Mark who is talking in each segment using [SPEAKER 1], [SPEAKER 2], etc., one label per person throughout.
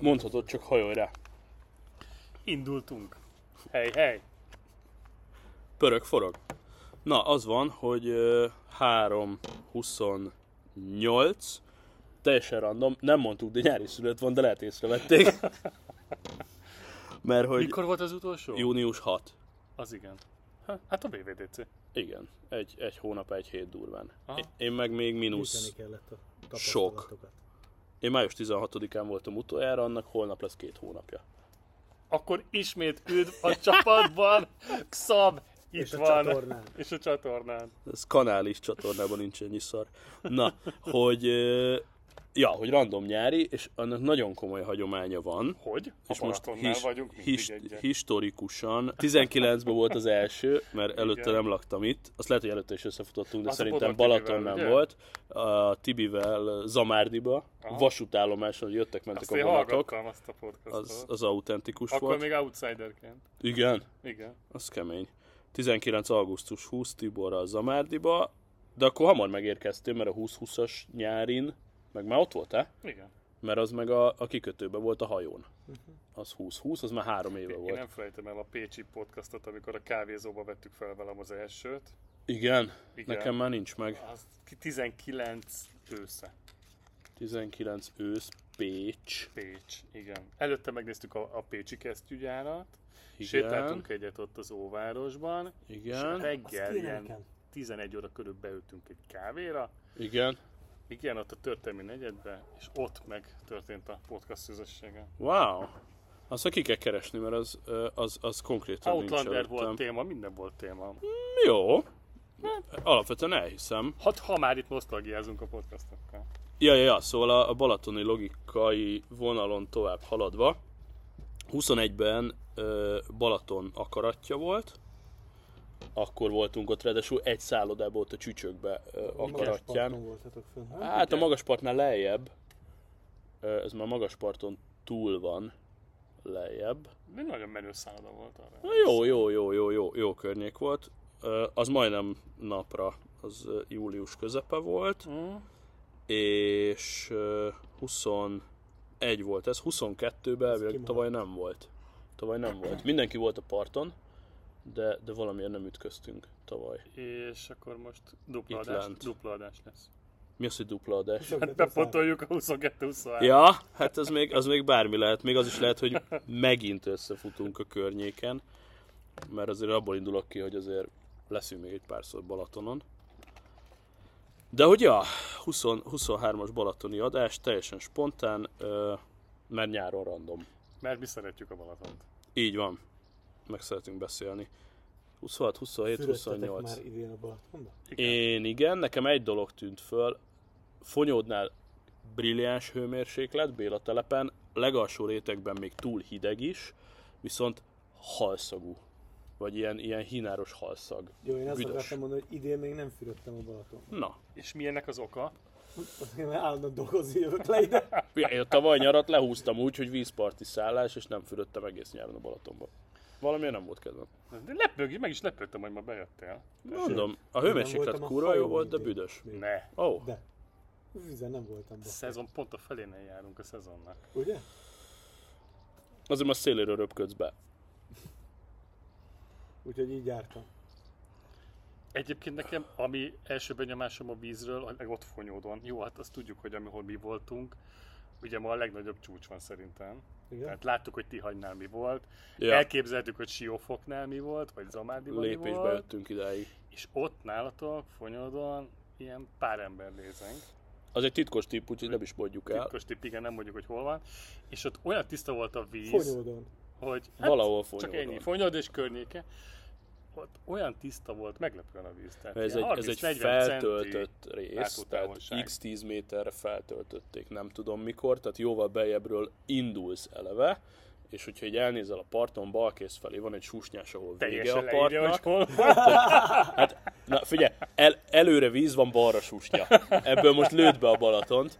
[SPEAKER 1] Mondhatod, csak hajolj rá.
[SPEAKER 2] Indultunk. Hely, hely.
[SPEAKER 1] Pörög, forog. Na, az van, hogy ö, 3, 28, teljesen random, nem mondtuk, de nyári szület van, de lehet észrevették. Mert hogy
[SPEAKER 2] Mikor volt az utolsó?
[SPEAKER 1] június 6.
[SPEAKER 2] Az igen. Ha, Hát a BVDC.
[SPEAKER 1] Igen, egy, egy hónap, egy hét durván.
[SPEAKER 2] Aha.
[SPEAKER 1] É- Én meg még mínusz.
[SPEAKER 3] Gyűjteni kellett a
[SPEAKER 1] Sok.
[SPEAKER 3] tapasztalatokat.
[SPEAKER 1] Én május 16-án voltam utoljára, annak holnap lesz két hónapja.
[SPEAKER 2] Akkor ismét üdv a csapatban. Xab, itt
[SPEAKER 3] És a
[SPEAKER 2] van.
[SPEAKER 3] csatornán.
[SPEAKER 2] És a csatornán.
[SPEAKER 1] Ez kanális csatornában nincs ennyi szar. Na, hogy... ö, Ja, hogy random nyári, és annak nagyon komoly hagyománya van.
[SPEAKER 2] Hogy? A
[SPEAKER 1] És most
[SPEAKER 2] Balatonnál vagyunk mindig
[SPEAKER 1] his,
[SPEAKER 2] egyet.
[SPEAKER 1] historikusan, 19-ben volt az első, mert előtte
[SPEAKER 2] Igen.
[SPEAKER 1] nem laktam itt. Azt lehet, hogy előtte is összefutottunk, de
[SPEAKER 2] Az a
[SPEAKER 1] szerintem
[SPEAKER 2] Bodog Tibivel,
[SPEAKER 1] Balaton nem
[SPEAKER 2] ugye?
[SPEAKER 1] volt. A Tibivel Zamárdiba, vasútállomáson jöttek-mentek
[SPEAKER 2] Azt
[SPEAKER 1] a
[SPEAKER 2] én
[SPEAKER 1] vonatok.
[SPEAKER 2] hallgattam azt a podcastot.
[SPEAKER 1] Az, az autentikus
[SPEAKER 2] Akkor
[SPEAKER 1] volt.
[SPEAKER 2] még outsiderként.
[SPEAKER 1] Igen,
[SPEAKER 2] Igen.
[SPEAKER 1] az kemény. 19. augusztus 20 Tiborra a Zamárdiba, de akkor hamar megérkeztél, mert a 20-20-as nyárin, meg már ott voltál,
[SPEAKER 2] Igen.
[SPEAKER 1] mert az meg a, a kikötőben volt a hajón. Az 20-20, az már három éve
[SPEAKER 2] Én
[SPEAKER 1] volt.
[SPEAKER 2] Mhm. nem felejtem el a Pécsi podcastot, amikor a kávézóba vettük fel velem az elsőt.
[SPEAKER 1] Igen,
[SPEAKER 2] Igen.
[SPEAKER 1] nekem már nincs meg.
[SPEAKER 2] Az 19 ősze.
[SPEAKER 1] 19 ősz, Pécs.
[SPEAKER 2] Pécs, igen. Előtte megnéztük a, a Pécsi kesztyűgyárat,
[SPEAKER 1] Igen.
[SPEAKER 2] sétáltunk egyet ott az óvárosban, és
[SPEAKER 1] Igen,
[SPEAKER 2] reggel
[SPEAKER 3] kéne
[SPEAKER 2] ilyen
[SPEAKER 3] nekem.
[SPEAKER 2] 11 óra körül beültünk egy kávéra,
[SPEAKER 1] igen.
[SPEAKER 2] igen, ott a történelmi negyedbe, és ott meg történt a podcast szüzessége.
[SPEAKER 1] Wow. Azt ki kell keresni, mert az, ö, az, az konkrétan nincs
[SPEAKER 2] Outlander
[SPEAKER 1] előttem.
[SPEAKER 2] volt téma, minden volt téma.
[SPEAKER 1] Jó. Alapvetően elhiszem.
[SPEAKER 2] Hát ha már itt nosztalgiázunk a podcastokkal.
[SPEAKER 1] Ja, ja, ja, szóval a, a balatoni logikai vonalon tovább haladva, 21-ben ö, Balaton akaratja volt, akkor voltunk ott, ráadásul egy szállodában volt a csücsökbe ö,
[SPEAKER 3] Magas
[SPEAKER 1] akaratján.
[SPEAKER 3] parton voltatok fönn. Hát,
[SPEAKER 1] Hát a magas partnál lejjebb, ö, ez már magas parton túl van, lejjebb.
[SPEAKER 2] De nagyon menő szálloda volt arra.
[SPEAKER 1] Na, Jó, jó, jó, jó, jó, jó környék volt. Ö, Az majdnem napra, az ö, július közepe volt,
[SPEAKER 2] Mm.
[SPEAKER 1] és ö, 21 volt ez, 22-ben elvileg
[SPEAKER 3] kimaradt.
[SPEAKER 1] tavaly nem volt. Tavaly nem volt. Mindenki volt a parton, de, de valamiért nem ütköztünk tavaly.
[SPEAKER 2] És akkor most dupla
[SPEAKER 1] Itt
[SPEAKER 2] adás,
[SPEAKER 1] lent.
[SPEAKER 2] dupla adás lesz.
[SPEAKER 1] Mi az, hogy dupla adás?
[SPEAKER 3] sok
[SPEAKER 2] Hát
[SPEAKER 3] beteszem.
[SPEAKER 2] bepontoljuk a 22-23.
[SPEAKER 1] Ja, hát az még, az még bármi lehet. Még az is lehet, hogy megint összefutunk a környéken. Mert azért abból indulok ki, hogy azért leszünk még egy párszor Balatonon. De hogy ja, 20, 23-as balatoni adás, teljesen spontán, ö, mert nyáron random.
[SPEAKER 2] Mert mi szeretjük a Balatont.
[SPEAKER 1] Így van. Meg szeretünk beszélni. 26, 27,
[SPEAKER 3] Fürödtetek
[SPEAKER 1] 28.
[SPEAKER 3] már idén a Balatonba?
[SPEAKER 1] Én igen, nekem egy dolog tűnt föl. Fonyódnál brilliáns hőmérséklet, Béla telepen, legalsó rétegben még túl hideg is, viszont halszagú. Vagy ilyen, ilyen hínáros halszag.
[SPEAKER 3] Jó, én azt
[SPEAKER 1] Büdös.
[SPEAKER 3] akartam mondani, hogy idén még nem fürödtem a Balaton.
[SPEAKER 1] Na,
[SPEAKER 2] És mi ennek az oka?
[SPEAKER 3] Azért mert állandóan dolgozni jövök le ide.
[SPEAKER 1] Ja, én a tavaly nyarat lehúztam úgy, hogy vízparti szállás, és nem fürödtem egész nyáron a Balatonba. Valamiért nem volt kedvem.
[SPEAKER 2] De lepőg, meg is lepődtem, hogy ma bejöttél.
[SPEAKER 1] Mondom, a
[SPEAKER 3] Nem
[SPEAKER 1] hőmérséklet
[SPEAKER 3] voltam a
[SPEAKER 1] kurva jó
[SPEAKER 3] hajón
[SPEAKER 1] volt, de
[SPEAKER 3] idén.
[SPEAKER 1] büdös.
[SPEAKER 3] Még.
[SPEAKER 2] Ne.
[SPEAKER 1] Ó, oh,
[SPEAKER 3] De. Vizen nem voltam
[SPEAKER 2] A
[SPEAKER 3] be.
[SPEAKER 2] szezon pont a felénél járunk a szezonnak.
[SPEAKER 3] Ugye?
[SPEAKER 1] azért már széléről röpködsz be.
[SPEAKER 3] Úgyhogy így jártam.
[SPEAKER 2] Egyébként nekem, ami első benyomásom a vízről, meg ott fonyódon. Jó, hát azt tudjuk, hogy amihol mi voltunk, ugye ma a legnagyobb csúcs van szerintem.
[SPEAKER 3] Igen?
[SPEAKER 2] Tehát láttuk, hogy Tihagynál mi volt,
[SPEAKER 1] Ja.
[SPEAKER 2] ja. elképzeltük, hogy Siófoknál mi volt, vagy Zamárdiban mi
[SPEAKER 1] Lépésbe
[SPEAKER 2] volt,
[SPEAKER 1] jöttünk idáig.
[SPEAKER 2] és ott nálatok, fonyódon, ilyen pár ember nézünk.
[SPEAKER 1] Az egy titkos tipp, úgyhogy nem is mondjuk el.
[SPEAKER 2] Titkos tipp, igen, nem mondjuk, hogy hol van. És ott olyan tiszta volt a víz,
[SPEAKER 3] Fonyódon.
[SPEAKER 2] hogy hát
[SPEAKER 1] Valahol
[SPEAKER 2] Csak
[SPEAKER 1] fonyódon.
[SPEAKER 2] ennyi, fonyod és környéke. Ott olyan tiszta volt, meglepően a víz. Tehát
[SPEAKER 1] Ez egy,
[SPEAKER 2] ilyen
[SPEAKER 1] ez egy
[SPEAKER 2] 30-40
[SPEAKER 1] feltöltött
[SPEAKER 2] centi
[SPEAKER 1] rész, tehát
[SPEAKER 2] látótávolság.
[SPEAKER 1] x 10 méterre feltöltötték, nem tudom mikor, tehát jóval beljebbről indulsz eleve, és hogyha így elnézel a parton, balkész felé van egy susnyás, ahol vége
[SPEAKER 2] Teljesen
[SPEAKER 1] a
[SPEAKER 2] leírja, hogy
[SPEAKER 1] partnak.
[SPEAKER 2] hol.
[SPEAKER 1] Hát, na figyelj, el, előre víz van, balra susnya. Ebből most lőd be a Balatont,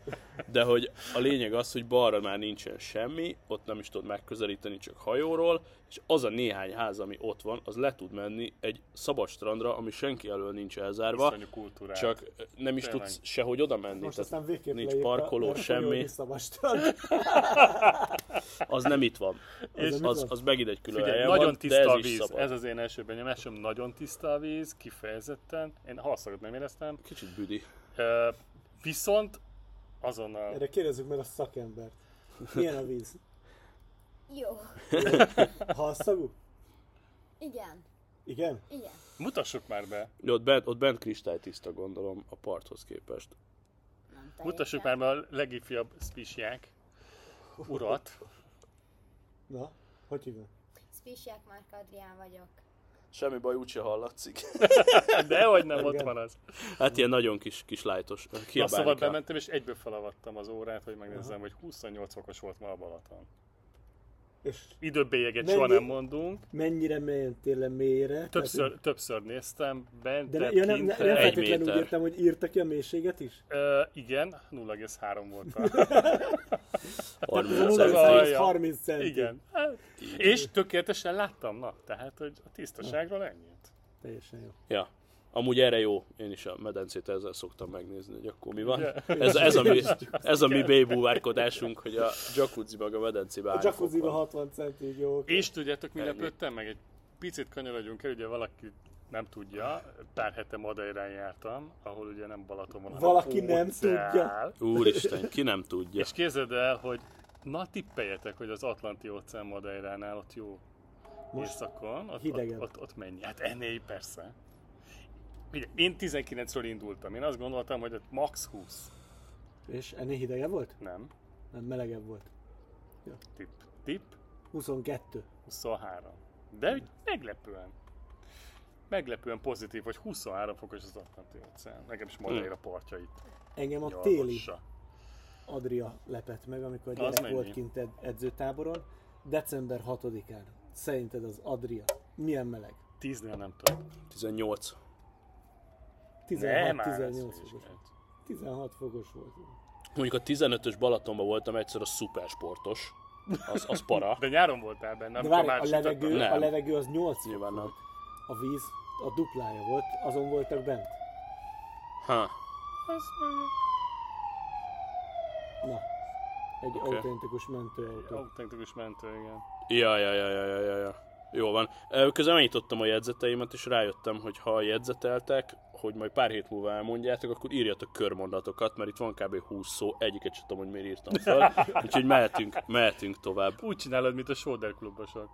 [SPEAKER 1] de hogy a lényeg az, hogy balra már nincsen semmi, ott nem is tudod megközelíteni, csak hajóról, és az a néhány ház, ami ott van, az le tud menni egy szabad strandra, ami senki elől nincs elzárva.
[SPEAKER 2] Iszonyú kultúrát.
[SPEAKER 1] Csak nem is
[SPEAKER 2] Tényleg.
[SPEAKER 1] tudsz sehogy oda menni.
[SPEAKER 3] Most
[SPEAKER 1] tehát
[SPEAKER 3] aztán végképp
[SPEAKER 1] nincs
[SPEAKER 3] leírta,
[SPEAKER 1] parkoló,
[SPEAKER 3] mert
[SPEAKER 1] semmi.
[SPEAKER 3] fonyódni szabadtalan.
[SPEAKER 1] az nem itt van.
[SPEAKER 2] És-
[SPEAKER 1] Az, az, az megint egy külön
[SPEAKER 2] Figyelj,
[SPEAKER 1] helyen
[SPEAKER 2] nagyon
[SPEAKER 1] van,
[SPEAKER 2] tiszta
[SPEAKER 1] de
[SPEAKER 2] a
[SPEAKER 1] ez is
[SPEAKER 2] víz.
[SPEAKER 1] szabad.
[SPEAKER 2] Ez az én első benyomásom, nagyon tiszta a víz, kifejezetten. Én halszagot nem éreztem.
[SPEAKER 1] Kicsit büdi.
[SPEAKER 2] Ö, viszont azonnal
[SPEAKER 3] Erre kérdezzük meg a szakembert. Milyen a víz?
[SPEAKER 4] Jó.
[SPEAKER 3] Halszagú?
[SPEAKER 4] Igen.
[SPEAKER 3] Igen?
[SPEAKER 4] Igen.
[SPEAKER 2] mutassuk már be.
[SPEAKER 1] Jó, ott bent, ott bent kristálytiszta gondolom a parthoz képest.
[SPEAKER 4] Nem teljesen.
[SPEAKER 2] Mutassuk már be a legifjabb spisiák urat.
[SPEAKER 3] Na, hogy hívnak?
[SPEAKER 4] Spisiák Márk Adrián vagyok.
[SPEAKER 1] Semmi baj, úgyse hallatszik.
[SPEAKER 2] Dehogy nem, ott van az.
[SPEAKER 1] Hát ilyen nagyon kis, kis lájtos. eh,
[SPEAKER 2] Na szóval
[SPEAKER 1] Kiabálni kell.
[SPEAKER 2] bementem, és egyből felavattam az órát, hogy megnézzem, hogy 28 fokos volt ma a Balaton.
[SPEAKER 3] És
[SPEAKER 2] Időbélyeget
[SPEAKER 3] Mennyi?
[SPEAKER 2] soha nem mondunk.
[SPEAKER 3] mennyire mentél le mélyre?
[SPEAKER 2] Többször, többször néztem, bent,
[SPEAKER 3] De
[SPEAKER 2] de
[SPEAKER 3] ne, ja, nem, nem, nem
[SPEAKER 1] Egy
[SPEAKER 3] feltétlenül úgy
[SPEAKER 1] méter.
[SPEAKER 3] értem, hogy írta ki a mélységet is?
[SPEAKER 2] Ö, igen, 0,3 volt a
[SPEAKER 1] 30
[SPEAKER 2] az
[SPEAKER 1] centi.
[SPEAKER 2] a-
[SPEAKER 3] Ez 30 centi.
[SPEAKER 2] Igen. Hát, És tökéletesen láttam, na, tehát, hogy a tisztaságról ennyit.
[SPEAKER 3] Teljesen jó.
[SPEAKER 1] Ja. Amúgy erre jó, én is a medencét ezzel szoktam megnézni, hogy akkor mi van. Ez, ez, a, mi, ez a mi bébúvárkodásunk, hogy a jacuzzi meg a medencébe
[SPEAKER 3] A
[SPEAKER 1] hány fok
[SPEAKER 3] jacuzziba
[SPEAKER 1] van.
[SPEAKER 3] 60 centig, jó. oké.
[SPEAKER 2] És tudjátok, mi
[SPEAKER 1] Ennyi.
[SPEAKER 2] lepődtem meg? Egy picit kanyarodjunk el, ugye valaki nem tudja, pár hete Madeirán jártam, ahol ugye nem Balaton van, hanem
[SPEAKER 3] Valaki nem
[SPEAKER 2] óceán.
[SPEAKER 3] tudja.
[SPEAKER 1] Úristen, ki nem tudja.
[SPEAKER 2] És képzeld el, hogy na tippeljetek, hogy az Atlanti óceán Madeiránál ott jó
[SPEAKER 3] Most
[SPEAKER 2] éjszakon, ott, ott,
[SPEAKER 3] hidegebb.
[SPEAKER 2] ott, ott mennyi? Hát ennél persze. Ugye, én 19-ről indultam, én azt gondoltam, hogy ott max 20.
[SPEAKER 3] És ennél hidegebb volt?
[SPEAKER 2] Nem,
[SPEAKER 3] Nem, melegebb volt.
[SPEAKER 2] tipp, tipp,
[SPEAKER 3] 22.
[SPEAKER 2] 23. De úgy meglepően. Meglepően pozitív, hogy 23 fokos az Atlanti óceán. Nekem is Madeira partja itt.
[SPEAKER 3] Engem a téli
[SPEAKER 2] nyargossa.
[SPEAKER 3] Adria lepett meg, amikor
[SPEAKER 2] Az
[SPEAKER 3] gyerek
[SPEAKER 2] mennyi?
[SPEAKER 3] volt kint ed- edzőtáboron. December 6-án. Szerinted az Adria milyen meleg?
[SPEAKER 2] Tíznél nem több.
[SPEAKER 1] 18.
[SPEAKER 2] 16,
[SPEAKER 3] 16-18 fokos. 16 fokos volt.
[SPEAKER 1] Mondjuk a 15-ös Balatonban voltam egyszer a szupersportos. Az, az para.
[SPEAKER 2] De nyáron voltál benne,
[SPEAKER 3] De
[SPEAKER 2] amikor
[SPEAKER 3] várj,
[SPEAKER 2] már
[SPEAKER 3] a
[SPEAKER 2] sütött
[SPEAKER 3] levegő,
[SPEAKER 1] Nem.
[SPEAKER 3] a levegő az 8 fok.
[SPEAKER 1] Nyilván nem.
[SPEAKER 3] A víz a duplája volt, azon voltak bent.
[SPEAKER 1] Ha.
[SPEAKER 2] Az mondjuk
[SPEAKER 3] Na, egy
[SPEAKER 1] Oké.
[SPEAKER 3] autentikus mentőautó.
[SPEAKER 2] Autentikus mentő, igen.
[SPEAKER 1] Ja, ja, ja, ja, ja, ja, ja. Jó van. Ö, Közben megnyitottam a jegyzeteimet, és rájöttem, hogy ha jegyzeteltek, hogy majd pár hét múlva elmondjátok, akkor írjatok körmondatokat, mert itt van kb. 20 szó, egyiket sem tudom, hogy miért írtam fel. Úgyhogy mehetünk, mehetünk tovább.
[SPEAKER 2] Úgy csinálod, mint a Shoulder klubosok.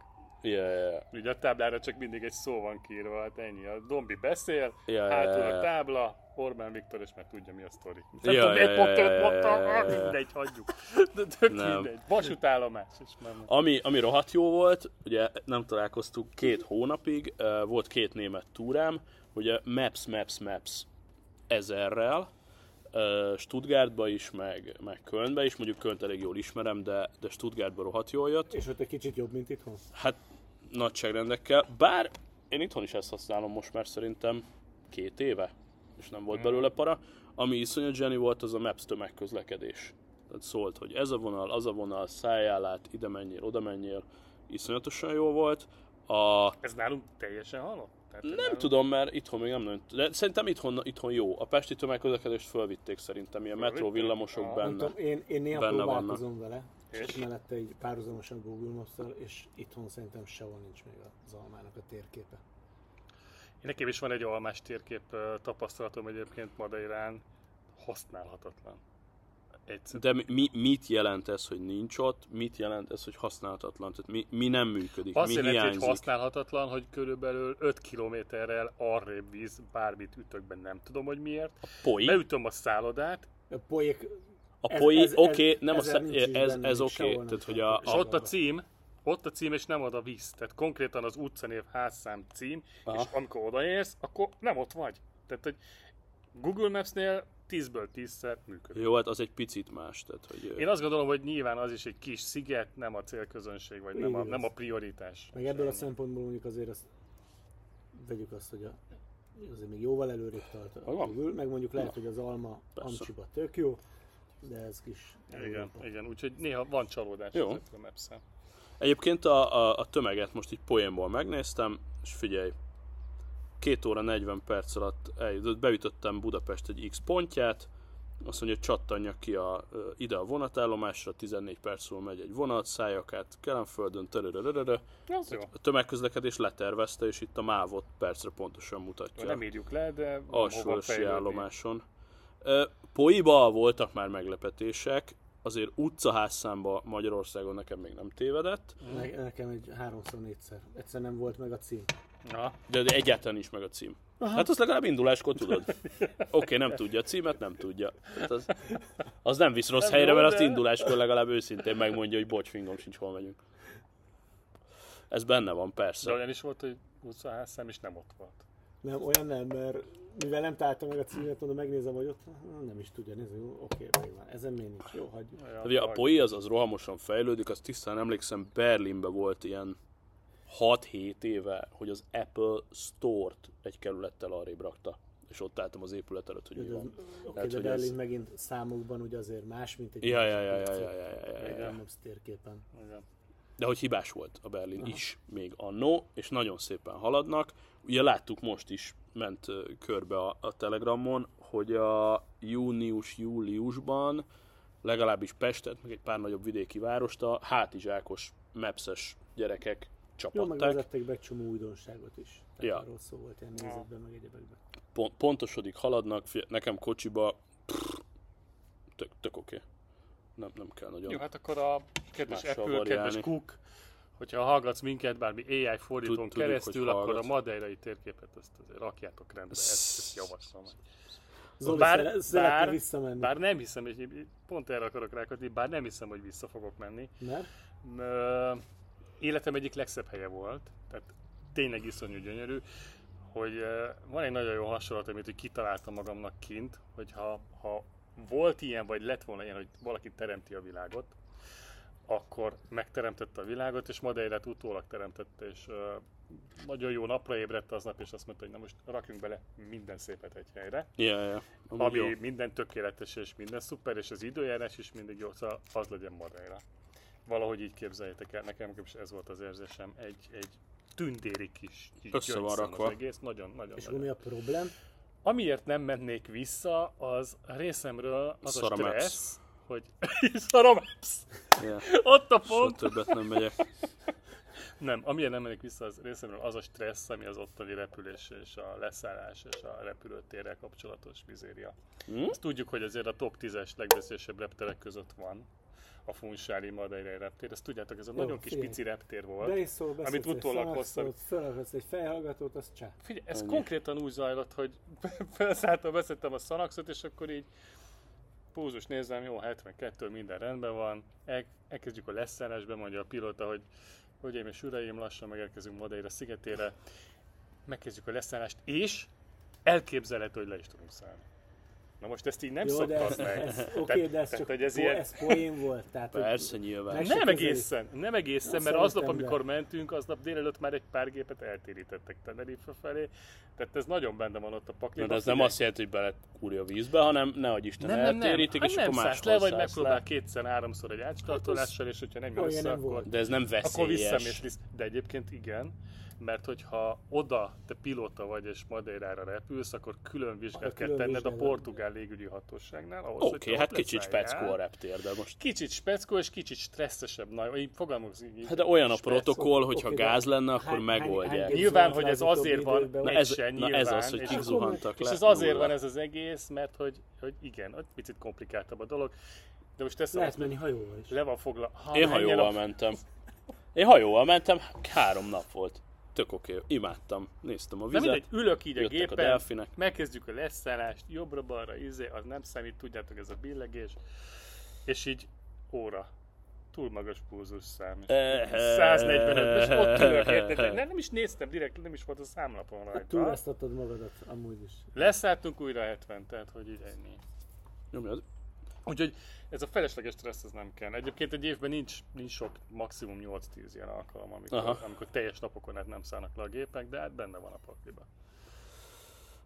[SPEAKER 1] Ja, ja, ja.
[SPEAKER 2] Ugye a táblára csak mindig egy szó van kiírva, hát ennyi. A Dombi beszél,
[SPEAKER 1] Ja,
[SPEAKER 2] hátul
[SPEAKER 1] ja, ja.
[SPEAKER 2] a tábla, Ormán Viktor, és már tudja mi a sztori.
[SPEAKER 1] Ja,
[SPEAKER 2] Nem tudom,
[SPEAKER 1] ja,
[SPEAKER 2] miért
[SPEAKER 1] ja,
[SPEAKER 2] pont
[SPEAKER 1] ja, ja,
[SPEAKER 2] ott mondtam,
[SPEAKER 1] ja, ja,
[SPEAKER 2] ah,
[SPEAKER 1] ja.
[SPEAKER 2] mindegy, hagyjuk. De tök
[SPEAKER 1] Nem.
[SPEAKER 2] mindegy. Vasútállomás, és már
[SPEAKER 1] Ami, ami rohadt jó volt, ugye nem találkoztuk két hónapig, eh, volt két német túrám, ugye Maps, Maps, Maps ezerrel, eh, Stuttgartba is, meg, meg Kölnbe is, mondjuk Kölnt elég jól ismerem, de, de Stuttgartba rohadt jól jött,
[SPEAKER 3] És ott egy kicsit jobb, mint itthon.
[SPEAKER 1] hát nagyságrendekkel, bár én itthon is ezt használom most már szerintem két éve, és nem
[SPEAKER 2] Mm.
[SPEAKER 1] volt belőle para, ami iszonyat zseni volt, az a Maps tömegközlekedés. Tehát szólt, hogy ez a vonal, az a vonal, szálljál át, ide menjél, oda menjél, iszonyatosan jó volt. A,
[SPEAKER 2] Ez nálunk teljesen halott? Tehát, hogy
[SPEAKER 1] nem
[SPEAKER 2] nálunk-
[SPEAKER 1] tudom, mert itthon még nem nagyon... De szerintem itthon, itthon jó. A pesti tömegközlekedést fölvitték szerintem, ilyen metró
[SPEAKER 2] Fölvitték?
[SPEAKER 1] villamosok
[SPEAKER 2] Ah.
[SPEAKER 3] Nem
[SPEAKER 1] benne.
[SPEAKER 3] tudom, én, én néha
[SPEAKER 1] Benne
[SPEAKER 3] próbálkozom vele, és
[SPEAKER 2] És?
[SPEAKER 3] mellette így párhuzamosan Google maps és itthon szerintem sehol nincs még az almának a térképe.
[SPEAKER 2] Nekem is van egy almás térkép ö, tapasztalatom egyébként Madeirán, használhatatlan. Egyszer.
[SPEAKER 1] De mi- mi, mit jelent ez, hogy nincs ott? Mit jelent ez, hogy használhatatlan? Tehát mi, mi nem működik?
[SPEAKER 2] Azt
[SPEAKER 1] mi
[SPEAKER 2] jelenti,
[SPEAKER 1] hiányzik?
[SPEAKER 2] hogy használhatatlan, hogy körülbelül 5 kilométerrel arrébb víz, bármit ütök be, nem tudom, hogy miért.
[SPEAKER 1] Poi?
[SPEAKER 2] Beütöm a szállodát,
[SPEAKER 3] A poék...
[SPEAKER 1] A
[SPEAKER 3] ez-
[SPEAKER 1] poi,
[SPEAKER 3] ez-
[SPEAKER 1] oké, okay,
[SPEAKER 3] ez-
[SPEAKER 1] nem a
[SPEAKER 3] ezer
[SPEAKER 1] szá-
[SPEAKER 3] nincs
[SPEAKER 1] ez,
[SPEAKER 3] így
[SPEAKER 1] ez,
[SPEAKER 3] benne,
[SPEAKER 1] ez
[SPEAKER 3] még
[SPEAKER 1] oké,
[SPEAKER 3] sehol nem
[SPEAKER 1] tehát hogy
[SPEAKER 3] tartozik.
[SPEAKER 1] a,
[SPEAKER 2] és
[SPEAKER 1] a
[SPEAKER 2] ott a cím, ott a cím, és nem ad a víz. Tehát konkrétan az utcanév házszám cím,
[SPEAKER 1] Aha.
[SPEAKER 2] és amikor odaérsz, akkor nem ott vagy. Tehát, hogy Google Maps-nél 10-ből 10-szer működik.
[SPEAKER 1] jó, hát az egy picit más, tehát hogy
[SPEAKER 2] Én azt gondolom, hogy nyilván az is egy kis sziget, nem a célközönség, vagy nem a,
[SPEAKER 3] Igaz.
[SPEAKER 2] nem a prioritás.
[SPEAKER 3] Meg ebből a szempontból mondjuk azért azt vegyük azt, hogy a, azért még jóval előrébb tart a
[SPEAKER 1] Valóban?
[SPEAKER 3] Google, meg mondjuk lehet, hogy az alma
[SPEAKER 1] Persze.
[SPEAKER 3] Amcsiba tök jó, de ez kis...
[SPEAKER 2] Igen, igen, úgyhogy néha van csalódás
[SPEAKER 1] Jó.
[SPEAKER 2] ezekkel a maps
[SPEAKER 1] Egyébként a, a, a tömeget most így poénból megnéztem, és figyelj, 2 óra 40 perc alatt eljutott, beütöttem Budapest egy X pontját, Azt mondja, hogy csattanjak ki a, ö, ide a vonatállomásra, 14 perc múlva megy egy vonat, szálljak át Kelenföldön, törörörörörö.
[SPEAKER 2] Az jó.
[SPEAKER 1] A tömegközlekedés letervezte, és itt a mávot percre pontosan
[SPEAKER 2] Jó,
[SPEAKER 1] mutatja.
[SPEAKER 2] Nem írjuk le, de hova
[SPEAKER 1] alsósi
[SPEAKER 2] fejlődni.
[SPEAKER 1] állomáson. Ö, Poiba voltak már meglepetések, azért utcaházszámba Magyarországon nekem még nem tévedett,
[SPEAKER 3] Ne, nekem egy háromszor, négyszer. Egyszer nem volt meg a cím.
[SPEAKER 2] Na,
[SPEAKER 1] de de egyáltalán nincs meg a cím. Hát azt legalább induláskor tudod. Oké, okay, nem tudja a címet, nem tudja. Tehát az, az nem visz rossz
[SPEAKER 2] Nem
[SPEAKER 1] helyre,
[SPEAKER 2] jó,
[SPEAKER 1] mert azt
[SPEAKER 2] de-
[SPEAKER 1] induláskor legalább őszintén megmondja, hogy bocs, fingom sincs, hol megyünk. Ez benne van,
[SPEAKER 2] de
[SPEAKER 1] persze.
[SPEAKER 2] olyan is volt, hogy utcaházszám is nem ott volt.
[SPEAKER 3] Nem, olyan nem, mert mivel nem találta meg a címet, mondom, megnézem, hogy ott hm, nem is tudja, nézem, jó, oké, megvan. Ezen még nincs, jó, hagyjuk.
[SPEAKER 2] Olyan,
[SPEAKER 1] Hát Ugye a
[SPEAKER 2] vagy-
[SPEAKER 1] poi az, az rohamosan fejlődik, azt tisztán emlékszem, Berlinbe volt ilyen 6-7 éve, hogy az Apple Store-t egy kerülettel arrébb rakta. És ott álltam az épület előtt, hogy mi
[SPEAKER 3] Oké,
[SPEAKER 1] van.
[SPEAKER 3] okay, de
[SPEAKER 1] Hát, hogy
[SPEAKER 3] Berlin
[SPEAKER 1] ez-
[SPEAKER 3] megint számokban ugye azért más, mint egy
[SPEAKER 1] Ja,
[SPEAKER 3] másik
[SPEAKER 1] ja, ja, ja,
[SPEAKER 3] piaci.
[SPEAKER 1] ja, ja, ja, ja, ja.
[SPEAKER 3] Elmondsz térképen.
[SPEAKER 2] Igen.
[SPEAKER 1] De hogy hibás volt a Berlin is, még annó, és nagyon szépen haladnak. Ugye láttuk most is, ment ö, körbe a, a Telegramon, hogy a június-júliusban legalábbis Pestet, meg egy pár nagyobb vidéki várost a hátizsákos, mepszes gyerekek
[SPEAKER 3] Jó,
[SPEAKER 1] csapatták.
[SPEAKER 3] megvezették be egy csomó újdonságot is. Tehát
[SPEAKER 1] Ja.
[SPEAKER 3] arról szó volt ilyen nézetben, meg egyebekben.
[SPEAKER 1] Pon- pontosodik, haladnak, Fie- nekem kocsiba pff, tök, tök oké. Okay. Nem, nem kell nagyon.
[SPEAKER 2] Jó, hát akkor a kedves
[SPEAKER 1] Mással
[SPEAKER 2] Apple, kedves
[SPEAKER 1] variálni.
[SPEAKER 2] Cook, hogyha hallgatsz minket bármi AI fordítón
[SPEAKER 1] Tud- tudjuk,
[SPEAKER 2] keresztül,
[SPEAKER 1] hogy
[SPEAKER 2] akkor
[SPEAKER 1] hallgatsz.
[SPEAKER 2] a madeirai térképet azt azért rakjátok rendbe, ezt, ezt javaslom.
[SPEAKER 1] Szóval
[SPEAKER 3] Zoli,
[SPEAKER 2] Bár-
[SPEAKER 3] bár, szeretne
[SPEAKER 2] bár-
[SPEAKER 3] Szóval visszamenni.
[SPEAKER 2] Bár nem hiszem, hogy pont erre akarok rákatni, bár nem hiszem, hogy vissza fogok menni.
[SPEAKER 3] Mert?
[SPEAKER 2] Ö, életem egyik legszebb helye volt, tehát tényleg iszonyú gyönyörű, hogy ö, van egy nagyon jó hasonlat, amit hogy kitaláltam magamnak kint, hogy ha, ha volt ilyen, vagy lett volna ilyen, hogy valaki teremti a világot, akkor megteremtette a világot, és Madeirát utólag teremtette, és ö, nagyon jó napra ébredt aznap, és azt mondta, hogy na most rakjunk bele minden szépet egy helyre
[SPEAKER 1] Ja, ja. Amúgy
[SPEAKER 2] ami
[SPEAKER 1] jó.
[SPEAKER 2] minden tökéletes és minden szuper, és az időjárás is mindig jó, szóval az legyen Madeira. Valahogy így képzeljétek el, nekem is ez volt az érzésem, egy, egy tündéri kis kis
[SPEAKER 1] Össze van
[SPEAKER 2] gyöngyszám az
[SPEAKER 1] rakva.
[SPEAKER 2] egész, nagyon, nagyon,
[SPEAKER 3] És akkor mi
[SPEAKER 2] nagyon.
[SPEAKER 3] a problém?
[SPEAKER 2] Amiért nem mennék vissza, az részemről az a
[SPEAKER 1] Szar a Maps.
[SPEAKER 2] stressz, hogy szarom,
[SPEAKER 1] Ja.
[SPEAKER 2] ott a
[SPEAKER 1] Soha
[SPEAKER 2] pont.
[SPEAKER 1] többet nem megyek.
[SPEAKER 2] Nem, amiért nem mennék vissza az részemről, az a stressz, ami az ottani repülés és a leszállás és a repülőtérrel kapcsolatos mizéria.
[SPEAKER 1] Hm?
[SPEAKER 2] Azt tudjuk, hogy azért a top 10-es legveszélyesebb repterek között van a Funsári Madeirai reptér. Ezt tudjátok, ez a nagyon kis
[SPEAKER 3] figyelj.
[SPEAKER 2] pici reptér volt.
[SPEAKER 3] Be is szól, beszélsz
[SPEAKER 2] Amit
[SPEAKER 3] egy
[SPEAKER 2] utólag
[SPEAKER 3] szalakszót,
[SPEAKER 2] hoztam.
[SPEAKER 3] Fölhöz egy fejhallgatót, az csá.
[SPEAKER 2] Figyelj, ez konkrétan úgy zajlott, hogy felszálltam, veszettem a szanaxot, és akkor így púzus nézem, jó, 72, minden rendben van, El, elkezdjük a leszállás, bemondja a pilóta, hogy hölgyeim és uraim, lassan megérkezünk Madeira szigetére, megkezdjük a leszállást, és elképzelhető, hogy le is tudunk szállni. Na most ezt így nem
[SPEAKER 3] Jó, de
[SPEAKER 2] szoktasz
[SPEAKER 3] ez,
[SPEAKER 2] meg.
[SPEAKER 3] ez, oké,
[SPEAKER 2] Tehát-
[SPEAKER 3] de ez
[SPEAKER 2] tehát,
[SPEAKER 3] csak
[SPEAKER 2] hogy ez
[SPEAKER 3] po-
[SPEAKER 2] ilyen-
[SPEAKER 3] ez poén volt. Tehát, hogy-
[SPEAKER 1] Persze, nyilván.
[SPEAKER 3] Meg se
[SPEAKER 2] Nem
[SPEAKER 3] közelít.
[SPEAKER 2] egészen, nem egészen,
[SPEAKER 3] Nem
[SPEAKER 2] mert aznap,
[SPEAKER 3] szerintem, de-
[SPEAKER 2] amikor mentünk, aznap délelőtt már egy pár gépet eltérítettek Tenerife felé, tehát ez nagyon benne van ott a pakliban.
[SPEAKER 1] Na, de ez nem azt jelenti, hogy bele kurja vízbe, hanem nehogy Isten
[SPEAKER 2] nem, nem, nem.
[SPEAKER 1] eltérítik,
[SPEAKER 2] Hát
[SPEAKER 1] és
[SPEAKER 2] nem
[SPEAKER 1] akkor
[SPEAKER 2] szállsz
[SPEAKER 1] más
[SPEAKER 2] le, vagy megpróbál kétszer-háromszor egy átstartolással, és hogyha nem jön
[SPEAKER 3] Olyan
[SPEAKER 2] össze,
[SPEAKER 3] nem
[SPEAKER 2] akkor,
[SPEAKER 3] volt.
[SPEAKER 1] De ez Hát nem
[SPEAKER 2] akkor
[SPEAKER 1] veszélyes.
[SPEAKER 2] visszamész. vissza. De egyébként igen, mert hogyha oda te pilóta vagy és Madeirára repülsz, akkor külön vizsgát
[SPEAKER 3] Arra
[SPEAKER 2] kell
[SPEAKER 3] külön
[SPEAKER 2] tenned a
[SPEAKER 3] vizsgálat.
[SPEAKER 2] portugál légügyi hatóságnál. ahhoz,
[SPEAKER 1] Oké,
[SPEAKER 2] hogy te
[SPEAKER 1] okay, hát
[SPEAKER 2] Szóval ott
[SPEAKER 1] kicsit
[SPEAKER 2] leszálljál.
[SPEAKER 1] speckó a reptér, de most...
[SPEAKER 2] Kicsit speckó és kicsit stresszesebb. Na, jó, így fogalmazunk így.
[SPEAKER 1] Hát de olyan a
[SPEAKER 2] speckó.
[SPEAKER 1] protokoll, hogyha
[SPEAKER 3] Oké, de
[SPEAKER 1] gáz lenne, akkor
[SPEAKER 3] hány- hány-
[SPEAKER 1] megoldják.
[SPEAKER 3] hány-
[SPEAKER 2] Nyilván, hogy ez
[SPEAKER 3] Utóbbi
[SPEAKER 2] azért van,
[SPEAKER 3] időkben-
[SPEAKER 1] Na
[SPEAKER 2] egy
[SPEAKER 1] ez,
[SPEAKER 2] se
[SPEAKER 1] na ez az, hogy
[SPEAKER 2] és
[SPEAKER 1] kik
[SPEAKER 2] akkor-
[SPEAKER 1] zuhantak
[SPEAKER 2] És
[SPEAKER 1] le.
[SPEAKER 2] ez azért
[SPEAKER 1] nulla.
[SPEAKER 2] van ez az egész, mert hogy, hogy igen, ott picit komplikáltabb a dolog. De most ezt
[SPEAKER 3] Lehet
[SPEAKER 2] azt
[SPEAKER 3] menni hajóval is.
[SPEAKER 2] le van foglalva. Ha
[SPEAKER 1] Én
[SPEAKER 2] menjen
[SPEAKER 1] hajóval mentem. Én hajóval mentem, három nap volt. Tök oké, okay. imádtam. Néztem a
[SPEAKER 2] Na
[SPEAKER 1] vizet.
[SPEAKER 2] mindegy, ülök így a
[SPEAKER 1] jöttek a
[SPEAKER 2] gépen,
[SPEAKER 1] delfinek.
[SPEAKER 2] megkezdjük a leszállást, jobbra-balra, izé, az nem számít, tudjátok, ez a billegés. És így óra. Túl magas pulzus szám. És 145, és ott ülök, érted? Nem, nem is néztem direkt, nem is volt a számlapon
[SPEAKER 1] Hát
[SPEAKER 2] rajta.
[SPEAKER 3] Túloztatod magadat amúgy is.
[SPEAKER 2] Leszálltunk újra 70, tehát hogy így ennyi.
[SPEAKER 1] Nyomjad.
[SPEAKER 2] Úgyhogy ez a felesleges stressz, ez nem kell. Egyébként egy évben nincs, nincs sok, maximum 8-10 ilyen alkalom, amikor,
[SPEAKER 1] Aha.
[SPEAKER 2] amikor teljes napokon át nem szállnak le a gépek, de hát benne van a pakliba.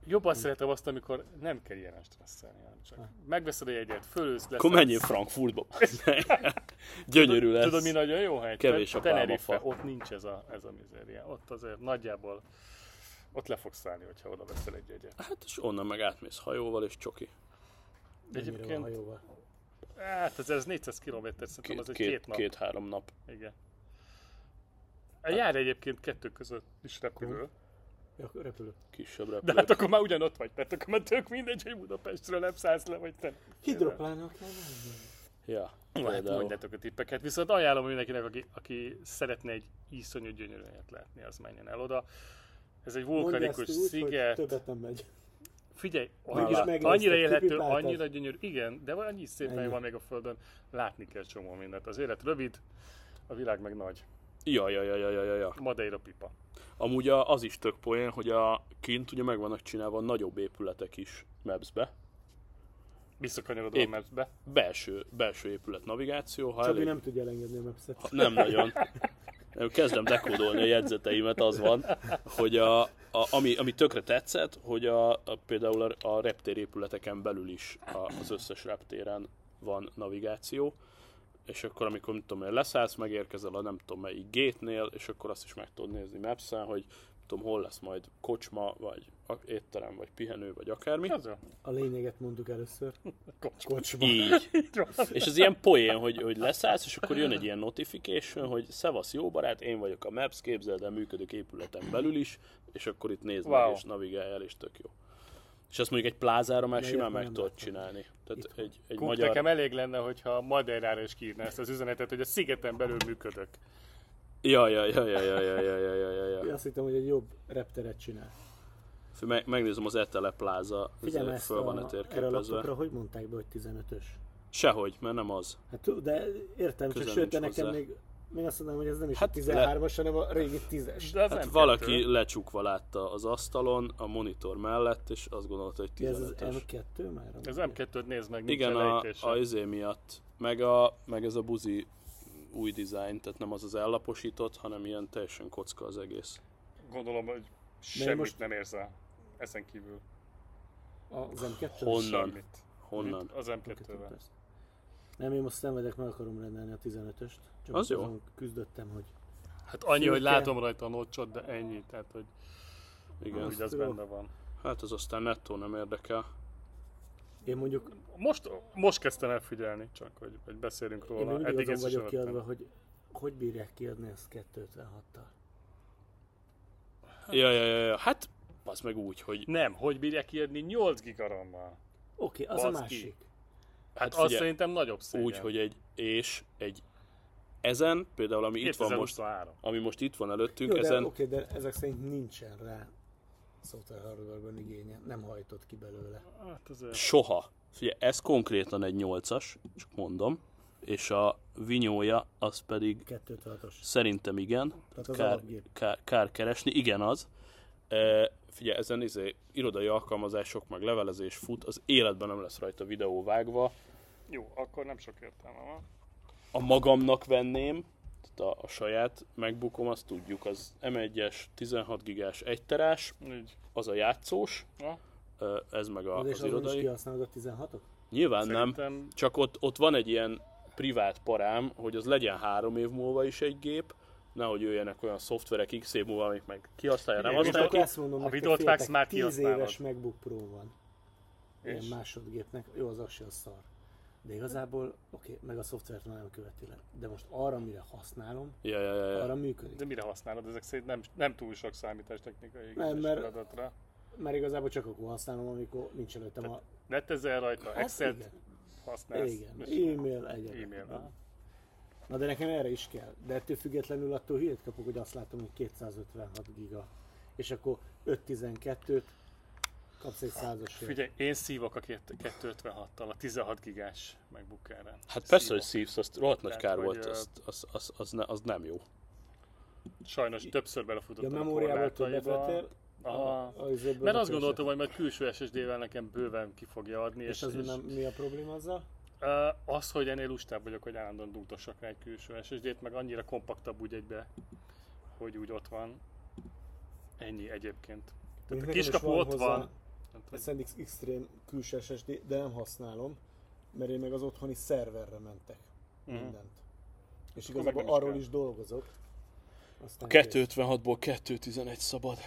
[SPEAKER 2] Jobban szeretem azt, amikor nem kell ilyen stresszelni, hanem csak megveszed a jegyet, fölülsz, lesz.
[SPEAKER 1] Akkor menjél Frankfurtba. Gyönyörű lesz.
[SPEAKER 2] Tudod, mi nagyon jó hely?
[SPEAKER 1] Kevés a
[SPEAKER 2] Tenerife,
[SPEAKER 1] pálmafa.
[SPEAKER 2] ott nincs ez a, ez a mizéria. Ott azért nagyjából ott le fogsz szállni, hogyha oda veszel egy jegyet.
[SPEAKER 1] Hát és onnan meg átmész hajóval és csoki.
[SPEAKER 3] Mennyire van
[SPEAKER 2] Egyébként-
[SPEAKER 3] hajóval.
[SPEAKER 2] Hát ez, ez 400 km, szerintem az egy két,
[SPEAKER 1] két,
[SPEAKER 2] nap.
[SPEAKER 1] két, három nap.
[SPEAKER 2] Igen. A jár egyébként kettő között is repülő.
[SPEAKER 3] Ja, repülő.
[SPEAKER 1] Kisebb
[SPEAKER 2] De
[SPEAKER 1] repülő.
[SPEAKER 2] hát akkor már ugyanott vagy, mert akkor már tök mindegy, hogy Budapestről nem szállsz le, vagy te.
[SPEAKER 3] Hidroplánok kell menni.
[SPEAKER 1] Ja,
[SPEAKER 2] Hát
[SPEAKER 1] például.
[SPEAKER 2] mondjátok a tippeket, viszont ajánlom mindenkinek, aki, aki szeretne egy iszonyú gyönyörű helyet látni, az menjen el oda. Ez egy vulkanikus
[SPEAKER 3] Mondd ezt úgy, hogy
[SPEAKER 2] sziget.
[SPEAKER 3] Többet nem megy.
[SPEAKER 2] Figyelj,
[SPEAKER 1] Meg is
[SPEAKER 2] annyira,
[SPEAKER 3] megnéztük,
[SPEAKER 2] annyira élhető,
[SPEAKER 3] kipipáltad.
[SPEAKER 2] annyira gyönyörű. Igen, de annyi szép hely
[SPEAKER 3] Ennyi.
[SPEAKER 2] van még a Földön, látni kell csomó mindent. Az élet rövid, a világ meg nagy.
[SPEAKER 1] Ja, ja, ja, ja, ja, ja, ja.
[SPEAKER 2] Madeira pipa.
[SPEAKER 1] Amúgy a- az is tök poén, hogy a kint ugye meg vannak csinálva nagyobb épületek is Mapsbe.
[SPEAKER 2] Visszakanyarodom
[SPEAKER 1] Épp.
[SPEAKER 2] a mapsbe.
[SPEAKER 1] Belső, belső épület navigáció, ha
[SPEAKER 3] Csabi
[SPEAKER 1] elég...
[SPEAKER 3] nem tudja elengedni a mapset.
[SPEAKER 1] ha- nem nagyon. Nem, Kezdem dekódolni a jegyzeteimet, az van, hogy a, a, ami, ami tökre tetszett, hogy a, a például a, a reptérépületeken belül is a, az összes reptéren van navigáció, és akkor amikor mit tudom, én, leszállsz, megérkezel a nem tudom melyik gate-nél, és akkor azt is meg tudod nézni maps hogy nem tudom, hol lesz majd kocsma, vagy a- étterem, vagy pihenő, vagy akármi.
[SPEAKER 2] Az a
[SPEAKER 3] A lényeget mondjuk először.
[SPEAKER 2] kocs.
[SPEAKER 3] Kocsma.
[SPEAKER 1] Így.
[SPEAKER 2] van.
[SPEAKER 1] És ez ilyen poén, hogy, hogy leszállsz, és akkor jön egy ilyen notification, hogy szevasz, jó barát, én vagyok a Maps, képzeld el, működik épületen belül is, és akkor itt nézd wow.
[SPEAKER 2] Wow.
[SPEAKER 1] meg, és navigálj el, és tök jó. És ezt mondjuk egy plázára már
[SPEAKER 3] De
[SPEAKER 1] simán
[SPEAKER 3] ilyet
[SPEAKER 1] meg
[SPEAKER 3] nem
[SPEAKER 1] tudod
[SPEAKER 3] láttam.
[SPEAKER 1] csinálni. Tehát
[SPEAKER 3] Itt
[SPEAKER 1] egy, egy magyar...
[SPEAKER 2] Kuk, magyar... nekem elég lenne, hogyha Madeirára is kiírná ezt az üzenetet, hogy a szigeten belül működök.
[SPEAKER 1] Hát Ja, ja, ja, ja, ja, ja, ja, ja, ja, ja,
[SPEAKER 3] Én
[SPEAKER 1] ja.
[SPEAKER 3] azt hittem, hogy egy jobb repteret csinál.
[SPEAKER 1] Fő- meg- Megnézem az Etele pláza,
[SPEAKER 3] Figyelj
[SPEAKER 1] ez
[SPEAKER 3] ezt
[SPEAKER 1] föl van-e
[SPEAKER 3] a, erre a
[SPEAKER 1] térképezve.
[SPEAKER 3] laptopra, hogy mondták be, hogy 15-ös?
[SPEAKER 1] Sehogy, mert nem az.
[SPEAKER 3] Hát tud- de értem, csak
[SPEAKER 1] Közel
[SPEAKER 3] sőt, de
[SPEAKER 1] nincs
[SPEAKER 3] nekem
[SPEAKER 1] hozzá.
[SPEAKER 3] még, még azt mondom, hogy ez nem is
[SPEAKER 1] Hát
[SPEAKER 3] hát a 13-as, hanem a régi 10-es.
[SPEAKER 2] De az
[SPEAKER 1] Hát
[SPEAKER 2] nem
[SPEAKER 1] valaki
[SPEAKER 2] kettő.
[SPEAKER 1] lecsukva látta az asztalon, a monitor mellett, és azt gondolta, hogy
[SPEAKER 3] Ez az
[SPEAKER 1] 15-ös.
[SPEAKER 3] M2 már?
[SPEAKER 2] Ez m 2 nézd meg, nincs
[SPEAKER 1] Igen, a,
[SPEAKER 2] elejtése.
[SPEAKER 1] a izé miatt. Meg, a, meg ez a buzi új design, tehát nem az az ellaposított, hanem ilyen teljesen kocka az egész.
[SPEAKER 2] Gondolom, hogy semmit
[SPEAKER 3] most-
[SPEAKER 2] most... nem érzel ezen kívül.
[SPEAKER 3] Az M2?
[SPEAKER 1] Honnan?
[SPEAKER 2] Semmit.
[SPEAKER 1] Honnan?
[SPEAKER 2] Mit? Az M2-vel.
[SPEAKER 3] Persze. Nem, én most szenvedek, meg akarom rendelni a 15-öst. Csak
[SPEAKER 1] Az jó.
[SPEAKER 3] azon küzdöttem, hogy
[SPEAKER 2] Hát annyi, hogy
[SPEAKER 3] Szürke.
[SPEAKER 2] látom rajta a nocsot, de ennyi. Tehát, hogy
[SPEAKER 1] Igen.
[SPEAKER 2] úgy az
[SPEAKER 3] jó.
[SPEAKER 2] benne van.
[SPEAKER 1] Hát az aztán nettó nem érdekel.
[SPEAKER 3] én mondjuk
[SPEAKER 2] Most, most kezdtem el figyelni, csak hogy, hogy beszélünk
[SPEAKER 3] Én még
[SPEAKER 2] róla.
[SPEAKER 3] mindig
[SPEAKER 2] ezt
[SPEAKER 3] azon
[SPEAKER 2] is
[SPEAKER 3] vagyok
[SPEAKER 2] előttem.
[SPEAKER 3] kiadva, hogy hogy bírják kiadni ezt 256-tal.
[SPEAKER 1] Ja, ja, ja, ja. Hát, az meg úgy, hogy...
[SPEAKER 2] Nem, hogy bírják írni 8 gigarammal.
[SPEAKER 3] Oké, okay, az
[SPEAKER 2] Bazd
[SPEAKER 3] a
[SPEAKER 2] ki.
[SPEAKER 3] másik.
[SPEAKER 1] Hát
[SPEAKER 2] Azt
[SPEAKER 1] figyelj,
[SPEAKER 2] szerintem nagyobb szégyen.
[SPEAKER 1] úgy, hogy egy... És egy... Ezen, például ami itt van most,
[SPEAKER 2] 2023.
[SPEAKER 1] ami most itt van előttünk,
[SPEAKER 3] Jó, de,
[SPEAKER 1] ezen...
[SPEAKER 3] Oké, de ezek szerint nincsen rá szóval hardware igénye, nem hajtott ki belőle.
[SPEAKER 2] Hát azért...
[SPEAKER 1] Soha. Figyelj, ez konkrétan egy 8-as, csak mondom. És a vinyója, az pedig
[SPEAKER 3] 256-os.
[SPEAKER 1] Szerintem igen.
[SPEAKER 3] Tehát az
[SPEAKER 1] Kár,
[SPEAKER 3] alapgép.
[SPEAKER 1] kár, kár keresni, igen az. E, figyelj, ezen izé, irodai alkalmazások, meg levelezés fut, az életben nem lesz rajta videó vágva.
[SPEAKER 2] Jó, akkor nem sok értelme van.
[SPEAKER 1] A magamnak venném, tehát a, a saját megbukom, azt tudjuk, az M1-es, 16 gigás, 1 terás,
[SPEAKER 2] Így.
[SPEAKER 1] az a játszós,
[SPEAKER 2] Na,
[SPEAKER 1] ö, ez meg a,
[SPEAKER 3] Az és
[SPEAKER 1] az
[SPEAKER 3] azon is
[SPEAKER 1] irodai.
[SPEAKER 3] kihasználod a 16-ot?
[SPEAKER 1] Nyilván nem,
[SPEAKER 2] szerintem
[SPEAKER 1] csak ott, ott van egy ilyen privát parám, hogy az legyen három év múlva is egy gép, nehogy jöjjenek olyan szoftverek x év múlva, amik meg kihasználja, nem
[SPEAKER 2] Igen,
[SPEAKER 1] azt
[SPEAKER 2] és
[SPEAKER 3] Most
[SPEAKER 2] akkor
[SPEAKER 3] akkor ezt mondom,
[SPEAKER 2] a
[SPEAKER 3] nektek,
[SPEAKER 2] videót
[SPEAKER 3] féltek,
[SPEAKER 2] vágsz, már
[SPEAKER 3] 10
[SPEAKER 2] kihasználod.
[SPEAKER 3] éves MacBook Pro van. Ilyen
[SPEAKER 2] És?
[SPEAKER 3] másodgépnek. Jó, az az se a szar. De igazából, oké, meg a szoftvert már nem követi le. De most arra, mire használom,
[SPEAKER 1] Ja, ja, ja, ja.
[SPEAKER 3] arra működik.
[SPEAKER 2] De mire használod ezek szerint? Nem, nem túl sok számítástechnikai
[SPEAKER 3] Nem,
[SPEAKER 2] nem,
[SPEAKER 3] mert-
[SPEAKER 2] feladatra.
[SPEAKER 3] Már igazából csak akkor használom, amikor nincs előttem a...
[SPEAKER 2] Netezel rajta,
[SPEAKER 3] Hát
[SPEAKER 2] Excel-t
[SPEAKER 3] igen.
[SPEAKER 2] használsz.
[SPEAKER 3] Igen,
[SPEAKER 2] és
[SPEAKER 3] e-mail egyet.
[SPEAKER 2] E-mail. aha.
[SPEAKER 3] Na de nekem erre is kell. De ettől függetlenül attól hülyét kapok, hogy azt látom, hogy 256 giga. És akkor 512-t kapsz egy százasért.
[SPEAKER 2] Figyelj, én szívok a két- 256-tal, a 16 gigás MacBook erre.
[SPEAKER 1] Hát persze, hogy szívsz, azt rohadt nagy
[SPEAKER 2] Tehát,
[SPEAKER 1] kár
[SPEAKER 2] hogy,
[SPEAKER 1] volt,
[SPEAKER 2] ö,
[SPEAKER 1] az, az, az, az, ne, az nem jó.
[SPEAKER 2] Sajnos többször
[SPEAKER 3] Ja,
[SPEAKER 2] belefutottam a,
[SPEAKER 3] memóriából többet
[SPEAKER 2] korlátaiba.
[SPEAKER 3] vettél,
[SPEAKER 2] Aha.
[SPEAKER 3] a- a izéből
[SPEAKER 2] Mert azt
[SPEAKER 3] vettél
[SPEAKER 2] gondoltam, hogy majd külső SSD-vel nekem bőven ki fogja adni, és,
[SPEAKER 3] És az nem, mi a probléma azzal?
[SPEAKER 2] Ö, az, hogy ennél lustább vagyok, hogy állandóan dugdossak rá egy külső SSD-t, meg annyira kompaktabb úgy egybe, hogy úgy ott van. Ennyi egyébként. Tehát a
[SPEAKER 3] Nekem is
[SPEAKER 2] kiskapu
[SPEAKER 3] van
[SPEAKER 2] ott
[SPEAKER 3] hozzá
[SPEAKER 2] van.
[SPEAKER 3] SNDX Extreme külső SSD, de nem használom, mert én meg az otthoni szerverre mentek mindent. És
[SPEAKER 2] meg
[SPEAKER 3] igazából
[SPEAKER 2] nem is
[SPEAKER 3] arról
[SPEAKER 2] kell.
[SPEAKER 3] is dolgozok. Aztán kész.
[SPEAKER 1] 256-ból 211 szabad.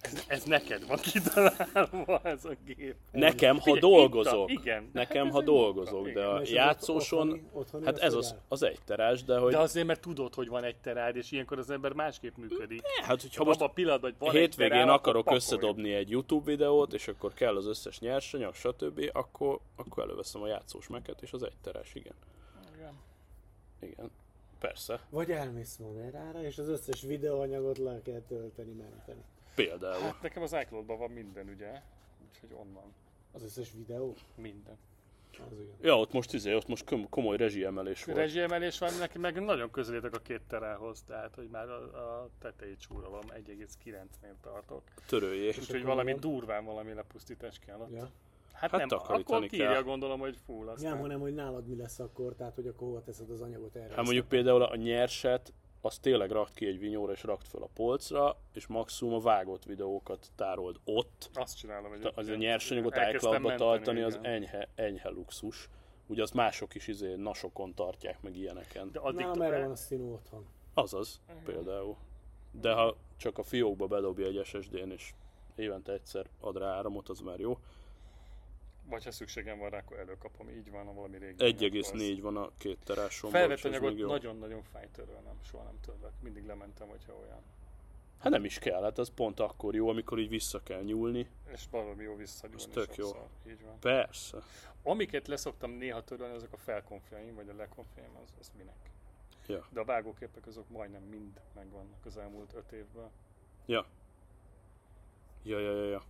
[SPEAKER 2] Ez, ez neked van kitalálva ez a gép.
[SPEAKER 1] Nekem, ha
[SPEAKER 2] Figyelj,
[SPEAKER 1] dolgozok.
[SPEAKER 2] itt a- igen.
[SPEAKER 1] Nekem,
[SPEAKER 2] Hát
[SPEAKER 1] ha
[SPEAKER 2] ez egy
[SPEAKER 1] dolgozok,
[SPEAKER 2] munka,
[SPEAKER 1] de
[SPEAKER 2] igen.
[SPEAKER 1] a
[SPEAKER 3] Na, és az
[SPEAKER 1] játszóson...
[SPEAKER 3] otthoni- otthoni
[SPEAKER 1] Hát
[SPEAKER 3] az
[SPEAKER 1] ez
[SPEAKER 3] hogy
[SPEAKER 1] az,
[SPEAKER 3] áll?
[SPEAKER 1] az egy terás, de hogy...
[SPEAKER 2] De azért, mert tudod, hogy van egy terád, és ilyenkor az ember másképp működik.
[SPEAKER 1] Hát, hogyha
[SPEAKER 2] Ha most
[SPEAKER 1] most
[SPEAKER 2] abban a pillanatban, hogy van egy
[SPEAKER 1] hétvégén
[SPEAKER 2] terád, akkor
[SPEAKER 1] akarok
[SPEAKER 2] pakolj.
[SPEAKER 1] összedobni egy YouTube videót, és akkor kell az összes nyersanyag, stb., akkor, akkor előveszem a játszós meket, és az egy terás, igen.
[SPEAKER 2] Igen.
[SPEAKER 1] Igen. Persze,
[SPEAKER 3] Vagy elmész Monerára, és az összes videóanyagot le kell tölteni, menteni.
[SPEAKER 1] például.
[SPEAKER 2] Hát nekem az iCloud-ban van minden, ugye? Úgyhogy onnan.
[SPEAKER 3] Az összes videó?
[SPEAKER 2] Minden.
[SPEAKER 3] Az igen.
[SPEAKER 1] Ja, ott most izé, ott most kom- komoly rezsiemelés volt.
[SPEAKER 2] Rezsiemelés van, neki meg nagyon közelétek a két terához, tehát hogy már a, a tetei csúra van, 1,9-nél tartok.
[SPEAKER 1] Törőjé.
[SPEAKER 2] Úgyhogy valami durván valami lepusztítás kell ott.
[SPEAKER 3] Ja.
[SPEAKER 2] Hát,
[SPEAKER 1] Hát
[SPEAKER 2] nem,
[SPEAKER 1] takarítani
[SPEAKER 2] akkor kírja
[SPEAKER 1] kell.
[SPEAKER 2] gondolom, hogy full aztán.
[SPEAKER 3] Nem, hanem hogy nálad mi lesz akkor, tehát hogy akkor hova teszed az anyagot erre.
[SPEAKER 1] Hát mondjuk például a nyerset, azt tényleg rakt ki egy vinyóra és rakt fel a polcra, és maximum a vágott videókat tárold ott.
[SPEAKER 2] Azt csinálom, hogy
[SPEAKER 1] Ta- Az a nyersanyagot
[SPEAKER 2] Elkezdtem
[SPEAKER 1] iCloud-ba
[SPEAKER 2] menteni,
[SPEAKER 1] tartani, az e-
[SPEAKER 2] igen.
[SPEAKER 1] enyhe, enyhe luxus. Ugye azt mások is izé nasokon tartják, meg ilyeneken.
[SPEAKER 2] De addig
[SPEAKER 3] Nálam
[SPEAKER 2] tovább-
[SPEAKER 3] erre van a színú otthon.
[SPEAKER 1] Azaz, például. De ha csak a fiókba bedobja egy SSD-n, és évente egyszer ad rá áramot, az már jó.
[SPEAKER 2] Vagy ha szükségem van rá, akkor előkapom. Így van, ha valami régi.
[SPEAKER 1] 1,4 van a két teráson.
[SPEAKER 2] Felvett anyagot nagyon-nagyon fáj törölnem, soha nem törlök. Mindig lementem, hogyha olyan.
[SPEAKER 1] Hát nem is kell, hát az pont akkor jó, amikor így vissza kell nyúlni.
[SPEAKER 2] És valami jó visszagyúlni
[SPEAKER 1] Az tök jó.
[SPEAKER 2] sokszor. Így van.
[SPEAKER 1] Persze.
[SPEAKER 2] Amiket leszoktam néha törölni, azok a felkonfjaim, vagy a lekonfjaim, az, az minek.
[SPEAKER 1] Ja.
[SPEAKER 2] De a vágóképek azok majdnem mind megvannak az elmúlt öt évben.
[SPEAKER 1] Ja. Ja, ja, ja, ja.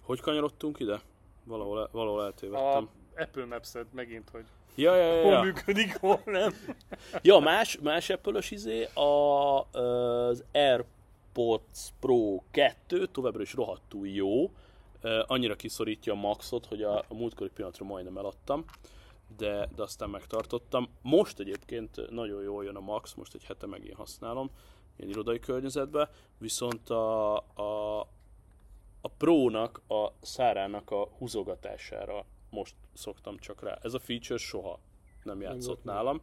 [SPEAKER 1] Hogy kanyarodtunk ide? Valahol, valahol eltévedtem.
[SPEAKER 2] A Apple Maps-et megint, hogy
[SPEAKER 1] Ja, ja, ja,
[SPEAKER 2] hol
[SPEAKER 1] ja.
[SPEAKER 2] működik, hol nem.
[SPEAKER 1] ja más, más apple izé, a, az AirPods Pro 2 továbbra is rohadtul jó. Ö, Annyira kiszorítja a maxot, hogy a, a múltkori pillanatra majdnem eladtam, de, de aztán megtartottam. Most egyébként nagyon jól jön a max, most egy hete megint használom, ilyen irodai környezetben, viszont a, a, a prónak, a szárának a húzogatására most szoktam csak rá. Ez a feature soha nem játszott nálam,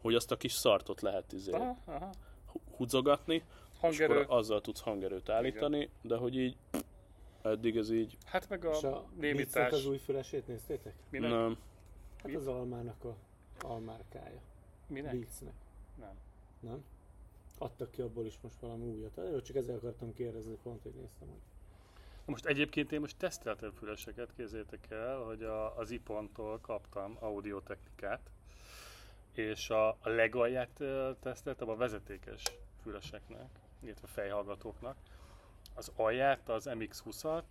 [SPEAKER 1] hogy azt a kis szartot lehet izé
[SPEAKER 2] Aha, aha.
[SPEAKER 1] húzogatni, és
[SPEAKER 2] Hangerő.
[SPEAKER 1] akkor azzal tudsz hangerőt állítani, de hogy így eddig ez így
[SPEAKER 2] Hát meg
[SPEAKER 3] És
[SPEAKER 2] a
[SPEAKER 3] a Beats-nek
[SPEAKER 2] némitás.
[SPEAKER 3] az új fülesét néztétek?
[SPEAKER 2] Minek? Nem.
[SPEAKER 1] nem.
[SPEAKER 3] Hát az almának a almárkája.
[SPEAKER 2] Minek?
[SPEAKER 3] Beatsnek,
[SPEAKER 2] Nem.
[SPEAKER 3] nem? Adtak ki abból is most valami újat. Jó, csak ezzel akartam kérdezni, pont, hogy néztem, hogy
[SPEAKER 2] Most egyébként én most teszteltem füleseket, képzeljétek el, hogy a, az Ipontól kaptam audiotechnikát, és a, a legalját ö, teszteltem a vezetékes füleseknek, illetve fejhallgatóknak. Az alját, az MX-20-at,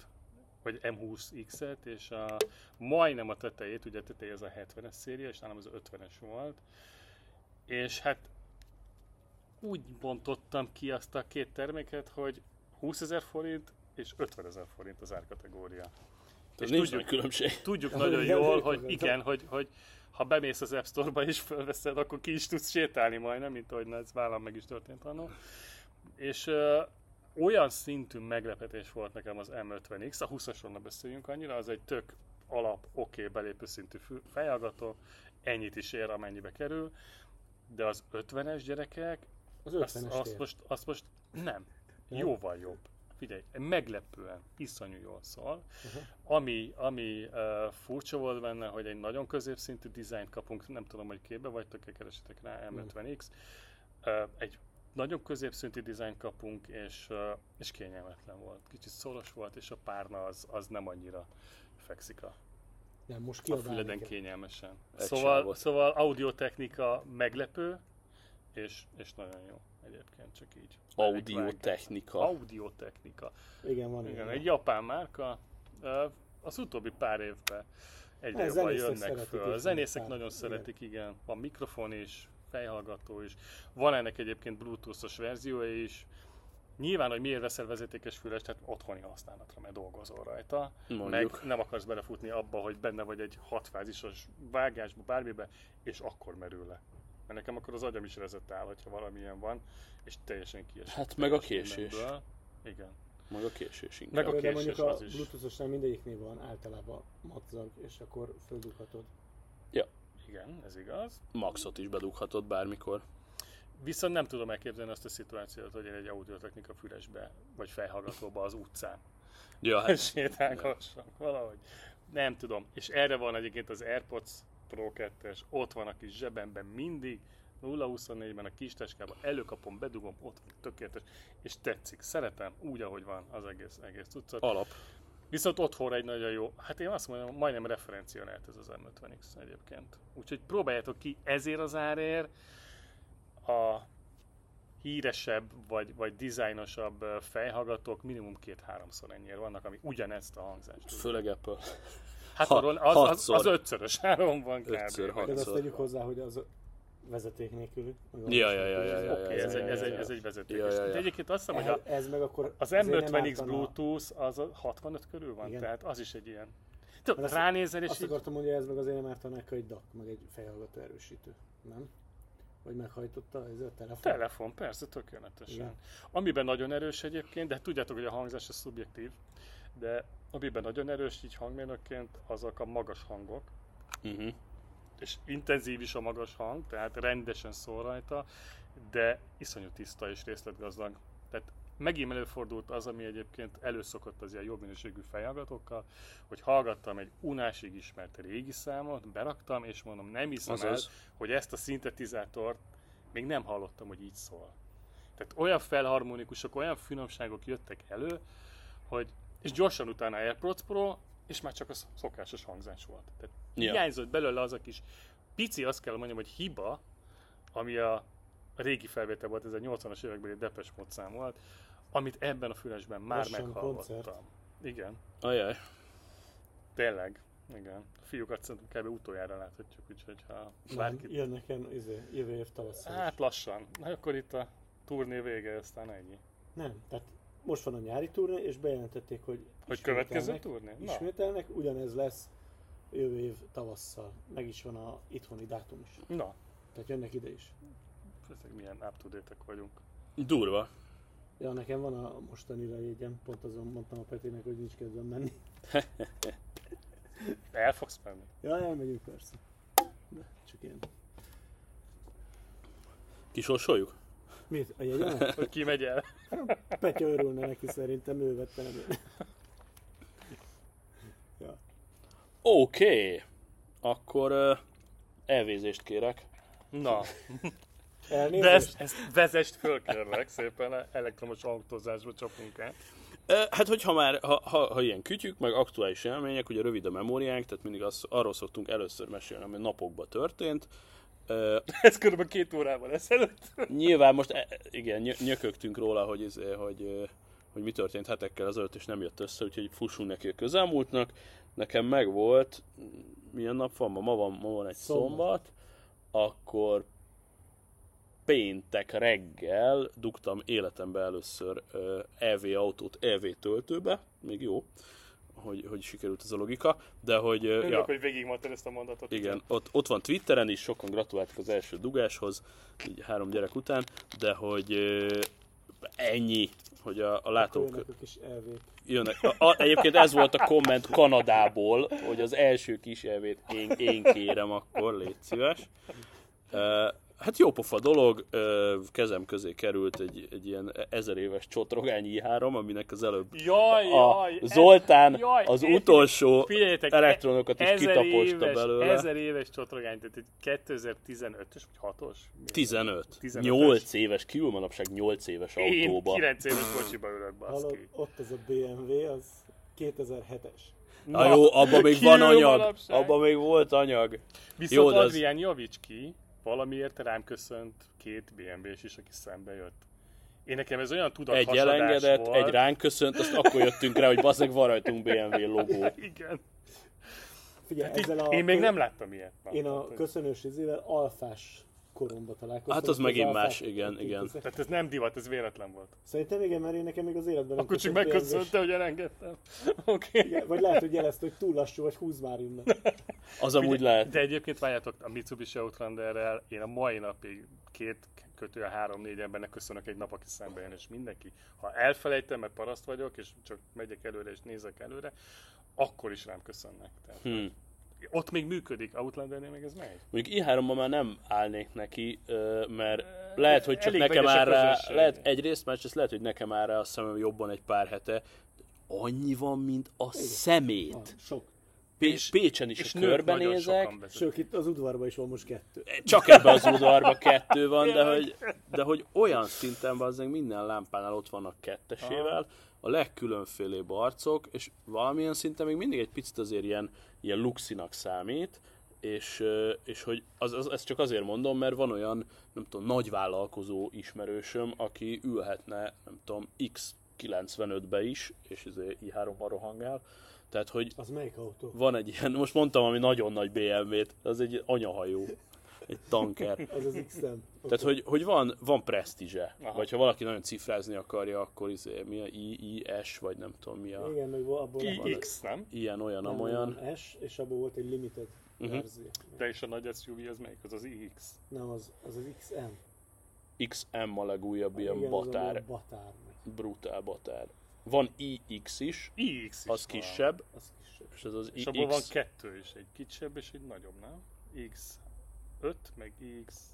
[SPEAKER 2] vagy M20X-et, és a, majdnem a tetejét, ugye a teteje az a 70-es széria, és nálam az 50-es volt, és hát úgy bontottam ki azt a két terméket, hogy 20 ezer forint és 50 ezer forint az árkategória.
[SPEAKER 1] Ez
[SPEAKER 2] És
[SPEAKER 1] nincs
[SPEAKER 2] tudjuk-
[SPEAKER 1] nagy különbség.
[SPEAKER 2] Tudjuk
[SPEAKER 3] Ja,
[SPEAKER 2] nagyon
[SPEAKER 3] igen,
[SPEAKER 2] jól,
[SPEAKER 3] igen,
[SPEAKER 2] hogy
[SPEAKER 3] igen.
[SPEAKER 2] igen, hogy, hogy ha bemész az App Store-ba és fölveszed, akkor ki is tudsz sétálni majdnem, mint ahogy na, ez vállam meg is történt annó. És ö, olyan szintű meglepetés volt nekem az M50X, a 20-asról ne beszéljünk annyira, az egy tök alap, oké, okay, belépő szintű fül- fejhallgató, ennyit is ér, amennyibe kerül, de az 50-es gyerekek,
[SPEAKER 3] az
[SPEAKER 2] azt,
[SPEAKER 3] 50-es
[SPEAKER 2] azt,
[SPEAKER 3] tér.
[SPEAKER 2] most, azt most nem.
[SPEAKER 3] Nem?
[SPEAKER 2] Jóval jobb. Figyelj, meglepően, iszonyú jól szól. Uh-huh. Ami, ami uh, furcsa volt benne, hogy egy nagyon középszintű dizájnt kapunk, nem tudom, hogy képbe vagytok-e, keresetek rá, M50X. Uh, egy nagyon középszintű dizájnt kapunk, és, uh, és kényelmetlen volt. Kicsit szoros volt, és a párna az, az nem annyira fekszik a
[SPEAKER 3] Nem, most
[SPEAKER 2] a
[SPEAKER 3] kiadál
[SPEAKER 2] füleden
[SPEAKER 3] nekem.
[SPEAKER 2] kényelmesen.
[SPEAKER 1] Egy
[SPEAKER 2] szóval,
[SPEAKER 1] sávot.
[SPEAKER 2] szóval audiotechnika meglepő, és, és nagyon jó egyébként, csak így.
[SPEAKER 1] Audio
[SPEAKER 2] Elég vág.
[SPEAKER 1] technika.
[SPEAKER 2] Audiotechnika.
[SPEAKER 3] Igen, van
[SPEAKER 2] Igen,
[SPEAKER 3] ilyen.
[SPEAKER 2] egy japán márka. Ö, Az utóbbi pár évben egyre
[SPEAKER 3] Hát,
[SPEAKER 2] jobban
[SPEAKER 3] zenészek
[SPEAKER 2] jönnek
[SPEAKER 3] szeretik
[SPEAKER 2] föl.
[SPEAKER 3] is,
[SPEAKER 2] A zenészek
[SPEAKER 3] hát,
[SPEAKER 2] nagyon
[SPEAKER 3] igen.
[SPEAKER 2] szeretik, igen. Van mikrofon is, fejhallgató is. Van ennek egyébként bluetoothos verziója is. Nyilván, hogy miért veszel vezetékes fülest, tehát otthoni használatra, mert dolgozol rajta.
[SPEAKER 1] Mondjuk.
[SPEAKER 2] Meg nem akarsz belefutni abba, hogy benne vagy egy hatfázisos vágásba, bármibe, és akkor merül le. Mert nekem akkor az agyam is rezett áll, hogyha valamilyen van, és teljesen kiesik.
[SPEAKER 1] Hát meg a
[SPEAKER 2] teljes
[SPEAKER 1] késés.
[SPEAKER 2] mindenből. Igen.
[SPEAKER 1] Meg a késés inkább.
[SPEAKER 2] Meg a
[SPEAKER 3] Jó, de
[SPEAKER 2] késés
[SPEAKER 3] mondjuk a
[SPEAKER 2] az is.
[SPEAKER 3] bluetoothosnál mindegyiknél van általában magzag, és akkor földughatod.
[SPEAKER 2] Igen, ez igaz.
[SPEAKER 1] Maxot is bedughatod bármikor.
[SPEAKER 2] Viszont nem tudom elképzelni azt a szituációt, hogy én egy audiotechnika fülesbe, vagy fejhallgatóba az utcán
[SPEAKER 1] Ja, hát,
[SPEAKER 2] sétálgassak valahogy. Nem tudom. És erre van egyébként az AirPods Pro 2-es, ott van a kis zsebemben mindig, 0-24-ben a kis táskában előkapom, bedugom, ott van tökéletes, és tetszik, szeretem, úgy, ahogy van az egész, egész cuccot.
[SPEAKER 1] alap.
[SPEAKER 2] Viszont otthon egy nagyon jó, hát én azt mondom, majdnem referencionált ez az M50X egyébként. Úgyhogy próbáljátok ki ezért az árért a híresebb vagy, vagy dizájnosabb ö, fejhallgatók minimum két-háromszor ennyire vannak, ami ugyanezt a hangzást. tudják.
[SPEAKER 1] Főleg Apple.
[SPEAKER 2] Hát
[SPEAKER 1] ha-
[SPEAKER 2] arról az, az,
[SPEAKER 1] hatszor.
[SPEAKER 2] az, ötszörös áron van kb.
[SPEAKER 1] Ötször,
[SPEAKER 2] Vagy-
[SPEAKER 1] hat.
[SPEAKER 3] De azt
[SPEAKER 1] Szóval-
[SPEAKER 3] tegyük hozzá, hogy az vezeték nélkül.
[SPEAKER 1] Ja, ja, ja, ja, ja,
[SPEAKER 2] Oké,
[SPEAKER 1] ja,
[SPEAKER 2] ez,
[SPEAKER 1] ja,
[SPEAKER 2] egy,
[SPEAKER 1] ja,
[SPEAKER 2] ez,
[SPEAKER 1] ja,
[SPEAKER 2] egy,
[SPEAKER 1] ja.
[SPEAKER 2] ez egy vezeték.
[SPEAKER 1] Ja, ja, ja.
[SPEAKER 2] De egyébként azt hiszem, hogy
[SPEAKER 3] Ez,
[SPEAKER 2] a,
[SPEAKER 3] ez meg akkor
[SPEAKER 2] az
[SPEAKER 3] Eh, azért nem
[SPEAKER 2] M50X
[SPEAKER 3] ártana.
[SPEAKER 2] Bluetooth az a 65 körül van,
[SPEAKER 3] Igen.
[SPEAKER 2] tehát az is egy ilyen. Tudod,
[SPEAKER 3] Mert azt-
[SPEAKER 2] ránézel és
[SPEAKER 3] Azt
[SPEAKER 2] így
[SPEAKER 3] akartam mondani, hogy ez meg azért nem ártaná ki egy DAC, meg egy fejhallgató erősítő, nem? Vagy meghajtotta ez a telefon?
[SPEAKER 2] Telefon, persze, tökéletesen.
[SPEAKER 3] Igen.
[SPEAKER 2] Amiben nagyon erős egyébként, de hát tudjátok, hogy a hangzás az szubjektív, de amiben nagyon erős így hangmérnökként, azok a magas hangok,
[SPEAKER 1] Uh-huh.
[SPEAKER 2] és intenzív is a magas hang, tehát rendesen szól rajta, de iszonyú tiszta és részletgazdag. Tehát megint előfordult az, ami egyébként előszokott az ilyen jobb minőségű fejhallgatókkal, hogy hallgattam egy unásig ismert régi számot, beraktam, és mondom, nem hiszem
[SPEAKER 1] Azaz.
[SPEAKER 2] el, hogy ezt a szintetizátort még nem hallottam, hogy így szól. Tehát olyan felharmonikusok, olyan finomságok jöttek elő, hogy, és gyorsan utána AirPods Pro, és már csak a sz- szokásos hangzás volt. Tehát
[SPEAKER 1] Ja.
[SPEAKER 2] hiányzott belőle az a kis pici, azt kell mondjam, hogy hiba, ami a régi felvétel volt, ez a 80-as évekbeli Depes Mode szám volt, amit ebben a fülesben már
[SPEAKER 3] Lassan
[SPEAKER 2] meghallottam.
[SPEAKER 3] koncert.
[SPEAKER 2] Igen,
[SPEAKER 1] Ajaj.
[SPEAKER 2] tényleg. Igen. A fiúkat szerintem kb. utoljára láthatjuk, úgyhogy ha
[SPEAKER 3] Nem,
[SPEAKER 2] bárkit...
[SPEAKER 3] jön nekem izé, jövő év tavasszal. is.
[SPEAKER 2] Hát lassan. Na akkor itt a turné vége, aztán ennyi.
[SPEAKER 3] Nem, tehát most van a nyári turné, és bejelentették, hogy
[SPEAKER 2] Hogy
[SPEAKER 3] ismételnek-
[SPEAKER 2] következő turné? Na,
[SPEAKER 3] Ismételnek, ugyanez lesz jövő év tavasszal. Meg is van a itthoni dátum is.
[SPEAKER 2] na.
[SPEAKER 3] Tehát jönnek ide is.
[SPEAKER 2] Ezek milyen up to date vagyunk.
[SPEAKER 1] Durva.
[SPEAKER 3] Ja, nekem van a mostanira jegyem, pont azon mondtam a Petinek, hogy nincs kedvem menni.
[SPEAKER 2] El fogsz menni?
[SPEAKER 3] Ja, elmegyünk persze. De csak én.
[SPEAKER 1] Kisorsoljuk?
[SPEAKER 3] Mit? A jegyemet?
[SPEAKER 2] Hogy ki megy el?
[SPEAKER 3] Petya örülne neki szerintem, ő vette nem én. Ja.
[SPEAKER 1] Oké. Okay. Akkor uh, elvézést kérek.
[SPEAKER 2] Na, de
[SPEAKER 3] Elnézést?
[SPEAKER 2] ezt, ezt vezest föl kérlek szépen, elektromos autózásba csapunk el.
[SPEAKER 1] Ö, Hát, hogyha már, ha, ha, ha ilyen kütyük, meg aktuális élmények, ugye rövid a memóriánk, tehát mindig az, arról szoktunk először mesélni, ami napokban történt. Ö,
[SPEAKER 2] Ez körülbelül két órával ezelőtt.
[SPEAKER 1] nyilván most, e- igen, ny- nyökögtünk róla, hogy, ez, hogy, ö, hogy mi történt hetekkel azelőtt, és nem jött össze, úgyhogy fussunk neki a közelmúltnak. Nekem meg volt, milyen nap van ma? Ma van, ma van egy szombat.
[SPEAKER 3] Szombat.
[SPEAKER 1] szombat. Akkor péntek reggel dugtam életembe először ö, EV autót EV töltőbe, még jó, hogy, hogy sikerült ez a logika, de hogy... ö,
[SPEAKER 2] Örülök, ja. hogy végigmondtad ezt a mondatot.
[SPEAKER 1] igen, ott, ott van Twitteren is, sokan gratuláltak az első dugáshoz, így három gyerek után, de hogy ö, ennyi, hogy a, a látók
[SPEAKER 3] Jönnek a kis elvét.
[SPEAKER 1] jönnek. A, a, egyébként ez volt a komment Kanadából, hogy az első kis elvét én, én kérem, akkor légy szíves. Ö, Hát jó pofa dolog, ö, kezem közé került egy, egy ilyen ezer éves csotrogány i3, aminek az előbb
[SPEAKER 2] Jaj,
[SPEAKER 1] a
[SPEAKER 2] jaj. ez-
[SPEAKER 1] Zoltán
[SPEAKER 2] jaj,
[SPEAKER 1] az
[SPEAKER 2] ez-
[SPEAKER 1] utolsó
[SPEAKER 2] Figyeljetek, e-
[SPEAKER 1] elektronokat is
[SPEAKER 2] ezer
[SPEAKER 1] kitaposta
[SPEAKER 2] éves,
[SPEAKER 1] belőle.
[SPEAKER 2] Ezer éves csotrogány, tehát egy 2015-ös vagy 6-os?
[SPEAKER 1] 15.
[SPEAKER 2] 15-es.
[SPEAKER 1] 8 éves, kiül manapság 8 éves
[SPEAKER 2] Én
[SPEAKER 1] autóba.
[SPEAKER 2] 9 éves kocsiba ülök,
[SPEAKER 3] Hallod,
[SPEAKER 2] baszki.
[SPEAKER 3] ott az a BMW, az 2007-es.
[SPEAKER 1] Na jó, abban még van
[SPEAKER 2] kiül
[SPEAKER 1] anyag.
[SPEAKER 2] manapság.
[SPEAKER 1] Abban még volt anyag.
[SPEAKER 2] Viszont
[SPEAKER 1] Jó,
[SPEAKER 2] Jó,
[SPEAKER 1] de az-
[SPEAKER 2] Adrián javíts ki, valamiért rám köszönt két BMW-s is, aki szembe jött. Én nekem ez olyan
[SPEAKER 1] Egy
[SPEAKER 2] tudathasadás
[SPEAKER 1] elengedett,
[SPEAKER 2] volt.
[SPEAKER 1] egy ránk köszönt, azt akkor jöttünk rá, hogy bazzeg van rajtunk BMW logó.
[SPEAKER 2] Igen.
[SPEAKER 3] Figyelj,
[SPEAKER 2] Hát így,
[SPEAKER 3] ezzel a...
[SPEAKER 2] én még nem láttam ilyet. Na,
[SPEAKER 3] Én a
[SPEAKER 2] tehát, hogy-
[SPEAKER 3] köszönős izével alfás koromba találkoztam.
[SPEAKER 1] Hát az megint
[SPEAKER 3] alfák-
[SPEAKER 1] más, igen, igen.
[SPEAKER 2] Tehát ez nem divat, ez véletlen volt.
[SPEAKER 3] Szerintem igen, mert én nekem még az életben nem
[SPEAKER 2] Akkor csak
[SPEAKER 3] köszönt
[SPEAKER 2] megköszönte,
[SPEAKER 3] BMW-s.
[SPEAKER 2] hogy elengedtem. Oké. Okay.
[SPEAKER 3] Igen, Vagy lehet, hogy jelezte, hogy túl lassú, vagy húz már innen.
[SPEAKER 1] Az amúgy lehet.
[SPEAKER 2] De egyébként várjátok, a Mitsubishi Outlanderrel én a mai napig két kötő a három-négy embernek köszönök egy nap, aki szembe jön, és mindenki. Ha elfelejtem, mert paraszt vagyok, és csak megyek előre, és nézek előre, akkor is rám köszönnek. Tehát
[SPEAKER 1] Hm.
[SPEAKER 2] Ott még működik, Outlandernél még ez megy.
[SPEAKER 1] Mondjuk i3-ban már nem állnék neki, ö, mert lehet, hogy csak
[SPEAKER 2] elég
[SPEAKER 1] nekem
[SPEAKER 2] vegyes a
[SPEAKER 1] áll rá,
[SPEAKER 2] közösség.
[SPEAKER 1] lehet egyrészt, másrészt lehet, hogy nekem áll rá a szemem jobban egy pár hete, annyi van, mint a szemét.
[SPEAKER 3] Sok.
[SPEAKER 1] Pé- Pécsen is
[SPEAKER 2] És
[SPEAKER 1] a
[SPEAKER 2] nők nagyon
[SPEAKER 1] körbenézek,
[SPEAKER 2] sokan veszik.
[SPEAKER 3] Sőt, itt az udvarban is van most kettő.
[SPEAKER 1] csak ebben az udvarban kettő van, de hogy, de hogy olyan szinten bazzeg minden lámpánál ott vannak kettesével, a legkülönfélébb arcok, és valamilyen szinten még mindig egy picit azért ilyen, ilyen luxinak számít, és, ö, és hogy az, az, ezt csak azért mondom, mert van olyan, nem tudom, nagy vállalkozó ismerősöm, aki ülhetne, nem tudom, X95-be is, és izé i3-ban rohangál, tehát hogy
[SPEAKER 3] Az melyik autó?
[SPEAKER 1] van egy ilyen, most mondtam, ami nagyon nagy BMW-t, az egy anyahajó, egy tanker.
[SPEAKER 3] Az az x nem
[SPEAKER 1] Tehát, hogy, hogy van, van presztízse, vagy ha valaki nagyon cifrázni akarja, akkor izé, mi a I, I, S, vagy nem tudom mi a...
[SPEAKER 3] Igen, meg vo- abból
[SPEAKER 2] I- X, nem?
[SPEAKER 1] Ilyen, olyan, Mhm.
[SPEAKER 3] nem
[SPEAKER 1] amolyan.
[SPEAKER 3] S, és abból volt egy limited verzió.
[SPEAKER 2] De és a nagy SUV az melyik? Az az iX.
[SPEAKER 3] Nem, az, az az XM.
[SPEAKER 1] XM a legújabb ilyen
[SPEAKER 3] Igen, Az
[SPEAKER 1] batár,
[SPEAKER 3] olyan batár. meg.
[SPEAKER 1] brutál batár. Van IX is,
[SPEAKER 2] iX is
[SPEAKER 1] az
[SPEAKER 2] van.
[SPEAKER 1] kisebb,
[SPEAKER 3] Az kisebb.
[SPEAKER 1] és az az
[SPEAKER 2] És abból van
[SPEAKER 1] IX,
[SPEAKER 2] kettő is, egy kisebb és egy nagyobb, nem? X5, meg X...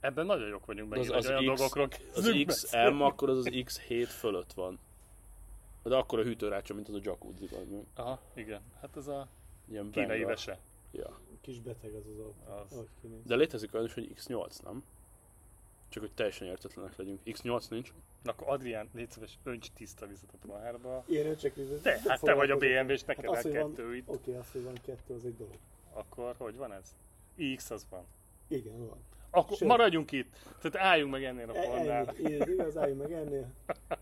[SPEAKER 2] Ebben nagyon jók vagyunk, meg
[SPEAKER 1] az-
[SPEAKER 2] az,
[SPEAKER 1] az
[SPEAKER 2] olyan
[SPEAKER 1] X-
[SPEAKER 2] dolgokról
[SPEAKER 1] az XM,
[SPEAKER 2] kezdünk beszélni.
[SPEAKER 1] akkor az az X7 fölött van. De akkor a hűtőrácsa, mint az a jacuzzi, vagy
[SPEAKER 2] Aha, igen. Hát ez a
[SPEAKER 1] ilyen
[SPEAKER 2] kínai
[SPEAKER 1] bengal.
[SPEAKER 2] vese.
[SPEAKER 1] Ja.
[SPEAKER 3] Kis beteg az az autó.
[SPEAKER 2] Az.
[SPEAKER 3] Ahogy kinéz.
[SPEAKER 1] De létezik olyan is, hogy X8, nem? Csak hogy teljesen értetlenek legyünk. X8 nincs.
[SPEAKER 2] Na akkor Adrián, légy szíves, önts tiszta vizet a pohárba.
[SPEAKER 3] Én nem csak vizet.
[SPEAKER 2] Te, hát te vagy a BMW, és neked
[SPEAKER 3] Hát
[SPEAKER 2] hát
[SPEAKER 3] az, hogy van,
[SPEAKER 2] kettő
[SPEAKER 3] oké,
[SPEAKER 2] itt.
[SPEAKER 3] az, hogy van kettő, az egy dolog.
[SPEAKER 2] Akkor hogy van ez? X az van.
[SPEAKER 3] Igen, van.
[SPEAKER 2] Akkor
[SPEAKER 3] Sőt.
[SPEAKER 2] maradjunk itt. Tehát álljunk meg ennél a
[SPEAKER 3] E-
[SPEAKER 2] pontnál.
[SPEAKER 3] Ennyi, így igaz, álljunk meg ennél.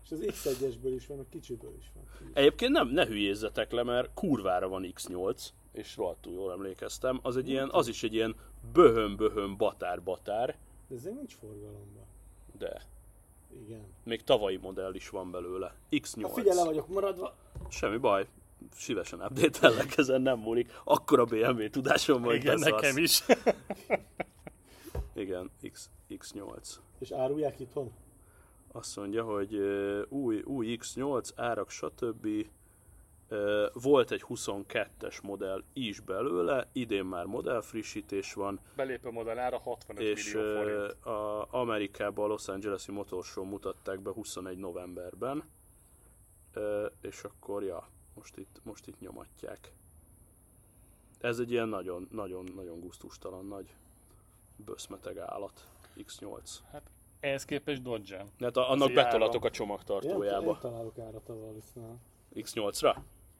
[SPEAKER 3] És az X1-esből is van, a kicsiből is van.
[SPEAKER 1] Egyébként nem, ne hülyézzetek le, mert kurvára van X8, és rohadtul jól emlékeztem. Az, egy ilyen, az is egy ilyen böhöm-böhöm batár-batár,
[SPEAKER 3] De ez nem nincs forgalomban.
[SPEAKER 1] de
[SPEAKER 3] Igen.
[SPEAKER 1] még tavalyi modell is van belőle. X8.
[SPEAKER 3] Ha figyelj, le vagyok maradva.
[SPEAKER 1] Semmi baj. Szívesen update ezen nem múlik. Akkora BMW tudásom van, hogy
[SPEAKER 2] Igen,
[SPEAKER 1] beszarsz.
[SPEAKER 2] nekem is.
[SPEAKER 1] Igen, X, X8.
[SPEAKER 3] És árulják itthon?
[SPEAKER 1] azt mondja, hogy ö, új, új X8, árak, stb. Ö, Volt egy 22-es modell is belőle, idén már modellfrissítés van,
[SPEAKER 2] Belépő modellára 65
[SPEAKER 1] és
[SPEAKER 2] millió forint.
[SPEAKER 1] ö, a Amerikában a Los Angeles-i motorshow mutatták be 21 novemberben, Ö, és akkor ja, most itt, most itt nyomatják. Ez egy ilyen nagyon-nagyon-nagyon gusztustalan nagy böszmeteg állat, X8.
[SPEAKER 2] Hát ehhez képest dodge
[SPEAKER 1] Hát a- annak betolatok
[SPEAKER 2] járom.
[SPEAKER 1] a
[SPEAKER 3] Én nem-
[SPEAKER 1] csomagtartójába.
[SPEAKER 3] nem találok árat a Wallisnál.
[SPEAKER 1] X8-ra?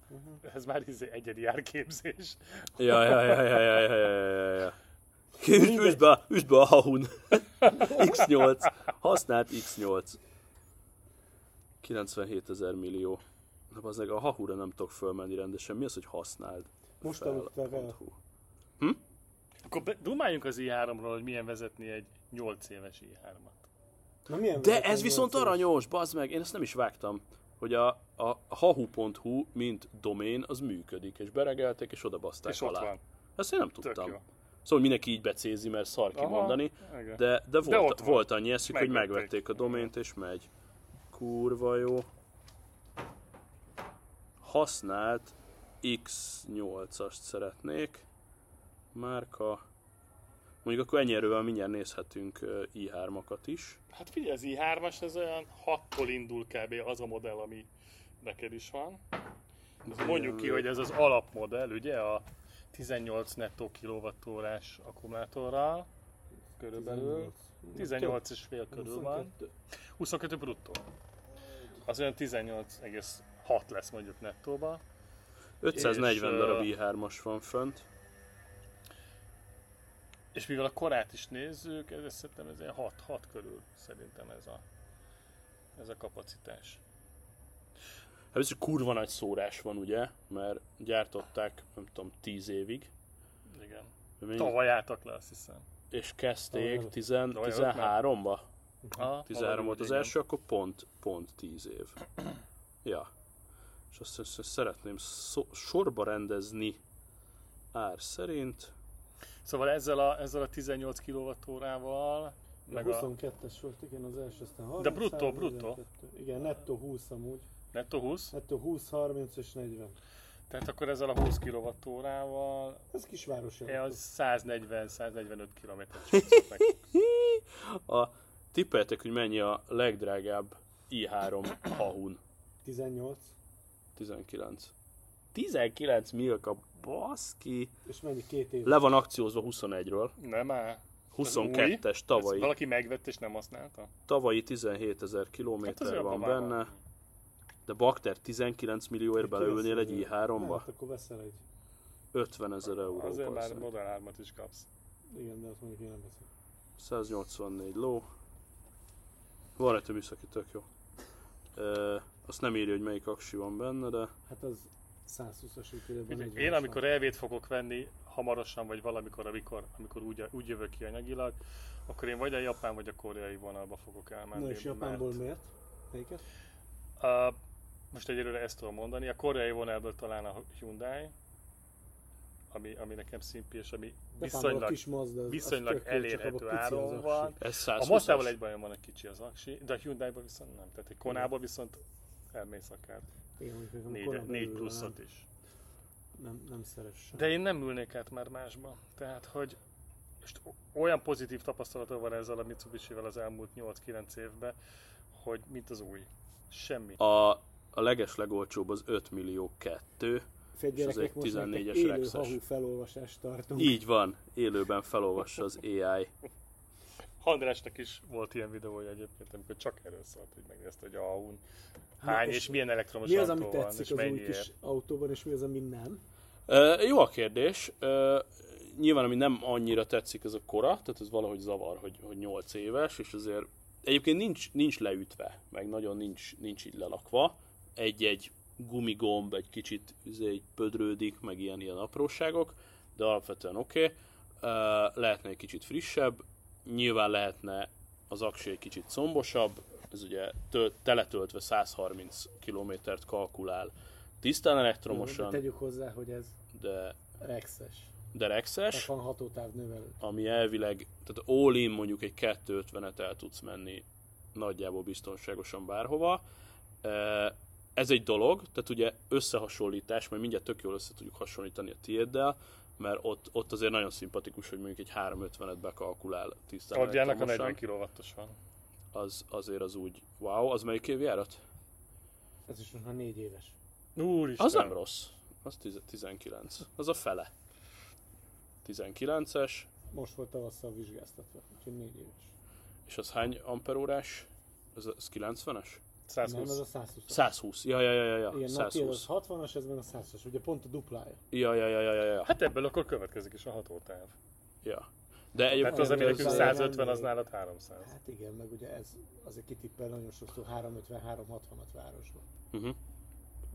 [SPEAKER 2] Ez már izé egyedi árképzés.
[SPEAKER 1] Ja, ja, ja, ja, ja, ja, ja, ja, ja. Üsd, üsd be, üsd be a hahun. X8. Használt X8. 97 ezer millió. Na bazdmeg, a hahura nem tudok fölmenni rendesen. Mi az, hogy használd?
[SPEAKER 3] Most
[SPEAKER 1] fel
[SPEAKER 3] tanultál el.
[SPEAKER 1] pont hu?
[SPEAKER 2] Akkor be, dumáljunk az i3-ról, hogy milyen vezetni egy 8 éves i3-at.
[SPEAKER 3] Na milyen
[SPEAKER 1] De
[SPEAKER 3] vezető
[SPEAKER 1] ez viszont
[SPEAKER 3] nyolcas?
[SPEAKER 1] aranyos, bazd meg, én ezt nem is vágtam, hogy a, a hahu.hu, mint domén, az működik, és beregelték, és odabaszták
[SPEAKER 2] És ott
[SPEAKER 1] alá.
[SPEAKER 2] van.
[SPEAKER 1] Ezt én nem
[SPEAKER 2] Tök
[SPEAKER 1] tudtam.
[SPEAKER 2] jó.
[SPEAKER 1] Szóval mindenki így becézi, mert szar kimondani,
[SPEAKER 2] igen.
[SPEAKER 1] de, de, volt,
[SPEAKER 2] ott van.
[SPEAKER 1] volt annyi eszük, hogy
[SPEAKER 2] Megvették.
[SPEAKER 1] megvették a domént és megy. Kurva jó. Használt X8-ast szeretnék. Márka. Mondjuk akkor ennyi erővel mindjárt nézhetünk ö, i3-akat is.
[SPEAKER 2] Hát figyelj, az i3-as ez olyan 6-tól indul kb. az a modell, ami neked is van. Ez mondjuk ki, hogy ez az alapmodell, ugye? A 18 nettó kilovattórás akkumulátorral körülbelül. 18 és fél körül van.
[SPEAKER 3] 22.
[SPEAKER 2] 22 bruttó. Az olyan 18,6 lesz mondjuk nettóba.
[SPEAKER 1] 540
[SPEAKER 2] És, ö,
[SPEAKER 1] darab i3-as van fönt.
[SPEAKER 2] És mivel a korát is nézzük, ez szerintem ez ilyen 6-6 körül szerintem ez a, ez a kapacitás.
[SPEAKER 1] Hát biztos, hogy kurva nagy szórás van, ugye? Mert gyártották, nem tudom, 10 évig.
[SPEAKER 2] Igen.
[SPEAKER 1] Mi-
[SPEAKER 2] Tavaly álltak le, azt hiszem.
[SPEAKER 1] És kezdték
[SPEAKER 3] Tavaly
[SPEAKER 1] 10
[SPEAKER 2] Tavaly előtt
[SPEAKER 1] 13-ba.
[SPEAKER 2] Ha,
[SPEAKER 1] 13 Mhm. volt az első, akkor pont, pont 10 év. Ja. És azt, azt, azt szeretném szó, sorba rendezni ár szerint.
[SPEAKER 2] Szóval ezzel a, ezzel a 18 kWh-val, meg a
[SPEAKER 3] 22-es volt, igen, az első, aztán 30,
[SPEAKER 2] De bruttó,
[SPEAKER 3] 42.
[SPEAKER 2] bruttó.
[SPEAKER 3] Igen, nettó 20 amúgy.
[SPEAKER 2] netto 20,
[SPEAKER 3] Nettó 20, 30 és 40.
[SPEAKER 2] Tehát akkor ezzel a 20 kWh-val,
[SPEAKER 3] Ez kisváros.
[SPEAKER 2] eh, az 140-145 kilométert csúszott meg.
[SPEAKER 1] A, tippeltek, hogy mennyi a legdrágább i3 hahun.
[SPEAKER 3] 18.
[SPEAKER 1] 19. 19 milka, baszki.
[SPEAKER 3] És mennyi két év?
[SPEAKER 1] Le van akciózva 21-ről.
[SPEAKER 2] Nem már?
[SPEAKER 1] 22-es
[SPEAKER 2] Ezt
[SPEAKER 1] tavalyi.
[SPEAKER 2] valaki megvett és nem használta?
[SPEAKER 1] Tavalyi 17 ezer
[SPEAKER 2] Hát az
[SPEAKER 1] kilométer
[SPEAKER 2] olyan
[SPEAKER 1] van
[SPEAKER 2] babában.
[SPEAKER 1] benne. De Bakter 19 millióért beleülnél egy i3-ba?
[SPEAKER 3] Hát akkor veszel egy.
[SPEAKER 1] 50 ezer euró.
[SPEAKER 2] Azért már
[SPEAKER 1] basszus.
[SPEAKER 2] Model 3-at is kapsz.
[SPEAKER 3] Igen, de azt mondjuk én nem veszek.
[SPEAKER 1] 184 ló. Van rajta műszaki, tök jó. Ö, azt nem írja, hogy melyik aksi van benne, de
[SPEAKER 3] Hát az 120-as ítélőben.
[SPEAKER 2] Ugye,
[SPEAKER 3] 40-es
[SPEAKER 2] Én
[SPEAKER 3] van.
[SPEAKER 2] amikor elvét fogok venni, hamarosan vagy valamikor, amikor, amikor úgy, úgy jövök ki anyagilag, akkor én vagy a japán, vagy a koreai vonalba fogok elmenni.
[SPEAKER 3] Na és Japánból
[SPEAKER 2] mert,
[SPEAKER 3] miért? Melyiket?
[SPEAKER 2] a, most egyelőre ezt tudom mondani. A koreai vonalból talán a Hyundai, ami, ami nekem szimpi, és ami
[SPEAKER 3] Japánból
[SPEAKER 2] viszonylag,
[SPEAKER 3] a kis Mazda. az- az
[SPEAKER 2] viszonylag
[SPEAKER 3] tök jó, csak abban
[SPEAKER 2] elérhető
[SPEAKER 3] pici az
[SPEAKER 2] áron
[SPEAKER 3] aksi.
[SPEAKER 2] van.
[SPEAKER 1] ez 120
[SPEAKER 2] A Mazda-val egy bajom van, egy kicsi az aksi, de a Hyundai-ban viszont nem. Tehát egy Konából viszont elmész akár
[SPEAKER 3] Igen, mondjuk nekem
[SPEAKER 2] négy,
[SPEAKER 3] korán
[SPEAKER 2] négy
[SPEAKER 3] belül
[SPEAKER 2] pluszot
[SPEAKER 3] nem-
[SPEAKER 2] is.
[SPEAKER 3] Nem, nem szeressem.
[SPEAKER 2] De én nem ülnék át már másba. Tehát, hogy most olyan pozitív tapasztalata van ezzel a Mitsubishi-vel az elmúlt 8-9 évben, hogy mint az új. Semmi.
[SPEAKER 1] A, a leges legolcsóbb az 5 millió 2.
[SPEAKER 3] Fél
[SPEAKER 1] egy
[SPEAKER 3] gyerekek most
[SPEAKER 1] 14-es
[SPEAKER 3] nektek élő
[SPEAKER 1] Lexus.
[SPEAKER 3] hahu felolvasást tartunk.
[SPEAKER 1] Így van, élőben felolvassa az AI.
[SPEAKER 2] Andrásnak is volt ilyen videója egyébként, amikor csak erről szólt, hogy megnézte, hogy a Aun hány
[SPEAKER 3] és
[SPEAKER 2] és, milyen elektromos
[SPEAKER 3] Mi az, ami
[SPEAKER 2] autó van, és
[SPEAKER 3] tetszik az új
[SPEAKER 2] mennyiért.
[SPEAKER 3] kis autóban, és mi az, ami nem?
[SPEAKER 1] Ö, jó a kérdés. Ö, nyilván, ami nem annyira tetszik, az a kora, tehát ez valahogy zavar, hogy, hogy 8 éves, és azért egyébként nincs, nincs leütve, meg nagyon nincs, nincs így lelakva. Egy-egy gumigomb egy kicsit izé, így pödrődik, meg ilyen-ilyen apróságok, de alapvetően oké. Okay. Lehetne egy kicsit frissebb, nyilván lehetne az aksi egy kicsit szombosabb, ez ugye töl, teletöltve 130 kilométert kalkulál tisztán
[SPEAKER 3] De
[SPEAKER 1] elektromosan,
[SPEAKER 3] tegyük hozzá, hogy ez
[SPEAKER 1] de
[SPEAKER 3] Rexes.
[SPEAKER 1] derexes,
[SPEAKER 3] Tehát van hatótáv növelő.
[SPEAKER 1] ami elvileg, tehát all in mondjuk egy 250-et el tudsz menni nagyjából biztonságosan bárhova. E, Ez egy dolog, tehát ugye összehasonlítás, majd mindjárt tök jól össze tudjuk hasonlítani a tiéddel, mert ott, ott azért nagyon szimpatikus, hogy mondjuk egy 350-et bekalkulál tisztán
[SPEAKER 2] Adjának a
[SPEAKER 1] elektromosan.
[SPEAKER 2] 40 kW-os van.
[SPEAKER 1] az, azért az úgy, wow, az melyik évjárat?
[SPEAKER 3] Ez is most már négy éves.
[SPEAKER 2] Úristen.
[SPEAKER 1] Az nem rossz. Az 10, 19. Az a fele. 19-es,
[SPEAKER 3] Most volt tavasszal vizsgáztatva, úgyhogy négy éves.
[SPEAKER 1] és az hány amperórás? Ez, az 90-es?
[SPEAKER 2] 120.
[SPEAKER 3] Nem, ez a 120.
[SPEAKER 1] 120. Ja, ja, ja, ja, ja.
[SPEAKER 3] Igen, na tiéd az
[SPEAKER 1] 120.
[SPEAKER 3] 60-as, ez meg a 100-as, ugye pont a duplája.
[SPEAKER 1] Ja, ja, ja, ja, ja, ja.
[SPEAKER 2] Hát ebből akkor következik is a hatótáv.
[SPEAKER 1] ja. De egyébként
[SPEAKER 2] Tehát Hát az, ami
[SPEAKER 3] ez-
[SPEAKER 2] nekünk
[SPEAKER 3] ez-
[SPEAKER 2] 150, az nálad 300.
[SPEAKER 3] Hát igen, meg ugye ez azért kitippel nagyon sokszor 350-360-at városban.
[SPEAKER 1] Uh-huh.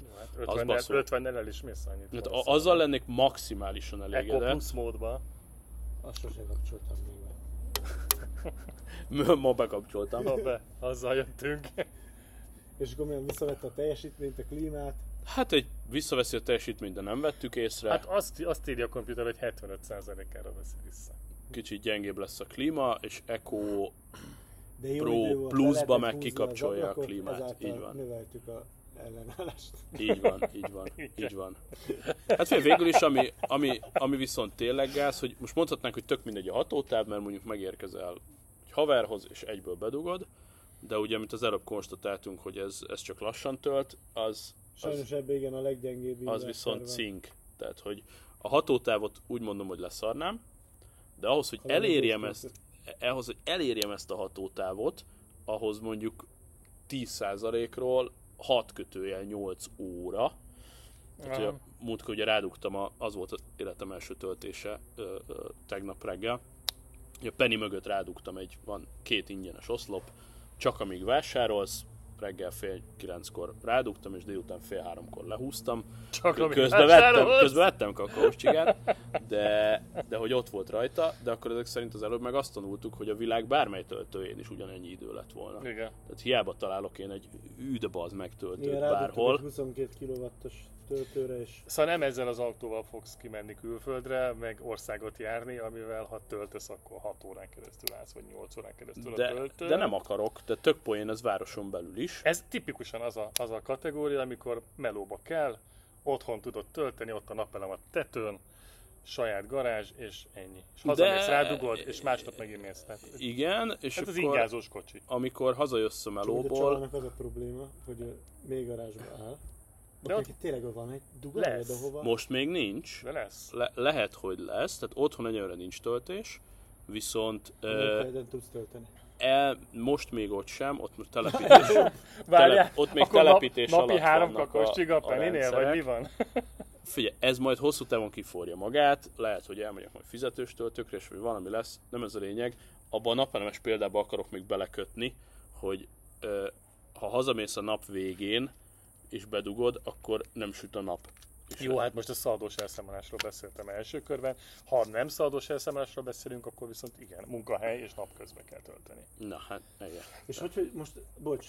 [SPEAKER 2] Jó, Hát 50
[SPEAKER 1] basszú.
[SPEAKER 2] 50 el is mész annyit.
[SPEAKER 1] Hát a-
[SPEAKER 2] valószínűleg.
[SPEAKER 1] azzal lennék maximálisan
[SPEAKER 2] Eco
[SPEAKER 1] elégedett.
[SPEAKER 2] plusz módba.
[SPEAKER 3] Azt sose kapcsoltam még be.
[SPEAKER 1] Ma bekapcsoltam.
[SPEAKER 2] Na be, azzal jöttünk.
[SPEAKER 3] És akkor milyen visszavette a teljesítményt, a klímát,
[SPEAKER 1] Hát egy visszaveszi a teljesítményt, de nem vettük észre.
[SPEAKER 2] Hát azt, azt írja a komputer, hogy 75%-ára veszi vissza.
[SPEAKER 1] Kicsit gyengébb lesz a klíma, és Eco
[SPEAKER 3] de jó
[SPEAKER 1] Pro
[SPEAKER 3] idő volt, le
[SPEAKER 1] pluszba meg
[SPEAKER 3] lehetett húzni az
[SPEAKER 1] kikapcsolja a
[SPEAKER 3] ablakot,
[SPEAKER 1] klímát,
[SPEAKER 3] ezáltal
[SPEAKER 1] így van.
[SPEAKER 3] növeltük a ellenállást.
[SPEAKER 1] Így van, így van, így van. Hát fél, végül is, ami, ami, ami viszont tényleg gáz, hogy most mondhatnánk, hogy tök mindegy a hatótáv, mert mondjuk megérkezel egy haverhoz, és egyből bedugod, de ugye, amit az előbb konstatáltunk, hogy ez, ez csak lassan tölt, az, az,
[SPEAKER 3] Sajnos ebben igen a leggyengébb
[SPEAKER 1] az
[SPEAKER 3] inverter
[SPEAKER 1] viszont
[SPEAKER 3] van.
[SPEAKER 1] cink. Tehát, hogy a hatótávot úgy mondom, hogy leszarnám, de ahhoz, hogy
[SPEAKER 3] Az
[SPEAKER 1] elérjem
[SPEAKER 3] nem
[SPEAKER 1] ezt, eh, ahhoz, hogy elérjem ezt a hatótávot, ahhoz mondjuk 10%-ról 6 kötőjel 8 óra, Hát, hogy a múltkor ugye rádugtam, a, az volt az életem első töltése ö, ö, tegnap reggel. A Penny mögött rádugtam egy, van két ingyenes oszlop, csak amíg vásárolsz, reggel fél kilenckor rádugtam, és délután fél háromkor lehúztam.
[SPEAKER 2] Csak amíg
[SPEAKER 1] Közben vettem,
[SPEAKER 2] vásárolsz?
[SPEAKER 1] közben vettem kakaós csigát, de, de hogy ott volt rajta, de akkor ezek szerint az előbb meg azt tanultuk, hogy a világ bármely töltőjén is ugyanennyi idő lett volna.
[SPEAKER 2] Igen.
[SPEAKER 1] Tehát hiába találok én egy üdebaz megtöltőt
[SPEAKER 3] Igen, rádugtuk
[SPEAKER 1] bárhol.
[SPEAKER 3] egy 22 kilovattos töltőre, és
[SPEAKER 2] Szóval nem ezzel az autóval fogsz kimenni külföldre, meg országot járni, amivel ha töltesz, akkor 6 órán keresztül állsz, vagy 8 órán keresztül a
[SPEAKER 1] De,
[SPEAKER 2] töltőn.
[SPEAKER 1] de nem akarok, de tök poén ez városon belül is.
[SPEAKER 2] Ez tipikusan az a, az a kategória, amikor melóba kell, otthon tudod tölteni, ott a napelem a tetőn, saját garázs, és ennyi. És
[SPEAKER 1] De-
[SPEAKER 2] hazamész, rádugod, és másnap megint mész. Tehát, ez
[SPEAKER 1] Igen, és
[SPEAKER 2] Hát ez az
[SPEAKER 1] akkor,
[SPEAKER 2] ingázós kocsi.
[SPEAKER 1] amikor hazajössz a
[SPEAKER 3] Tudod, a
[SPEAKER 1] melóból,
[SPEAKER 3] családnak az a probléma, hogy ö, még garázsba áll. De
[SPEAKER 2] ott-
[SPEAKER 3] ott... neki tényleg van egy dugálja,
[SPEAKER 2] Lesz.
[SPEAKER 3] de hova?
[SPEAKER 1] most még nincs,
[SPEAKER 2] De lesz.
[SPEAKER 1] Le- lehet, hogy lesz, tehát otthon egyelőre nincs töltés, viszont
[SPEAKER 3] Minden
[SPEAKER 1] ö,
[SPEAKER 3] fejeden tudsz tölteni.
[SPEAKER 1] el, most még ott sem, ott most telepítés,
[SPEAKER 2] Várjál,
[SPEAKER 1] ott még
[SPEAKER 2] akkor nap-
[SPEAKER 1] telepítés
[SPEAKER 2] napi
[SPEAKER 1] alatt
[SPEAKER 2] három
[SPEAKER 1] vannak
[SPEAKER 2] kakós
[SPEAKER 1] a-
[SPEAKER 2] csiga a
[SPEAKER 1] a
[SPEAKER 2] peninél, vagy mi
[SPEAKER 1] rendszerek.
[SPEAKER 2] van?
[SPEAKER 1] Figyelj, ez majd hosszú távon kiforja magát, lehet, hogy elmegyek majd fizetős töltőkre, és hogy valami lesz, nem ez a lényeg. Abban a napelemes példába akarok még belekötni, hogy ö, ha hazamész a nap végén, és bedugod, akkor nem süt a nap. És
[SPEAKER 2] Jó, hát most a szaldós elszámolásról beszéltem első körben. Ha nem szaldós elszámolásról beszélünk, akkor viszont igen, munkahely és napközben kell tölteni.
[SPEAKER 1] Na hát, igen.
[SPEAKER 3] És hogy, hogy most, bocs,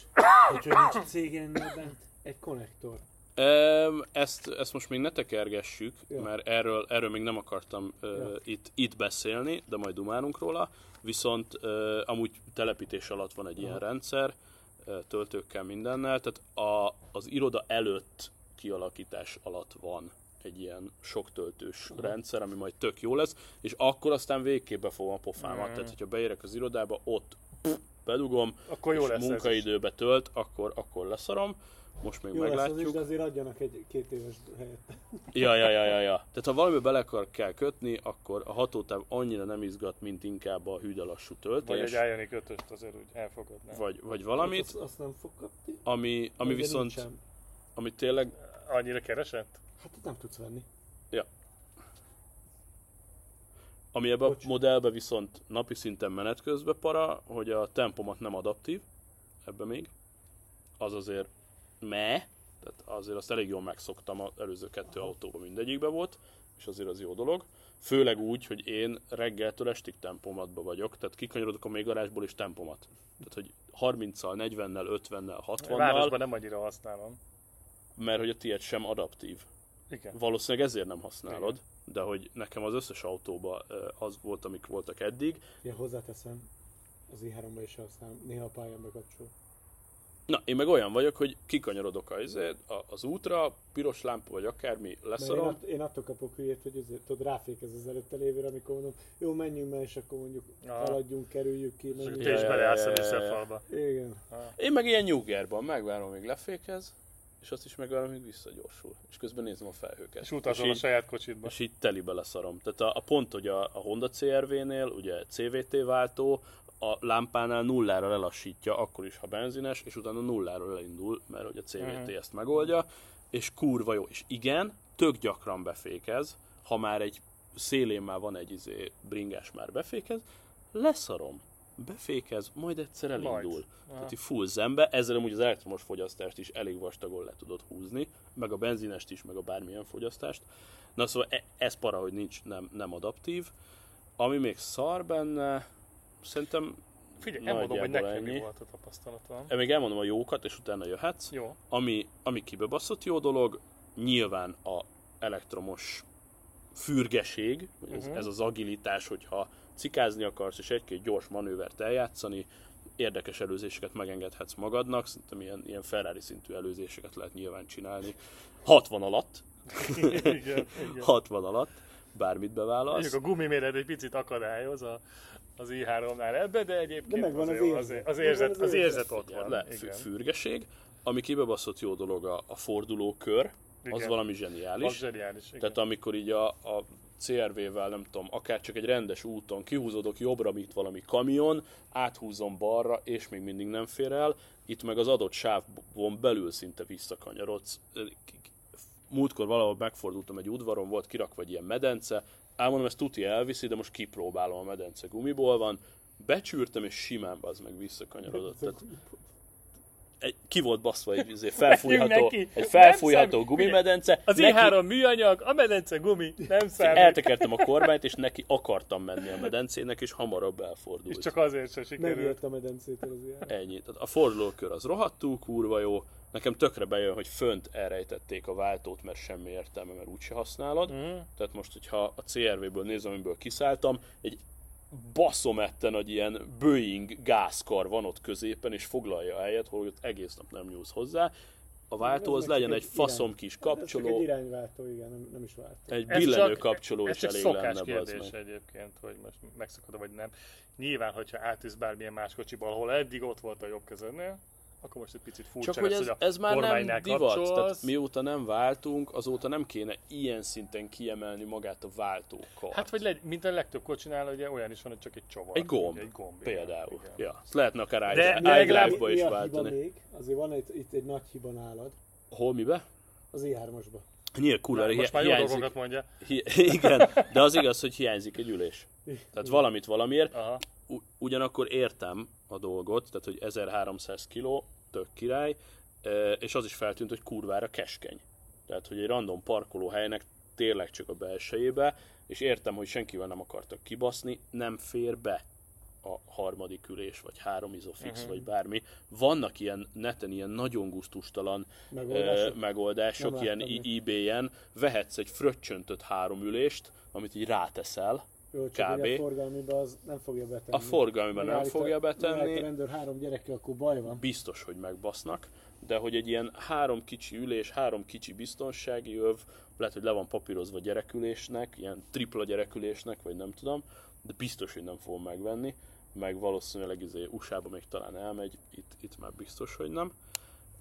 [SPEAKER 3] hogy, hogy nincs a cégennél bent egy konnektor.
[SPEAKER 1] Öm, Ezt, ezt most még ne tekergessük,
[SPEAKER 3] Jó.
[SPEAKER 1] mert erről, erről még nem akartam ö,
[SPEAKER 3] Jó.
[SPEAKER 1] itt, itt beszélni, de majd dumálunk róla. Viszont ö, amúgy telepítés alatt van egy ilyen rendszer, ö, töltőkkel, mindennel, tehát a, az iroda előtt kialakítás alatt van egy ilyen sok töltős rendszer, ami majd tök jó lesz, és akkor aztán végképp befogom a
[SPEAKER 2] Mm.
[SPEAKER 1] pofámat, tehát hogyha beérek az irodába, ott pff, bedugom,
[SPEAKER 2] Akkor jó
[SPEAKER 1] és
[SPEAKER 2] lesz ez is.
[SPEAKER 1] munkaidőbe tölt, akkor, akkor leszarom, most még
[SPEAKER 3] Jó lesz az
[SPEAKER 1] meglátjuk.
[SPEAKER 3] is, de azért adjanak egy két éves helyet.
[SPEAKER 1] Ja, ja, ja, ja, ja. Tehát ha valami bele akar, kell kötni, akkor a hatótáv annyira nem izgat, mint inkább a hűdalassú
[SPEAKER 2] Vagy
[SPEAKER 1] töltés.
[SPEAKER 2] egy Ioniq 5 azért úgy elfogadnám.
[SPEAKER 1] Vagy, vagy valamit,
[SPEAKER 3] Azt, azt nem fog kapni.
[SPEAKER 1] ami, ami
[SPEAKER 3] de
[SPEAKER 1] viszont,
[SPEAKER 3] nincsen.
[SPEAKER 1] ami tényleg,
[SPEAKER 2] Annyira keresett?
[SPEAKER 3] Hát itt nem tudsz venni.
[SPEAKER 1] ami ebbe a
[SPEAKER 3] Bocs.
[SPEAKER 1] modellbe viszont napi szinten menet közben para, hogy a tempomat nem adaptív, ebbe még, az azért me, tehát azért azt elég jól megszoktam, az előző kettő autóban mindegyikben volt, és azért az jó dolog. Főleg úgy, hogy én reggeltől estig tempomatba vagyok, tehát kikanyarodok a még garázsból is tempomat. Tehát, hogy 30-al, 40-nel, 50-nel,
[SPEAKER 2] A
[SPEAKER 1] 60-nal,
[SPEAKER 2] városban nem annyira használom.
[SPEAKER 1] mert hogy a tiéd sem adaptív.
[SPEAKER 2] Igen.
[SPEAKER 1] Valószínűleg ezért nem használod, de hogy nekem az összes autóban ö, az volt, amik voltak eddig,
[SPEAKER 3] Ugye hozzáteszem, az i3-ba is használom, néha a pályán bekapcsol.
[SPEAKER 1] Na, én meg olyan vagyok, hogy kikanyarodok az, az útra, piros lámpa vagy akármi,
[SPEAKER 3] Mert én,
[SPEAKER 1] leszarom.
[SPEAKER 3] att, én attól kapok hülyét, hogy azért, tudod, ráfékez az előtte lévőre, amikor mondom, jó, menjünk be, és akkor mondjuk
[SPEAKER 2] Aha.
[SPEAKER 3] haladjunk, kerüljük ki,
[SPEAKER 2] És
[SPEAKER 3] menjünk.
[SPEAKER 2] te is
[SPEAKER 1] ja,
[SPEAKER 2] beleállsz a
[SPEAKER 1] ja, ja, ja.
[SPEAKER 2] visszafalba.
[SPEAKER 3] Igen.
[SPEAKER 1] Én meg ilyen nyuggerban megvárom, még lefékez, és azt is megvárom, hogy visszagyorsul. És közben nézem a felhőket.
[SPEAKER 2] És utazol a
[SPEAKER 1] így,
[SPEAKER 2] saját kocsitba.
[SPEAKER 1] és így telibe leszarom. Tehát a, a pont, hogy a, a Honda CRV-nél, ugye CVT váltó, a lámpánál nullára lelassítja, akkor is, ha benzines, és utána nullára elindul, mert hogy a CVT ezt megoldja, és kurva jó. És igen, tök gyakran befékez, ha már egy szélén már van egy izé, bringás már befékez, leszarom, befékez, majd egyszer elindul. Majd. Tehát így full zembe, ezzel amúgy az elektromos fogyasztást is elég vastagon le tudod húzni, meg a benzinest is, meg a bármilyen fogyasztást. Na szóval e- ez para, hogy nincs, nem, nem adaptív. Ami még szar benne, szerintem,
[SPEAKER 2] Figyelj, elmondom, hogy
[SPEAKER 1] Nagyjából
[SPEAKER 2] nekem mi
[SPEAKER 1] ennyi.
[SPEAKER 2] volt a tapasztalatom.
[SPEAKER 1] e, még elmondom a jókat, és utána jöhetsz.
[SPEAKER 2] Jó.
[SPEAKER 1] Ami, ami kibebaszott jó dolog, nyilván a elektromos fürgeség, vagy ez,
[SPEAKER 2] Mhm.
[SPEAKER 1] ez az agilitás, hogyha cikázni akarsz, és egy-két gyors manővert eljátszani, érdekes előzéseket megengedhetsz magadnak, szerintem ilyen, ilyen Ferrari szintű előzéseket lehet nyilván csinálni. 60 alatt,
[SPEAKER 2] Igen, igen.
[SPEAKER 1] 60 alatt, bármit bevállalsz.
[SPEAKER 2] Mondjuk a gumiméret egy picit akadályoz a, az i3-nál ebbe, de egyébként
[SPEAKER 3] De megvan
[SPEAKER 2] azért
[SPEAKER 3] az
[SPEAKER 2] jó,
[SPEAKER 3] érzet.
[SPEAKER 2] az,
[SPEAKER 3] Megvan
[SPEAKER 2] érzet,
[SPEAKER 3] az
[SPEAKER 2] az
[SPEAKER 3] érzet.
[SPEAKER 2] érzet ott van.
[SPEAKER 1] le,
[SPEAKER 2] Igen.
[SPEAKER 1] fü- fürgeség. Ami kibebaszott jó dolog a, a fordulókör, az
[SPEAKER 2] Igen.
[SPEAKER 1] valami zseniális.
[SPEAKER 2] Az zseniális. igen.
[SPEAKER 1] Tehát amikor így a, a CRV-vel, nem tudom, akár csak egy rendes úton kihúzódok jobbra, mint valami kamion, áthúzom balra, és még mindig nem fér el, itt meg az adott sávon belül szinte visszakanyarodsz. Múltkor valahol megfordultam egy udvaron, volt kirakva egy ilyen medence, ám mondom, ez tuti elviszi, de most kipróbálom a medence gumiból van, becsűrtem, és simán az meg visszakanyarodott. Tehát egy, ki volt baszva egy izé, felfújható,
[SPEAKER 2] neki.
[SPEAKER 1] egy felfújható
[SPEAKER 2] Nem szem-
[SPEAKER 1] gumimedence.
[SPEAKER 2] Az
[SPEAKER 1] neki-
[SPEAKER 2] i3 műanyag, a medence gumi, nem számít.
[SPEAKER 1] Eltekertem a kormányt, és neki akartam menni a medencének, és hamarabb elfordult.
[SPEAKER 2] És csak azért sem sikerült.
[SPEAKER 3] Megjött a medencétől az ilyen.
[SPEAKER 1] Ennyi. Tehát a fordulókör az rohadtul kurva jó. Nekem tökre bejön, hogy fönt elrejtették a váltót, mert semmi értelme, mert úgyse használod. Mm. Tehát most, hogyha a CRV-ből nézem, amiből kiszálltam, egy baszom etten nagy ilyen Boeing gázkar van ott középen, és foglalja a helyet, holott egész nap nem nyúlsz hozzá. a váltó az legyen egy
[SPEAKER 3] Irány.
[SPEAKER 1] faszom kis
[SPEAKER 3] Ez csak egy
[SPEAKER 1] kapcsoló,
[SPEAKER 3] irányváltó, igen, nem, nem is váltó.
[SPEAKER 1] egy
[SPEAKER 2] Ez
[SPEAKER 1] billenő
[SPEAKER 2] csak-
[SPEAKER 1] kapcsoló
[SPEAKER 2] ez
[SPEAKER 1] is
[SPEAKER 2] csak
[SPEAKER 1] elég
[SPEAKER 2] szokás
[SPEAKER 1] lenne az
[SPEAKER 2] kérdés
[SPEAKER 1] meg.
[SPEAKER 2] egyébként, hogy most megszakadom vagy nem. Nyilván, hogyha átűz bármilyen más kocsiba, ahol eddig ott volt a jobb kezednél, akkor most egy picit furcsa
[SPEAKER 1] Csak hogy
[SPEAKER 2] lesz,
[SPEAKER 1] ez,
[SPEAKER 2] hogy a
[SPEAKER 1] ez már
[SPEAKER 2] kormánynál
[SPEAKER 1] nem divat, tehát
[SPEAKER 2] kapcsolsz.
[SPEAKER 1] mióta nem váltunk, azóta nem kéne ilyen szinten kiemelni magát a váltókkal.
[SPEAKER 2] Hát, vagy legy, mint a legtöbb kocsinál, ugye olyan is van, hogy csak egy csavar.
[SPEAKER 1] egy gomb,
[SPEAKER 2] Ugye, egy gomb igen,
[SPEAKER 1] például.
[SPEAKER 2] igen.
[SPEAKER 1] Ja, ezt lehetne akár
[SPEAKER 2] De-
[SPEAKER 1] iDrive-
[SPEAKER 2] Mi a-
[SPEAKER 1] iDrive-ba is
[SPEAKER 3] mi a hiba
[SPEAKER 1] váltani.
[SPEAKER 3] még? Azért van itt, itt egy nagy hiba nálad,
[SPEAKER 1] Hol mibe?
[SPEAKER 3] az E E3-osba.
[SPEAKER 1] Nyilv cooler,
[SPEAKER 2] Most
[SPEAKER 1] hi-
[SPEAKER 2] már jó
[SPEAKER 1] hiányzik,
[SPEAKER 2] dolgokat mondja.
[SPEAKER 1] hi- igen, de az igaz, hogy hiányzik egy ülés. Tehát valamit valamiért,
[SPEAKER 2] Aha.
[SPEAKER 1] u- ugyanakkor értem a dolgot, tehát hogy 1300 kiló, tök király, eh, és az is feltűnt, hogy kurvára keskeny. Tehát, hogy egy random parkolóhelynek tényleg csak a belsejébe, és értem, hogy senkivel nem akartak kibaszni, nem fér be a harmadik ülés, vagy három izofix,
[SPEAKER 3] Mhm.
[SPEAKER 1] vagy bármi. Vannak ilyen neten ilyen nagyon guztustalan
[SPEAKER 3] Megoldások?
[SPEAKER 1] megoldások, megoldások
[SPEAKER 3] Nem
[SPEAKER 1] ilyen
[SPEAKER 3] láttam még.
[SPEAKER 1] ebay-en. Vehetsz egy fröccsöntött három ülést, amit így ráteszel,
[SPEAKER 3] Jó, csak
[SPEAKER 1] kb.
[SPEAKER 3] ugye a forgalmiba az nem fogja betenni.
[SPEAKER 1] A forgalmiba nem
[SPEAKER 3] Megállít a-
[SPEAKER 1] fogja
[SPEAKER 3] megállít
[SPEAKER 1] betenni,
[SPEAKER 3] a rendőr három gyerekkel, akkor baj van.
[SPEAKER 1] biztos, hogy megbasznak, de hogy egy ilyen három kicsi ülés, három kicsi biztonsági öv, lehet, hogy le van papírozva gyerekülésnek, ilyen tripla gyerekülésnek, vagy nem tudom, de biztos, hogy nem fogom megvenni, meg valószínűleg izé, USA-ba még talán elmegy, itt, itt már biztos, hogy nem.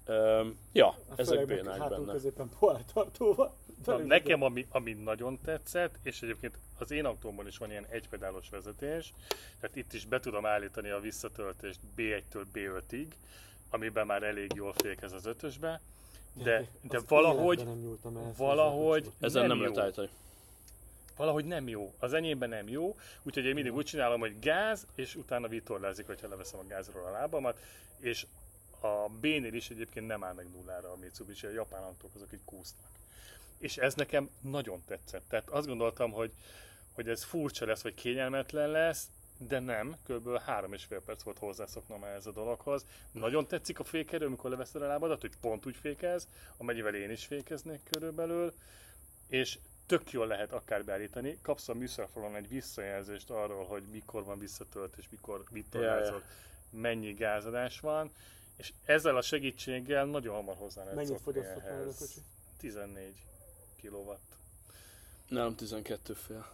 [SPEAKER 1] Öm, ja, ezek
[SPEAKER 3] Főleg meg
[SPEAKER 1] bénák
[SPEAKER 3] hátul
[SPEAKER 1] benne.
[SPEAKER 3] középen pohártartóval.
[SPEAKER 2] Na, nekem, ami, ami nagyon tetszett, és egyébként az én autómban is van ilyen egypedálos vezetés, tehát itt is be tudom állítani a visszatöltést B1-től B5-ig, amiben már elég jól fékez az ötösbe, de, de valahogy,
[SPEAKER 3] Nem nyúltam ehhez hozzá,
[SPEAKER 2] valahogy
[SPEAKER 3] bocsánat.
[SPEAKER 1] Ezen nem,
[SPEAKER 2] jó.
[SPEAKER 1] lehet állítani.
[SPEAKER 2] Valahogy nem jó. Az enyémben nem jó, úgyhogy én mindig úgy csinálom, hogy gáz, és utána vitorlázik, hogyha leveszem a gázról a lábamat, és a B-nél is egyébként nem áll meg nullára a Mitsubishi, a japán autók azok így kúsznak. És ez nekem nagyon tetszett. Tehát azt gondoltam, hogy, hogy ez furcsa lesz, vagy kényelmetlen lesz, de nem, kb. három és fél perc volt hozzászoknom ehhez a dologhoz. Nagyon tetszik a fékerő, amikor leveszed a lábadat, hogy pont úgy fékez, amennyivel én is fékeznék körülbelül és tök jól lehet akár beállítani. Kapsz a műszerfalon egy visszajelzést arról, hogy mikor van visszatölt, és mikor vitorlázol,
[SPEAKER 1] Ja,
[SPEAKER 2] mennyi gázadás van, és ezzel a segítséggel nagyon hamar hozzá lehet
[SPEAKER 3] Mennyit
[SPEAKER 2] szokni
[SPEAKER 3] fogyasztott már
[SPEAKER 2] ehhez.
[SPEAKER 3] ez a kocsi?
[SPEAKER 2] 14 kilowatt.
[SPEAKER 1] Nem, 12 fél.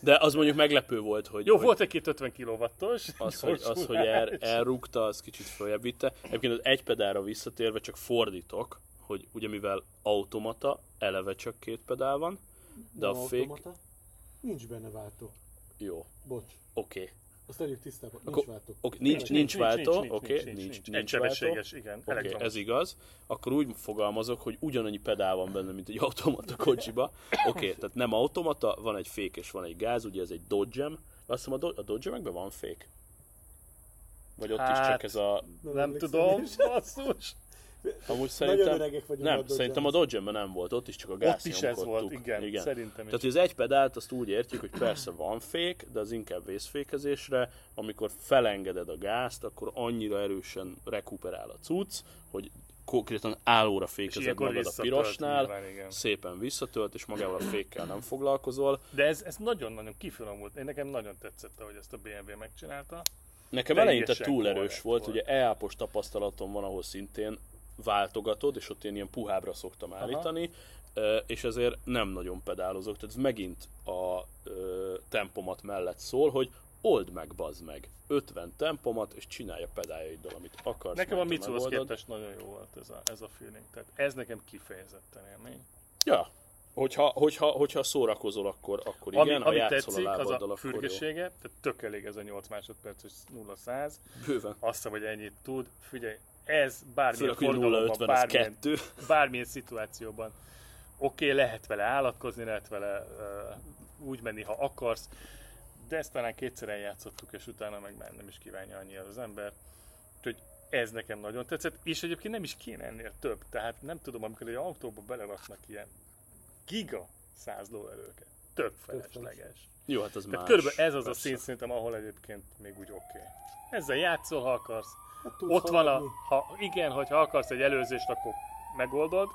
[SPEAKER 1] De az mondjuk meglepő volt, hogy...
[SPEAKER 2] Jó,
[SPEAKER 1] hogy
[SPEAKER 2] volt egy két 50 kilowattos.
[SPEAKER 1] az, hogy, az, hogy el, elrúgta, az kicsit följebb vitte. Egyébként az egy pedálra visszatérve csak fordítok, hogy ugye mivel automata, eleve csak két pedál van, de a
[SPEAKER 3] Nem
[SPEAKER 1] fék...
[SPEAKER 3] automata. Nincs benne váltó.
[SPEAKER 1] Jó,
[SPEAKER 3] Bocs.
[SPEAKER 1] oké. Okay.
[SPEAKER 3] Azt tegyük tisztában. Nincs
[SPEAKER 1] Akkor,
[SPEAKER 3] váltó.
[SPEAKER 1] ok, nincs, nincs, nincs váltó, oké, nincs, nincs,
[SPEAKER 2] Egy
[SPEAKER 1] nincs váltó.
[SPEAKER 2] sebességes, igen,
[SPEAKER 1] Oké,
[SPEAKER 2] elektromos.
[SPEAKER 1] okay, ez igaz. Akkor úgy fogalmazok, hogy ugyanannyi pedál van benne, mint egy automata kocsiba. Oké, okay, tehát nem automata, van egy fék és van egy gáz, ugye ez egy dodge Azt hiszem a, do- a dodge van fék? Vagy ott hát... is csak
[SPEAKER 2] Hát-
[SPEAKER 1] ez a
[SPEAKER 2] Nem
[SPEAKER 3] emlékszem
[SPEAKER 2] tudom,
[SPEAKER 3] én is.
[SPEAKER 2] basszus.
[SPEAKER 1] Amúgy
[SPEAKER 3] Nagyon
[SPEAKER 1] szerintem...
[SPEAKER 3] öregek vagyunk a
[SPEAKER 1] Nem,
[SPEAKER 3] Dodge-en.
[SPEAKER 1] szerintem a dodge nem volt, ott is csak a gáz
[SPEAKER 2] Ott is ez volt, igen, szerintem
[SPEAKER 1] Tehát
[SPEAKER 2] is.
[SPEAKER 1] hogy az egy pedált azt úgy értjük, hogy persze van fék, de az inkább vészfékezésre, amikor felengeded a gázt, akkor annyira erősen rekuperál a cucc, hogy konkrétan állóra fékezed
[SPEAKER 2] ilyenkor
[SPEAKER 1] magad a
[SPEAKER 2] visszatölt
[SPEAKER 1] pirosnál,
[SPEAKER 2] nyilván, igen.
[SPEAKER 1] szépen visszatölt, és magával a fékkel nem foglalkozol.
[SPEAKER 2] De ez, ez nagyon-nagyon kifinomult. Én nekem nagyon tetszett, ahogy ezt a BMW megcsinálta.
[SPEAKER 1] Nekem
[SPEAKER 2] Teljesen
[SPEAKER 1] eleinte túl erős
[SPEAKER 2] korrekt
[SPEAKER 1] volt,
[SPEAKER 2] volt.
[SPEAKER 1] ugye EAP-os tapasztalatom van, ahol szintén váltogatod, és ott én ilyen puhábra szoktam állítani, ö, és ezért nem nagyon pedálozok. Tehát ez megint a ö, tempomat mellett szól, hogy old meg, bazd meg. 50 tempomat, és csinálj a pedáljaiddal, amit akarsz.
[SPEAKER 2] Nekem a
[SPEAKER 1] majd te
[SPEAKER 2] Mitsuhoz
[SPEAKER 1] megoldod.
[SPEAKER 2] képest nagyon jó volt ez a, ez a feeling. Tehát ez nekem kifejezetten élmény.
[SPEAKER 1] Ja. Hogyha, hogyha, hogyha szórakozol, akkor, akkor igen,
[SPEAKER 2] Ami,
[SPEAKER 1] ha
[SPEAKER 2] ami
[SPEAKER 1] játszol
[SPEAKER 2] tetszik,
[SPEAKER 1] a
[SPEAKER 2] az
[SPEAKER 1] lábaddal,
[SPEAKER 2] a
[SPEAKER 1] akkor jó.
[SPEAKER 2] fürgessége, tehát tök elég ez a 8 másodperc és 0-100.
[SPEAKER 1] Bőven.
[SPEAKER 2] Azt hiszem, hogy ennyit tud. Figyelj, ez bármilyen
[SPEAKER 1] Főleg, hogy
[SPEAKER 2] forgalomban,
[SPEAKER 1] 0-50, az
[SPEAKER 2] bármilyen,
[SPEAKER 1] kettő.
[SPEAKER 2] bármilyen szituációban. Oké, okay, lehet vele állatkozni, lehet vele uh, úgy menni, ha akarsz, de ezt talán kétszer eljátszottuk, és utána meg már nem is kívánja annyira az ember. Úgyhogy ez nekem nagyon tetszett, és egyébként nem is kéne ennél több. Tehát nem tudom, amikor egy autóba beleraknak ilyen giga száz lóerőket. Tök felesleges.
[SPEAKER 1] Jó, hát az
[SPEAKER 2] Tehát
[SPEAKER 1] más.
[SPEAKER 2] körülbelül ez az a
[SPEAKER 1] persze.
[SPEAKER 2] szint szerintem, ahol egyébként még úgy oké. Okay. Ezzel játszol, ha akarsz.
[SPEAKER 3] Hát tudsz
[SPEAKER 2] Ott van a...
[SPEAKER 3] haladni.
[SPEAKER 2] Ha, igen, hogyha akarsz egy előzést, akkor megoldod.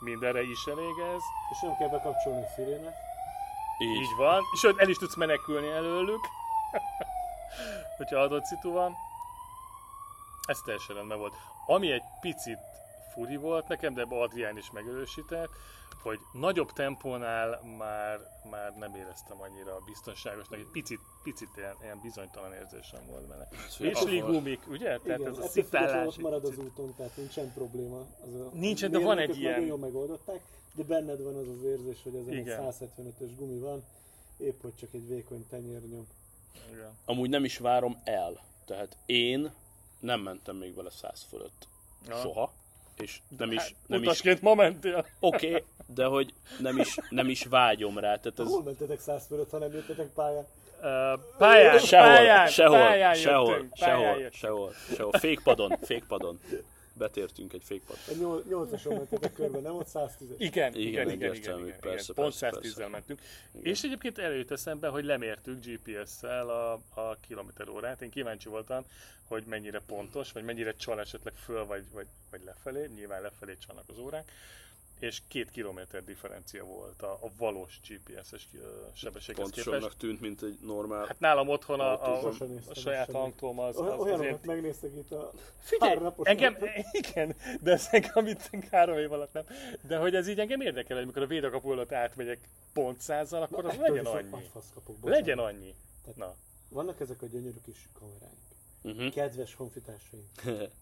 [SPEAKER 2] Mindenre is elég ez.
[SPEAKER 3] És nem kell bekapcsolni a szirénát.
[SPEAKER 1] Így.
[SPEAKER 2] Így van. Sőt, el is tudsz menekülni előlük. hogyha adott szitu van. Ez teljesen rendben volt. Ami egy picit furi volt nekem, de ebbe Adrián is megerősített, hogy nagyobb tempónál már, már nem éreztem annyira biztonságosnak, egy picit, picit ilyen, ilyen bizonytalan érzésem volt vele. És
[SPEAKER 1] ahol-
[SPEAKER 2] ligumik, ugye? Tehát
[SPEAKER 3] Igen,
[SPEAKER 2] ez a
[SPEAKER 3] ettől függetlenül
[SPEAKER 2] szitálás.
[SPEAKER 3] ott marad az úton, tehát nincsen probléma. Az a
[SPEAKER 2] Nincsen, de van egy
[SPEAKER 3] mérnökök
[SPEAKER 2] ilyen.
[SPEAKER 3] Nagyon jól megoldották, de benned van az az érzés, hogy ezen
[SPEAKER 2] Igen.
[SPEAKER 3] a 175-ös gumi van, épp hogy csak egy vékony tenyérnyom.
[SPEAKER 2] Hát Igen.
[SPEAKER 1] Amúgy nem is várom el. Tehát én nem mentem még vele 100 fölött.
[SPEAKER 2] Ja.
[SPEAKER 1] Soha. És nem is, nem is,
[SPEAKER 2] Hát, Utasként ma mentél.
[SPEAKER 1] oké, de hogy nem is, nem is vágyom rá, tehát ez
[SPEAKER 3] Hol mentetek 100 fölött, ha nem jöttetek pályán?
[SPEAKER 2] Ö, pályán,
[SPEAKER 1] sehol,
[SPEAKER 2] pályán,
[SPEAKER 1] sehol,
[SPEAKER 2] pályán
[SPEAKER 1] sehol,
[SPEAKER 2] jöttünk, pályán
[SPEAKER 1] sehol,
[SPEAKER 2] jöttünk.
[SPEAKER 1] sehol, sehol, fékpadon, fékpadon. Betértünk egy fékpadon.
[SPEAKER 3] A 8-ason mentetek körbe, nem ott 110-es.
[SPEAKER 2] Igen,
[SPEAKER 1] Igen,
[SPEAKER 2] igen, igen, igen,
[SPEAKER 1] egyértelmű,
[SPEAKER 2] igen,
[SPEAKER 1] persze,
[SPEAKER 2] igen. Pont
[SPEAKER 1] persze,
[SPEAKER 2] 110
[SPEAKER 1] persze.
[SPEAKER 2] el mentünk. És egyébként előjött eszembe, hogy lemértük GPS-szel a, a kilométer órát. Én kíváncsi voltam, hogy mennyire pontos, vagy mennyire csal esetleg föl, vagy, vagy, vagy lefelé. Nyilván lefelé csalnak az órák. És két kilométer differencia volt a, a valós GPS-es ki- ö, sebességhez
[SPEAKER 1] Pontosabbnak
[SPEAKER 2] képest.
[SPEAKER 1] tűnt, mint egy normál.
[SPEAKER 2] Hát nálam otthon a, a,
[SPEAKER 3] Sosem néztem
[SPEAKER 2] a
[SPEAKER 3] ezt
[SPEAKER 2] saját
[SPEAKER 3] semmit.
[SPEAKER 2] hangtóm az, az, az
[SPEAKER 3] Olyanokat
[SPEAKER 2] én
[SPEAKER 3] megnéztek itt a
[SPEAKER 2] Figyelj,
[SPEAKER 3] párnapos
[SPEAKER 2] engem,
[SPEAKER 3] napot.
[SPEAKER 2] igen, de ezek, amit három év alatt nem, de hogy ez így engem érdekel, hogy mikor a védakapu alatt átmegyek pont százal, akkor az
[SPEAKER 3] Ettől
[SPEAKER 2] legyen
[SPEAKER 3] viszont
[SPEAKER 2] annyi.
[SPEAKER 3] agyfasz kapok, bocsánat.
[SPEAKER 2] Legyen annyi.
[SPEAKER 3] Tehát-
[SPEAKER 2] Na,
[SPEAKER 3] Vannak ezek a gyönyörű kis kameráink.
[SPEAKER 1] Mhm.
[SPEAKER 3] Kedves honfitársaim,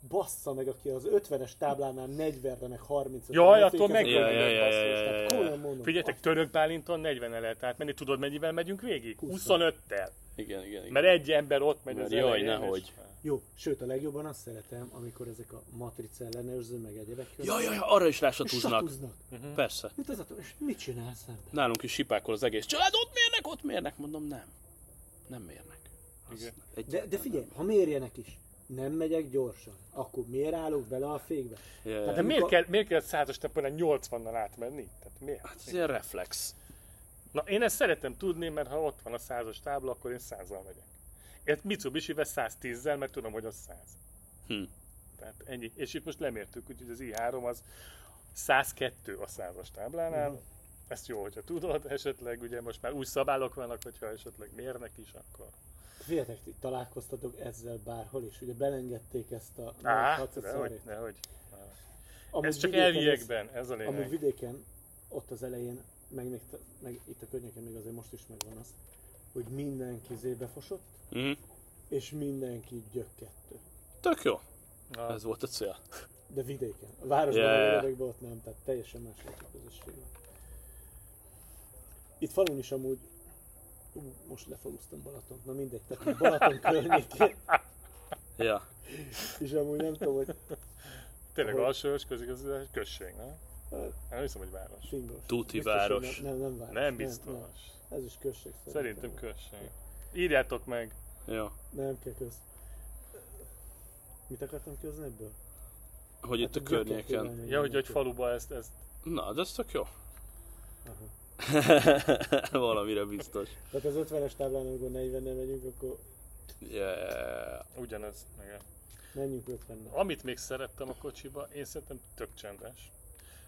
[SPEAKER 3] bassza meg, aki az 50-es táblánál 40-re, meg 30-re.
[SPEAKER 2] Jaj, attól
[SPEAKER 1] Ja, ja, ja, ja, ja, ja, ja.
[SPEAKER 3] mondom,
[SPEAKER 2] figyeljetek, török Bálinton 40 el lehet átmenni, tudod mennyivel megyünk végig? 25-tel.
[SPEAKER 1] Igen, igen, igen.
[SPEAKER 2] Mert egy ember ott megy
[SPEAKER 1] Mert
[SPEAKER 2] az
[SPEAKER 1] jaj,
[SPEAKER 2] elején, és-
[SPEAKER 1] nehogy.
[SPEAKER 3] Jó, sőt a legjobban azt szeretem, amikor ezek a matrica ellenőrző meg egyebek jönnek,
[SPEAKER 1] Jaj, jaj, jaj, arra is
[SPEAKER 3] és
[SPEAKER 1] rásatúznak.
[SPEAKER 3] satúznak.
[SPEAKER 2] Mhm.
[SPEAKER 1] Persze.
[SPEAKER 3] Mit az attól? És mit csinálsz ember?
[SPEAKER 1] Nálunk is sipákol az egész család, ott mérnek, ott mérnek. Mondom, nem. Nem mérnek. Azt
[SPEAKER 2] Igen.
[SPEAKER 1] egy-
[SPEAKER 3] De, de figyelj, ha mérjenek is, nem megyek gyorsan, akkor miért állok bele a fékbe?
[SPEAKER 1] Ja, ja.
[SPEAKER 3] Tehát
[SPEAKER 2] De miért
[SPEAKER 3] Hát amikor-
[SPEAKER 2] kell, miért kell százas tempónál 80-nal átmenni? Tehát miért?
[SPEAKER 1] Hát Ez ilyen reflex.
[SPEAKER 2] Na, én ezt szeretem tudni, mert ha ott van a százas tábla, akkor én százal megyek. Én Mitsubishi-vel 110-zel, mert tudom, hogy az 100.
[SPEAKER 1] Hm.
[SPEAKER 2] Tehát ennyi. És itt most lemértük, úgyhogy az i3 az 102 a százas táblánál. Ezt jó, hogyha tudod, esetleg ugye most már új szabályok vannak, hogyha esetleg mérnek is, akkor...
[SPEAKER 3] Figyeljetek, ti találkoztatok ezzel bárhol is, ugye belengedték ezt a
[SPEAKER 2] Á,
[SPEAKER 3] 600
[SPEAKER 2] nehogy,
[SPEAKER 3] szarét.
[SPEAKER 2] nehogy.
[SPEAKER 3] hát Amúgy
[SPEAKER 2] Ez csak
[SPEAKER 3] vidéken
[SPEAKER 2] elviekben, ez a
[SPEAKER 3] Amúgy
[SPEAKER 2] lényeg.
[SPEAKER 3] vidéken, ott az elején, meg, még, t- meg itt a környéken még azért most is megvan az, hogy mindenki zébe fosott,
[SPEAKER 1] Mhm.
[SPEAKER 3] és mindenki gyökkettő.
[SPEAKER 1] Tök jó.
[SPEAKER 2] Na,
[SPEAKER 1] Ez volt a cél.
[SPEAKER 3] De vidéken. A városban,
[SPEAKER 1] Ja, ja, ja.
[SPEAKER 3] yeah. a ott nem, tehát teljesen más lett a közösség. Itt falun is amúgy, ú, most lefaluztam Balaton, na mindegy, tehát itt Balaton környékén,
[SPEAKER 1] Ja.
[SPEAKER 3] és amúgy nem tudom, hogy
[SPEAKER 2] Tényleg
[SPEAKER 3] ahol-
[SPEAKER 2] alsós közigazgatás község, nem? Nem hiszem, hogy város.
[SPEAKER 3] Fingos.
[SPEAKER 1] Tuti
[SPEAKER 3] Hát, Biztos, hogy
[SPEAKER 1] város.
[SPEAKER 3] Nem, nem, nem város.
[SPEAKER 2] Nem biztos.
[SPEAKER 3] nem. Ez is község
[SPEAKER 2] Szerintem község. Írjátok meg.
[SPEAKER 1] Jó.
[SPEAKER 3] Nem kell köz. Mit akartam közni ebből? Hát,
[SPEAKER 1] Hogy itt a környéken.
[SPEAKER 2] Ja, hogy, hogy faluba ezt, ezt
[SPEAKER 1] Na, de ez tök jó.
[SPEAKER 3] Aha.
[SPEAKER 1] Valamire biztos.
[SPEAKER 3] Tehát az 50-es táblán, amikor 40-nel megyünk, akkor
[SPEAKER 1] Yeah.
[SPEAKER 2] ugyanez. Igen.
[SPEAKER 3] menjünk 50-nel.
[SPEAKER 2] Amit még szerettem a kocsiba, én szerintem tök csendes.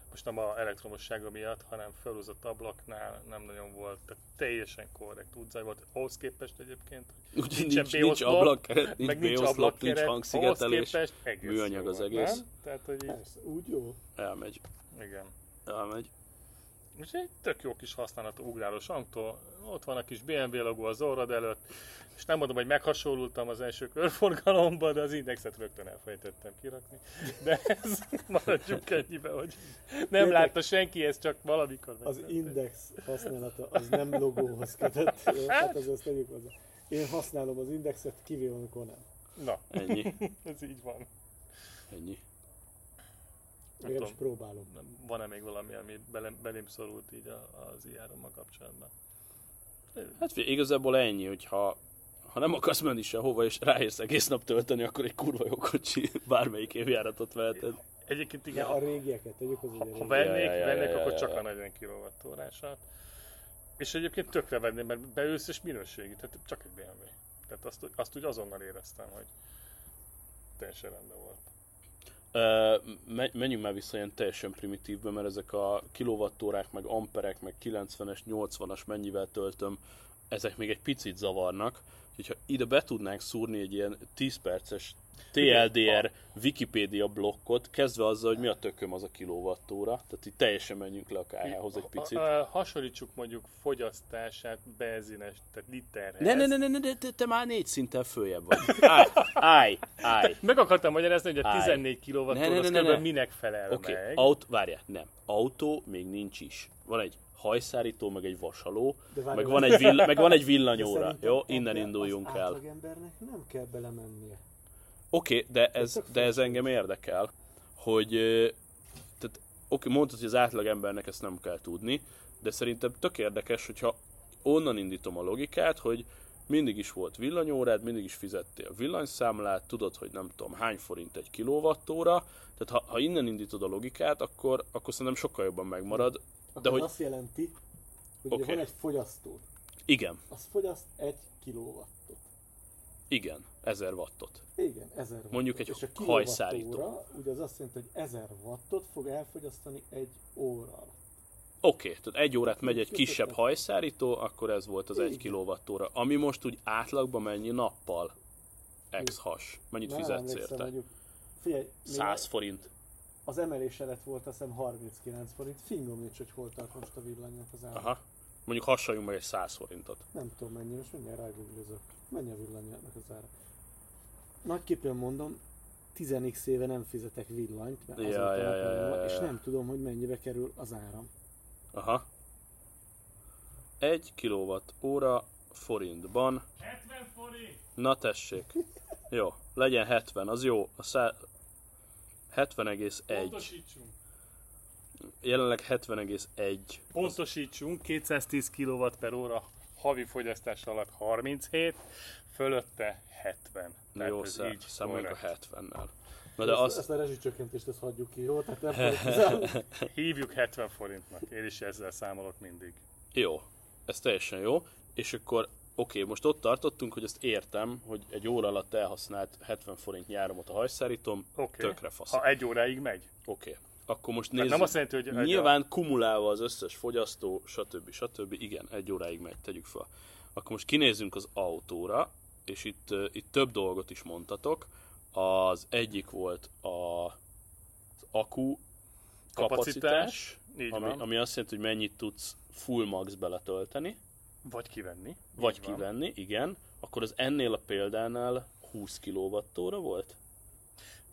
[SPEAKER 2] Most nem a elektromossága miatt, hanem felhúzott ablaknál nem nagyon volt, tehát teljesen korrekt utcai volt. Ahhoz képest egyébként, hogy
[SPEAKER 1] Úgyhogy
[SPEAKER 2] nincsen
[SPEAKER 1] nincs, nincs
[SPEAKER 2] B-oszlop,
[SPEAKER 1] ablak, nincs
[SPEAKER 2] meg nincs
[SPEAKER 1] B-oszlop, nincs
[SPEAKER 2] ablakkeret, ahhoz
[SPEAKER 1] hangszigetelés.
[SPEAKER 2] képest egész
[SPEAKER 1] műanyag
[SPEAKER 2] jó
[SPEAKER 1] az
[SPEAKER 2] volt,
[SPEAKER 1] egész.
[SPEAKER 2] Nem? Tehát, hogy így,
[SPEAKER 3] Persze, úgy jó.
[SPEAKER 1] Elmegy.
[SPEAKER 2] igen.
[SPEAKER 1] Elmegy.
[SPEAKER 2] Úgyhogy egy tök jó kis használatú ugráros hangtól, ott van a kis BMW logó az orrad előtt, és nem mondom, hogy meghasonlultam az első körforgalomban, de az indexet rögtön elfelejtettem kirakni. De ez maradjuk ennyibe, hogy nem látta senki, ez csak valamikor
[SPEAKER 3] Az
[SPEAKER 2] megtörtént.
[SPEAKER 3] index használata az nem logóhoz kötött. Jó, Hát az azt tegyük hozzá. Én használom az indexet, kivéve amikor nem.
[SPEAKER 2] Na,
[SPEAKER 1] Ennyi.
[SPEAKER 2] ez így van.
[SPEAKER 1] Ennyi.
[SPEAKER 3] Legalábbis
[SPEAKER 2] tudom.
[SPEAKER 3] próbálom.
[SPEAKER 2] Nem, Van-e még valami, ami belem, belém szorult így a- az i kapcsolatban?
[SPEAKER 1] Hát figyelj, igazából ennyi, hogyha ha nem akarsz menni sehova, és ráérsz egész nap tölteni, akkor egy kurva jó kocsi, bármelyik évjáratot veheted.
[SPEAKER 2] Egyébként
[SPEAKER 3] De
[SPEAKER 2] igen,
[SPEAKER 3] a régieket tegyük hozzá, hogy a
[SPEAKER 2] Ha
[SPEAKER 3] régiek.
[SPEAKER 2] vennék,
[SPEAKER 1] Ja, ja, ja,
[SPEAKER 2] vennék
[SPEAKER 1] ja,
[SPEAKER 2] akkor
[SPEAKER 1] ja,
[SPEAKER 2] csak
[SPEAKER 1] ja.
[SPEAKER 2] a 40 kWh-át. És egyébként tökre venném, mert beülsz és minőségi, tehát csak egy BMW. Tehát azt, azt úgy azonnal éreztem, hogy teljesen rendben volt.
[SPEAKER 1] Ö, me- menjünk már vissza ilyen teljesen primitívbe, mert ezek a kilovattórák, meg amperek, meg 90-es, 80-as mennyivel töltöm, ezek még egy picit zavarnak, hogy ha ide be tudnánk szúrni egy ilyen 10 perces TLDR Wikipédia blokkot, kezdve azzal, hogy mi a tököm az a kilowattóra, tehát itt teljesen menjünk le a kájához egy picit.
[SPEAKER 2] A, a, hasonlítsuk mondjuk fogyasztását benzines, tehát literhez.
[SPEAKER 1] Ne, ne, ne, ne, ne, ne te, te már négy szinten följebb vagy. Állj, állj, állj.
[SPEAKER 2] Meg akartam magyarázni, hogy a
[SPEAKER 1] Állj.
[SPEAKER 2] 14 kW
[SPEAKER 1] Ne, ne, ne,
[SPEAKER 2] az
[SPEAKER 1] ne,
[SPEAKER 2] kb.
[SPEAKER 1] ne.
[SPEAKER 2] minek felel
[SPEAKER 1] Oké, okay,
[SPEAKER 2] meg.
[SPEAKER 1] autó, várjál, nem. Autó még nincs is. Van egy hajszárító, meg egy vasaló,
[SPEAKER 3] De várj,
[SPEAKER 1] meg
[SPEAKER 3] várj.
[SPEAKER 1] van, egy vill- meg van egy
[SPEAKER 3] De
[SPEAKER 1] villanyóra.
[SPEAKER 3] szerintem
[SPEAKER 1] Jó,
[SPEAKER 3] ebbe
[SPEAKER 1] innen induljunk
[SPEAKER 3] az
[SPEAKER 1] el.
[SPEAKER 3] átlagembernek nem kell belemennie.
[SPEAKER 1] Oké, okay, de, ez, de ez engem érdekel, hogy ö, tehát, oké, mondtad, hogy az átlagembernek ezt nem kell tudni, de szerintem tök érdekes, hogyha onnan indítom a logikát, hogy mindig is volt villanyórád, mindig is fizettél villanyszámlát, tudod, hogy nem tudom hány forint egy kilowattóra, tehát ha, ha innen indítod a logikát, akkor, akkor szerintem sokkal jobban megmarad,
[SPEAKER 3] Akkor
[SPEAKER 1] de hogy
[SPEAKER 3] azt jelenti, hogy
[SPEAKER 1] Oké.
[SPEAKER 3] okay. van egy fogyasztó,
[SPEAKER 1] igen,
[SPEAKER 3] az fogyaszt egy kilowattot.
[SPEAKER 1] igen, 1000 wattot.
[SPEAKER 3] Igen, 1000 wattot.
[SPEAKER 1] Mondjuk egy
[SPEAKER 3] És a
[SPEAKER 1] hajszárító.
[SPEAKER 3] kilowattóra, Ugye az azt jelenti, hogy 1000 wattot fog elfogyasztani egy óra alatt.
[SPEAKER 1] Oké, okay, tehát egy órát megy egy kisebb hajszárító, akkor ez volt az egy
[SPEAKER 3] Igen.
[SPEAKER 1] kilowattóra. Ami most úgy átlagban mennyi nappal? Ex has. Mennyit
[SPEAKER 3] Már nem
[SPEAKER 1] fizetsz
[SPEAKER 3] emlékszem,
[SPEAKER 1] érte?
[SPEAKER 3] mondjuk- Figyelj, még
[SPEAKER 1] 100 forint.
[SPEAKER 3] az emelés előtt volt azt hiszem 39 forint. Fingom nincs, hogy hol tart most a villanynak az ára.
[SPEAKER 1] Aha. Mondjuk hasonljunk meg egy 100 forintot.
[SPEAKER 3] Nem tudom mennyi, most mindjárt rágooglizok. Mennyi a villanynak az ára? Nagy képen mondom, 10x éve nem fizetek villanyt, mert
[SPEAKER 1] Ja,
[SPEAKER 3] ja, azóta
[SPEAKER 1] ja,
[SPEAKER 3] ja,
[SPEAKER 1] ja, ja, ja.
[SPEAKER 3] és nem tudom, hogy mennyibe kerül az áram.
[SPEAKER 1] Aha. Egy kilowatt óra forintban.
[SPEAKER 2] 70 forint!
[SPEAKER 1] Na tessék. Jó, legyen 70, az jó. A szá... 70,1.
[SPEAKER 2] Pontosítsunk!
[SPEAKER 1] Jelenleg 70,1.
[SPEAKER 2] Pontosítsunk, 210 kW per óra havi fogyasztás alatt 37, fölötte 70.
[SPEAKER 1] Na jó,
[SPEAKER 2] ez
[SPEAKER 1] szá-
[SPEAKER 2] így
[SPEAKER 1] számoljunk a
[SPEAKER 2] korrekt.
[SPEAKER 1] 70-nel. Na de
[SPEAKER 3] azt...
[SPEAKER 1] az,
[SPEAKER 3] Ezt a rezsicsökkentést azt hagyjuk ki, jó? Tehát nem fogjuk kizárni.
[SPEAKER 2] Hívjuk 70 forintnak, én is ezzel számolok mindig.
[SPEAKER 1] Jó, ez teljesen jó. És akkor, oké, most ott tartottunk, hogy ezt értem, hogy egy óra alatt elhasznált 70 forint nyáramot a hajszárítom,
[SPEAKER 2] Oké.
[SPEAKER 1] tökre fasz. Oké,
[SPEAKER 2] Ha egy óráig megy.
[SPEAKER 1] akkor most nézzük.
[SPEAKER 2] Hát nem azt jelenti, hogy- hogy
[SPEAKER 1] Nyilván kumulálva az összes fogyasztó, stb. stb. Igen, egy óráig megy, tegyük fel. Akkor most kinézzünk az autóra, és itt, ö, itt több dolgot is mondtatok. Az egyik volt a, az akku kapacitás,
[SPEAKER 2] Kapacitás, így
[SPEAKER 1] ami,
[SPEAKER 2] van.
[SPEAKER 1] ami azt jelenti, hogy mennyit tudsz full max beletölteni.
[SPEAKER 2] Vagy kivenni.
[SPEAKER 1] Vagy
[SPEAKER 2] Így van.
[SPEAKER 1] kivenni, igen. Akkor az ennél a példánál 20 kWh volt?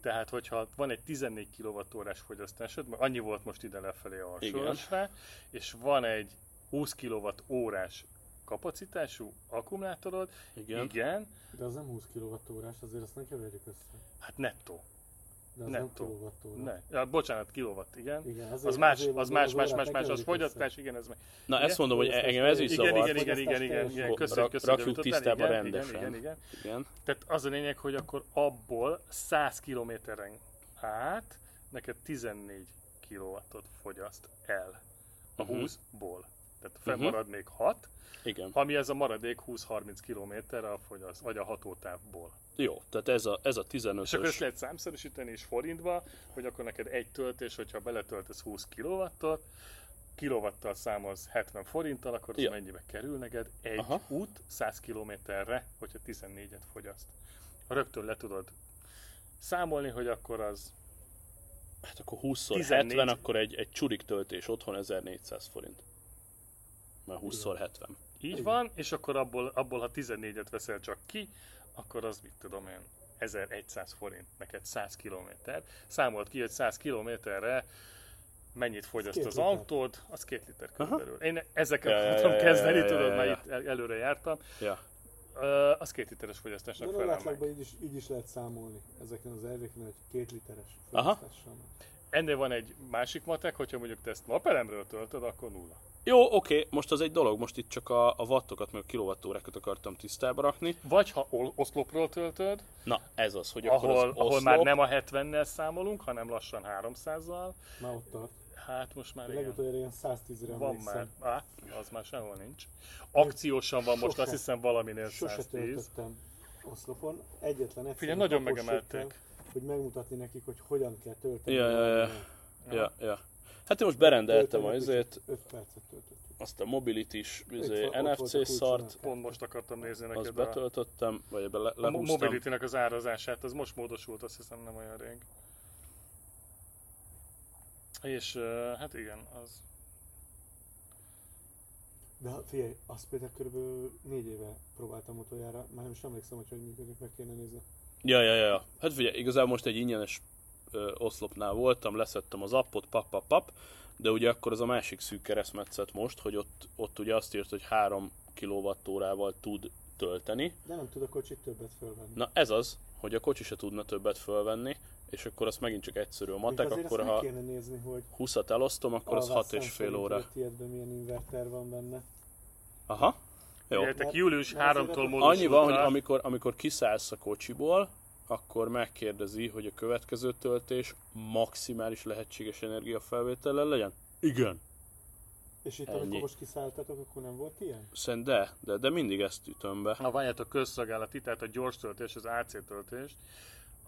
[SPEAKER 2] Tehát, hogyha van egy 14 kWh-s fogyasztásod, mert annyi volt most ide lefelé alsóra, és van egy 20 kWh-s kapacitású akkumulátorod,
[SPEAKER 1] Igen.
[SPEAKER 2] igen
[SPEAKER 3] De az nem 20 kilowattórás, azért azt ne keverjük össze.
[SPEAKER 2] hát nettó.
[SPEAKER 3] De az nem
[SPEAKER 2] Nettó.
[SPEAKER 3] kilowattórás.
[SPEAKER 2] Ne. Ja, bocsánat, kilowatt, igen.
[SPEAKER 3] Igen,
[SPEAKER 2] igen
[SPEAKER 3] azért-
[SPEAKER 2] az más,
[SPEAKER 3] azért
[SPEAKER 2] az
[SPEAKER 3] mondom,
[SPEAKER 2] más,
[SPEAKER 3] az
[SPEAKER 2] más,
[SPEAKER 3] órát
[SPEAKER 2] más,
[SPEAKER 3] ne
[SPEAKER 2] más, az
[SPEAKER 3] keverjük
[SPEAKER 2] fogyasztás, igen, ez meg.
[SPEAKER 1] Na
[SPEAKER 2] Igen?
[SPEAKER 1] ezt mondom, hogy e-
[SPEAKER 3] Fogyasztás
[SPEAKER 1] engem ez is
[SPEAKER 2] Igen,
[SPEAKER 1] zavart.
[SPEAKER 2] igen, igen, igen, igen, igen,
[SPEAKER 3] Fogyasztás
[SPEAKER 1] Rak-
[SPEAKER 2] köszönjük, köszönjük.
[SPEAKER 1] rakjuk
[SPEAKER 2] hogy
[SPEAKER 1] tisztába
[SPEAKER 2] jutottál. Igen,
[SPEAKER 1] rendesen.
[SPEAKER 2] Igen, igen,
[SPEAKER 1] igen.
[SPEAKER 2] Tehát az a lényeg, hogy akkor abból 100 kilométeren át neked 14 kilowattot fogyaszt el a
[SPEAKER 1] Mhm.
[SPEAKER 2] 20-ból. Tehát fennmarad még 6,
[SPEAKER 1] igen.
[SPEAKER 2] ami ez a maradék 20-30 kilométer a fogyaszt, vagy a hatótávból.
[SPEAKER 1] Jó, tehát ez a, ez a
[SPEAKER 2] És akkor ezt
[SPEAKER 1] 15-ös.
[SPEAKER 2] lehet számszerűsíteni is forintba, hogy akkor neked egy töltés, hogyha beletöltesz 20 kilowattot, kilowattal számolsz 70 forinttal, akkor az
[SPEAKER 1] Ja.
[SPEAKER 2] ja. mennyibe kerül neked egy
[SPEAKER 1] Aha.
[SPEAKER 2] Aha. út 100 kilométerre, hogyha 14-et fogyaszt. Rögtön le tudod számolni, hogy akkor az
[SPEAKER 1] Hát akkor 20 x
[SPEAKER 2] 14.
[SPEAKER 1] 70, akkor egy, egy csurik töltés otthon 1400 forint. Már 20 x 70.
[SPEAKER 2] így van, és akkor abból, abból, ha 14-et veszel csak ki, akkor az mit tudom én, 1100 forint, neked 100 kilométer. Számolt ki, hogy 100 kilométerre mennyit fogyaszt
[SPEAKER 3] két
[SPEAKER 2] az
[SPEAKER 3] liter.
[SPEAKER 2] autód, az két liter körülbelül. Én ezekkel
[SPEAKER 1] Ja, ja, ja,
[SPEAKER 2] akartam
[SPEAKER 1] ja, ja,
[SPEAKER 2] kezdeni,
[SPEAKER 1] ja, ja,
[SPEAKER 2] tudod,
[SPEAKER 1] ja,
[SPEAKER 2] már
[SPEAKER 1] ja.
[SPEAKER 2] itt el- előre jártam.
[SPEAKER 1] Ja.
[SPEAKER 2] Ö, az két literes
[SPEAKER 3] De
[SPEAKER 2] fogyasztásnak
[SPEAKER 3] nem
[SPEAKER 2] felel meg.
[SPEAKER 3] átlagban így is, így is lehet számolni ezeken az elvéknél, hogy két literes
[SPEAKER 1] Aha.
[SPEAKER 3] fogyasztással megy.
[SPEAKER 2] Ennél van egy másik matek, hogyha mondjuk te ezt napelemről töltöd, akkor nulla.
[SPEAKER 1] Jó, oké, most az egy dolog, most itt csak a, a wattokat, meg a kilovattórákat akartam tisztába rakni.
[SPEAKER 2] Vagy ha ol- oszlopról töltöd,
[SPEAKER 1] Na, ez az, hogy akkor
[SPEAKER 2] ahol,
[SPEAKER 1] az
[SPEAKER 2] ahol már
[SPEAKER 1] oszlop-
[SPEAKER 2] nem a 70-nel számolunk, hanem lassan 300-zal,
[SPEAKER 3] Már ott tart.
[SPEAKER 2] hát most már igen.
[SPEAKER 3] Legutoljára ilyen 110-re
[SPEAKER 2] Van
[SPEAKER 3] emlékszem.
[SPEAKER 2] már. Á, az már sehol nincs. Akciósan van most,
[SPEAKER 3] Sose.
[SPEAKER 2] azt hiszem valaminél
[SPEAKER 3] Sose
[SPEAKER 2] 110.
[SPEAKER 3] töltöttem oszlopon. Egyetlen egyszer.
[SPEAKER 2] Figyelj, nagyon
[SPEAKER 3] napos
[SPEAKER 2] megemelték.
[SPEAKER 3] jöttem, Hogy megmutatni nekik, hogy hogyan kell tölteni.
[SPEAKER 1] Ja, ja, ja. Ja, ja. Hát én most berendeltem a izét,
[SPEAKER 3] 5 percet töltöttük.
[SPEAKER 1] azt a Mobility is, izé,
[SPEAKER 3] van- ott volt a
[SPEAKER 1] NFC szart,
[SPEAKER 3] kulcsom.
[SPEAKER 2] Pont most akartam nézni
[SPEAKER 1] azt
[SPEAKER 2] neked a,
[SPEAKER 1] betöltöttem, vagy ebbe le,
[SPEAKER 2] a
[SPEAKER 1] lehúztam.
[SPEAKER 2] mobility az árazását, az most módosult, azt hiszem nem olyan rég. És ö, hát igen, az
[SPEAKER 3] De hát figyelj, azt például körülbelül négy éve próbáltam utoljára, már nem is emlékszem, hogy hogy működik, meg kéne nézni.
[SPEAKER 1] Ja, ja, ja, ja. Hát figyelj, igazából most egy ingyenes ö, oszlopnál voltam, leszettem az appot, pap, pap, pap, de ugye akkor az a másik szűk keresztmetszet most, hogy ott, ott ugye azt írt, hogy 3 kWh-val tud tölteni.
[SPEAKER 3] De nem tudok kocsit többet fölvenni.
[SPEAKER 1] Na ez az, hogy a kocsi se tudna többet fölvenni, és akkor azt megint csak egyszerű a
[SPEAKER 3] Mondjuk
[SPEAKER 1] matek,
[SPEAKER 3] azért
[SPEAKER 1] akkor
[SPEAKER 3] azt meg
[SPEAKER 1] ha
[SPEAKER 3] kéne nézni, hogy
[SPEAKER 1] 20-at elosztom, akkor az
[SPEAKER 3] alvás
[SPEAKER 1] 6 és fél
[SPEAKER 3] szempontjából
[SPEAKER 1] óra.
[SPEAKER 3] a Tiédben milyen inverter van benne.
[SPEAKER 1] Aha, jó.
[SPEAKER 2] Figyeljetek,
[SPEAKER 3] Mert-
[SPEAKER 2] július
[SPEAKER 3] mert azért
[SPEAKER 2] 3-tól
[SPEAKER 3] akkor-
[SPEAKER 2] módosultak.
[SPEAKER 1] Annyi van, hogy amikor, amikor kiszállsz a kocsiból, akkor megkérdezi, hogy a következő töltés maximális lehetséges energiafelvétellel legyen? Igen.
[SPEAKER 3] És itt,
[SPEAKER 1] Ennyi.
[SPEAKER 3] amikor most kiszálltatok, akkor nem volt ilyen?
[SPEAKER 1] Szerint de, de, de mindig ezt ütöm be.
[SPEAKER 2] Ha várjátok közszolgálati, tehát a gyors töltés, az AC töltés,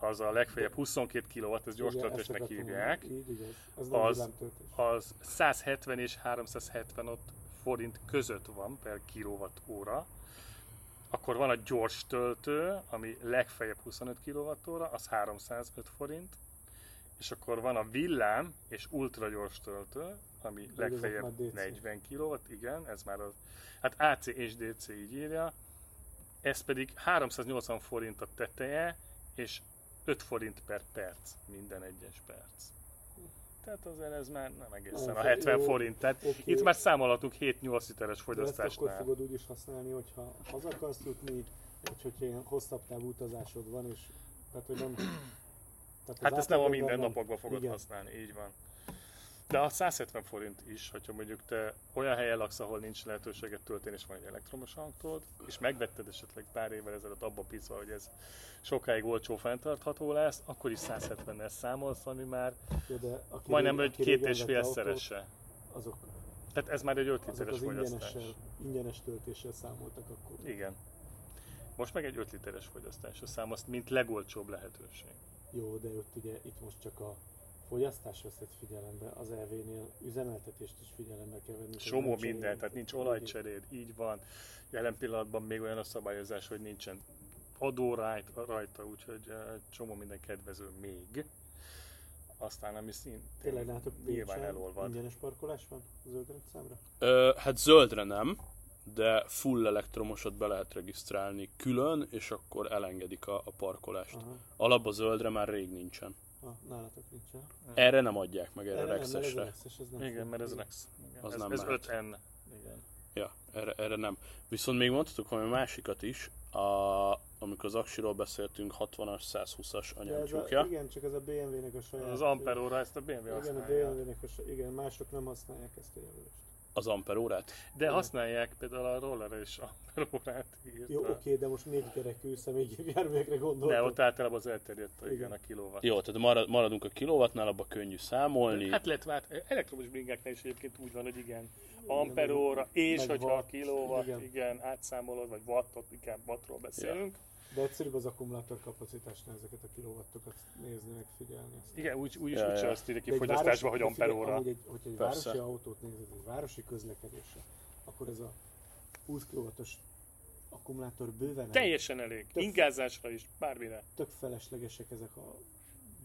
[SPEAKER 2] az a legfeljebb 22 kW, ez gyors
[SPEAKER 3] Igen, ezt
[SPEAKER 2] töltésnek
[SPEAKER 3] akartam
[SPEAKER 2] hívják,
[SPEAKER 3] mondani. Így igaz. Az nem
[SPEAKER 2] Az-
[SPEAKER 3] villámtöltés.
[SPEAKER 2] az 170 és 375 forint között van per kilovattóra. Akkor van a gyors töltő, ami legfeljebb 25 kilovattóra, az 305 forint. És akkor van a villám és ultragyors töltő, ami
[SPEAKER 3] ezek már
[SPEAKER 2] legfeljebb
[SPEAKER 3] DC.
[SPEAKER 2] 40 kW, igen, ez már az, hát AC és DC így írja. Ez pedig 380 forint a teteje, és 5 forint per perc, minden egyes perc. Tehát azért ez már nem egészen
[SPEAKER 3] Nem,
[SPEAKER 2] a 70
[SPEAKER 3] jó,
[SPEAKER 2] forint. Tehát
[SPEAKER 3] oké.
[SPEAKER 2] itt már számolhatunk 7-8 literes
[SPEAKER 3] De ezt akkor
[SPEAKER 2] fogyasztásnál.
[SPEAKER 3] fogod úgy is használni, hogyha haza akarsz jutni, vagy hogyha ilyen hosszabb távú utazásod van, és tehát, hogy nem... Tehát
[SPEAKER 2] Hát
[SPEAKER 3] az
[SPEAKER 2] ezt nem a
[SPEAKER 3] átlagban
[SPEAKER 2] mindennapokban fogod
[SPEAKER 3] Igen.
[SPEAKER 2] használni, így van. De a 170 forint is, hogyha mondjuk te olyan helyen laksz, ahol nincs lehetőséget tölteni, és van egy elektromos autód, és megvetted esetleg pár évvel ezelőtt abba pizva, hogy ez sokáig olcsó fenntartható lesz, akkor is 170-nel számolsz, ami már
[SPEAKER 3] Jó, de aki
[SPEAKER 2] majdnem
[SPEAKER 3] régen-
[SPEAKER 2] egy
[SPEAKER 3] aki
[SPEAKER 2] két
[SPEAKER 3] régen
[SPEAKER 2] és
[SPEAKER 3] vett
[SPEAKER 2] fél
[SPEAKER 3] autót,
[SPEAKER 2] szerese.
[SPEAKER 3] Azok,
[SPEAKER 2] Tehát ez már egy 5
[SPEAKER 3] azok
[SPEAKER 2] literes
[SPEAKER 3] az
[SPEAKER 2] fogyasztás.
[SPEAKER 3] ingyenessel, ingyenes töltéssel számoltak akkor.
[SPEAKER 2] Igen. Most meg egy 5 literes fogyasztásra számolsz, mint legolcsóbb lehetőség.
[SPEAKER 3] Jó, de ott ugye itt most csak a fogyasztás veszed figyelembe, az EV-nél üzemeltetést is figyelembe kell venni. tehát
[SPEAKER 2] Csomó
[SPEAKER 3] nem csak
[SPEAKER 2] minden,
[SPEAKER 3] ilyen-
[SPEAKER 2] tehát nincs olajcseréd, így van. Jelen pillanatban még olyan a szabályozás, hogy nincsen adó rájt- rajta, úgyhogy eh, csomó minden kedvező még. Aztán ami szintén
[SPEAKER 3] Tényleg látok,
[SPEAKER 2] nyilván
[SPEAKER 3] Pécsen
[SPEAKER 2] elolvad.
[SPEAKER 3] ingyenes parkolás van zöld rendszámra?
[SPEAKER 1] Ö, hát zöldre nem, de full elektromosat be lehet regisztrálni külön, és akkor elengedik a, a parkolást.
[SPEAKER 3] Aha.
[SPEAKER 1] Alapba zöldre már rég nincsen.
[SPEAKER 3] Ha, nálatok nincs, ha?
[SPEAKER 1] Erre nem adják meg,
[SPEAKER 3] Erre
[SPEAKER 1] erre
[SPEAKER 3] nem, mert ez a
[SPEAKER 1] rexesre.
[SPEAKER 3] Lexes, ez nem
[SPEAKER 2] Igen,
[SPEAKER 3] fog.
[SPEAKER 2] mert ez Rex. Igen.
[SPEAKER 1] Az
[SPEAKER 2] ez,
[SPEAKER 1] nem
[SPEAKER 2] ez
[SPEAKER 1] mehet.
[SPEAKER 2] 5N. Igen.
[SPEAKER 1] Ja, erre, erre nem. Viszont még mondhatok valami másikat is, a, amikor az aksiról beszéltünk, 60-as, 120-as
[SPEAKER 3] De ez a,
[SPEAKER 1] anyámcsukja.
[SPEAKER 3] igen, csak ez a BMW-nek a saját.
[SPEAKER 2] Az amperóra ezt a BMW
[SPEAKER 3] Igen, a
[SPEAKER 2] használja.
[SPEAKER 3] BMW-nek a sa- igen, mások nem használják ezt a jelölést.
[SPEAKER 1] Az amperórát?
[SPEAKER 2] De használják például a roller és amperórát.
[SPEAKER 3] Jó, oké, de most négy kerekű személygépjárművekre gondoltam.
[SPEAKER 2] De ott általában az elterjedt, a- igen,
[SPEAKER 3] Igen.
[SPEAKER 2] a kilowatt.
[SPEAKER 1] Jó, tehát marad, maradunk a kilovatnál, abba könnyű számolni.
[SPEAKER 2] Hát lehet vált, elektromos bringáknál is egyébként úgy van, hogy igen, amperóra, és
[SPEAKER 3] meg
[SPEAKER 2] hogyha
[SPEAKER 3] watt,
[SPEAKER 2] a kilowatt, igen.
[SPEAKER 3] igen.
[SPEAKER 2] átszámolod, vagy wattot, inkább wattról beszélünk.
[SPEAKER 3] De egyszerűbb az akkumulátor kapacitásnál ezeket a kilovattokat nézni, meg figyelni. Ezt.
[SPEAKER 2] Igen, úgy, úgy is
[SPEAKER 1] Ja,
[SPEAKER 2] ja, úgy
[SPEAKER 1] ja.
[SPEAKER 2] azt írja ki
[SPEAKER 3] De egy
[SPEAKER 2] fogyasztásban,
[SPEAKER 3] város-
[SPEAKER 2] hogy
[SPEAKER 3] de figyelj,
[SPEAKER 2] amperóra.
[SPEAKER 3] amúgy egy, hogyha egy
[SPEAKER 1] Persze.
[SPEAKER 3] városi autót nézed, egy városi közlekedésre, akkor ez a 20 kilovatos akkumulátor bőven elég.
[SPEAKER 2] Teljesen elég.
[SPEAKER 3] Több-
[SPEAKER 2] Ingázásra is, bármire.
[SPEAKER 3] tök feleslegesek ezek a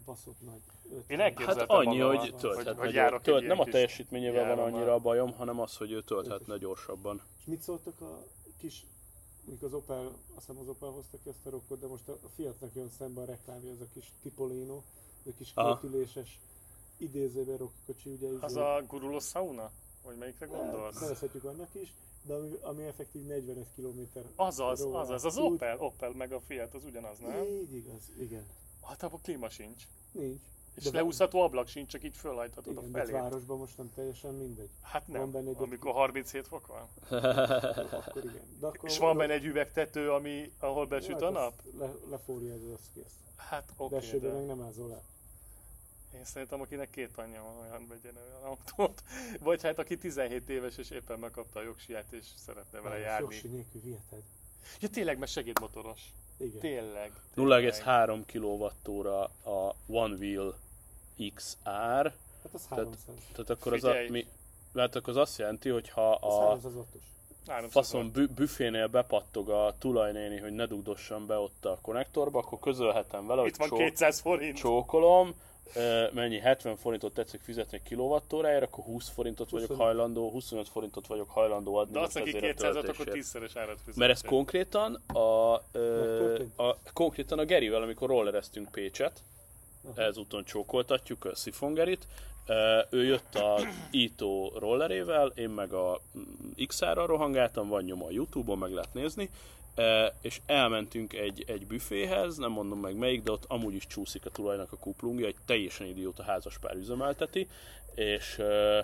[SPEAKER 3] baszott nagy ötletek.
[SPEAKER 2] Én elképzeltem
[SPEAKER 1] Hát annyi,
[SPEAKER 2] magam,
[SPEAKER 1] hogy tölthet.
[SPEAKER 2] hogy
[SPEAKER 1] Hogy,
[SPEAKER 2] járok egy
[SPEAKER 1] tölt,
[SPEAKER 2] ilyen
[SPEAKER 1] nem a
[SPEAKER 2] kis
[SPEAKER 1] teljesítményével van
[SPEAKER 2] járommal.
[SPEAKER 1] annyira a bajom, hanem az, hogy ő tölthetne gyorsabban.
[SPEAKER 3] És mit szóltak a kis, mondjuk az Opel, azt hiszem az Opel hozta ki ezt a rokkot, de most a Fiatnak jön szembe a reklámja, ez a kis Tipolino, ez a kis
[SPEAKER 1] Aha.
[SPEAKER 3] kétüléses idézőben rokkocsi, ugye
[SPEAKER 2] Az
[SPEAKER 3] izé-
[SPEAKER 2] a guruló sauna? Hogy melyikre gondolsz?
[SPEAKER 3] Nevezhetjük annak is, de ami, ami effektív 45 km.
[SPEAKER 2] Azaz, azaz, az Opel, Opel meg a Fiat az ugyanaz, nem?
[SPEAKER 3] Így igaz, igen.
[SPEAKER 2] Hát abban klíma sincs.
[SPEAKER 3] Nincs.
[SPEAKER 2] És
[SPEAKER 3] De-
[SPEAKER 2] leúszható ablak sincs, csak így fölhajthatod a
[SPEAKER 3] Igen, de
[SPEAKER 2] felét.
[SPEAKER 3] városban most nem teljesen mindegy.
[SPEAKER 2] Hát nem,
[SPEAKER 3] Van benne egy-
[SPEAKER 2] amikor 37 fok van.
[SPEAKER 3] Akkor igen. De akkor
[SPEAKER 2] És van benne egy üvegtető, ami, ahol besüt
[SPEAKER 3] Hát
[SPEAKER 2] a
[SPEAKER 3] azt
[SPEAKER 2] nap?
[SPEAKER 3] Le, lefúrja ez az kész.
[SPEAKER 2] Hát
[SPEAKER 3] Okay,
[SPEAKER 2] oké,
[SPEAKER 3] Lesőben
[SPEAKER 2] de
[SPEAKER 3] meg nem ázol el.
[SPEAKER 2] én szerintem akinek két anyja van, olyan vegyen olyan autót. Vagy hát aki 17 éves és éppen megkapta a jogsiát és szeretne vele
[SPEAKER 3] Nem,
[SPEAKER 2] járni.
[SPEAKER 3] Jogsi nélkül viheted.
[SPEAKER 2] Ja tényleg, mert segédmotoros.
[SPEAKER 3] Igen.
[SPEAKER 2] Tényleg. tényleg.
[SPEAKER 1] 0,3 kWh a One Wheel XR,
[SPEAKER 3] Hát az 300.
[SPEAKER 1] tehát akkor az a,
[SPEAKER 2] Figyelj.
[SPEAKER 1] mi, mert akkor az azt jelenti, hogy ha a
[SPEAKER 3] 306-os.
[SPEAKER 2] Szóval-
[SPEAKER 1] faszon bü- büfénél bepattog a tulajnéni, hogy ne dugdossam be ott a konnektorba, akkor közölhetem vele,
[SPEAKER 2] Itt
[SPEAKER 1] hogy
[SPEAKER 2] van
[SPEAKER 1] csó-
[SPEAKER 2] 200 forint.
[SPEAKER 1] csókolom, ö, mennyi 70 forintot tetszik fizetni kilovattóráért, akkor 20 forintot vagyok
[SPEAKER 3] 25.
[SPEAKER 1] hajlandó, 25 forintot vagyok hajlandó adni.
[SPEAKER 2] De
[SPEAKER 1] most
[SPEAKER 2] azt, aki
[SPEAKER 1] ezért a
[SPEAKER 2] 200 at akkor
[SPEAKER 1] töltésért.
[SPEAKER 2] 10-szeres árat fizet.
[SPEAKER 1] Mert ez konkrétan a, ö,
[SPEAKER 3] Megtörtént?
[SPEAKER 1] a, konkrétan a Gerivel, amikor rollereztünk Pécset, ezúton csókoltatjuk a Szifongerit, ö, ő jött a Ito rollerével, én meg a XR-ra rohangáltam, van nyoma a Youtube-on, meg lehet nézni, ö, és elmentünk egy, egy büféhez, nem mondom meg melyik, de ott amúgy is csúszik a tulajnak a kuplungja, egy teljesen idióta házaspár üzemelteti, és ö,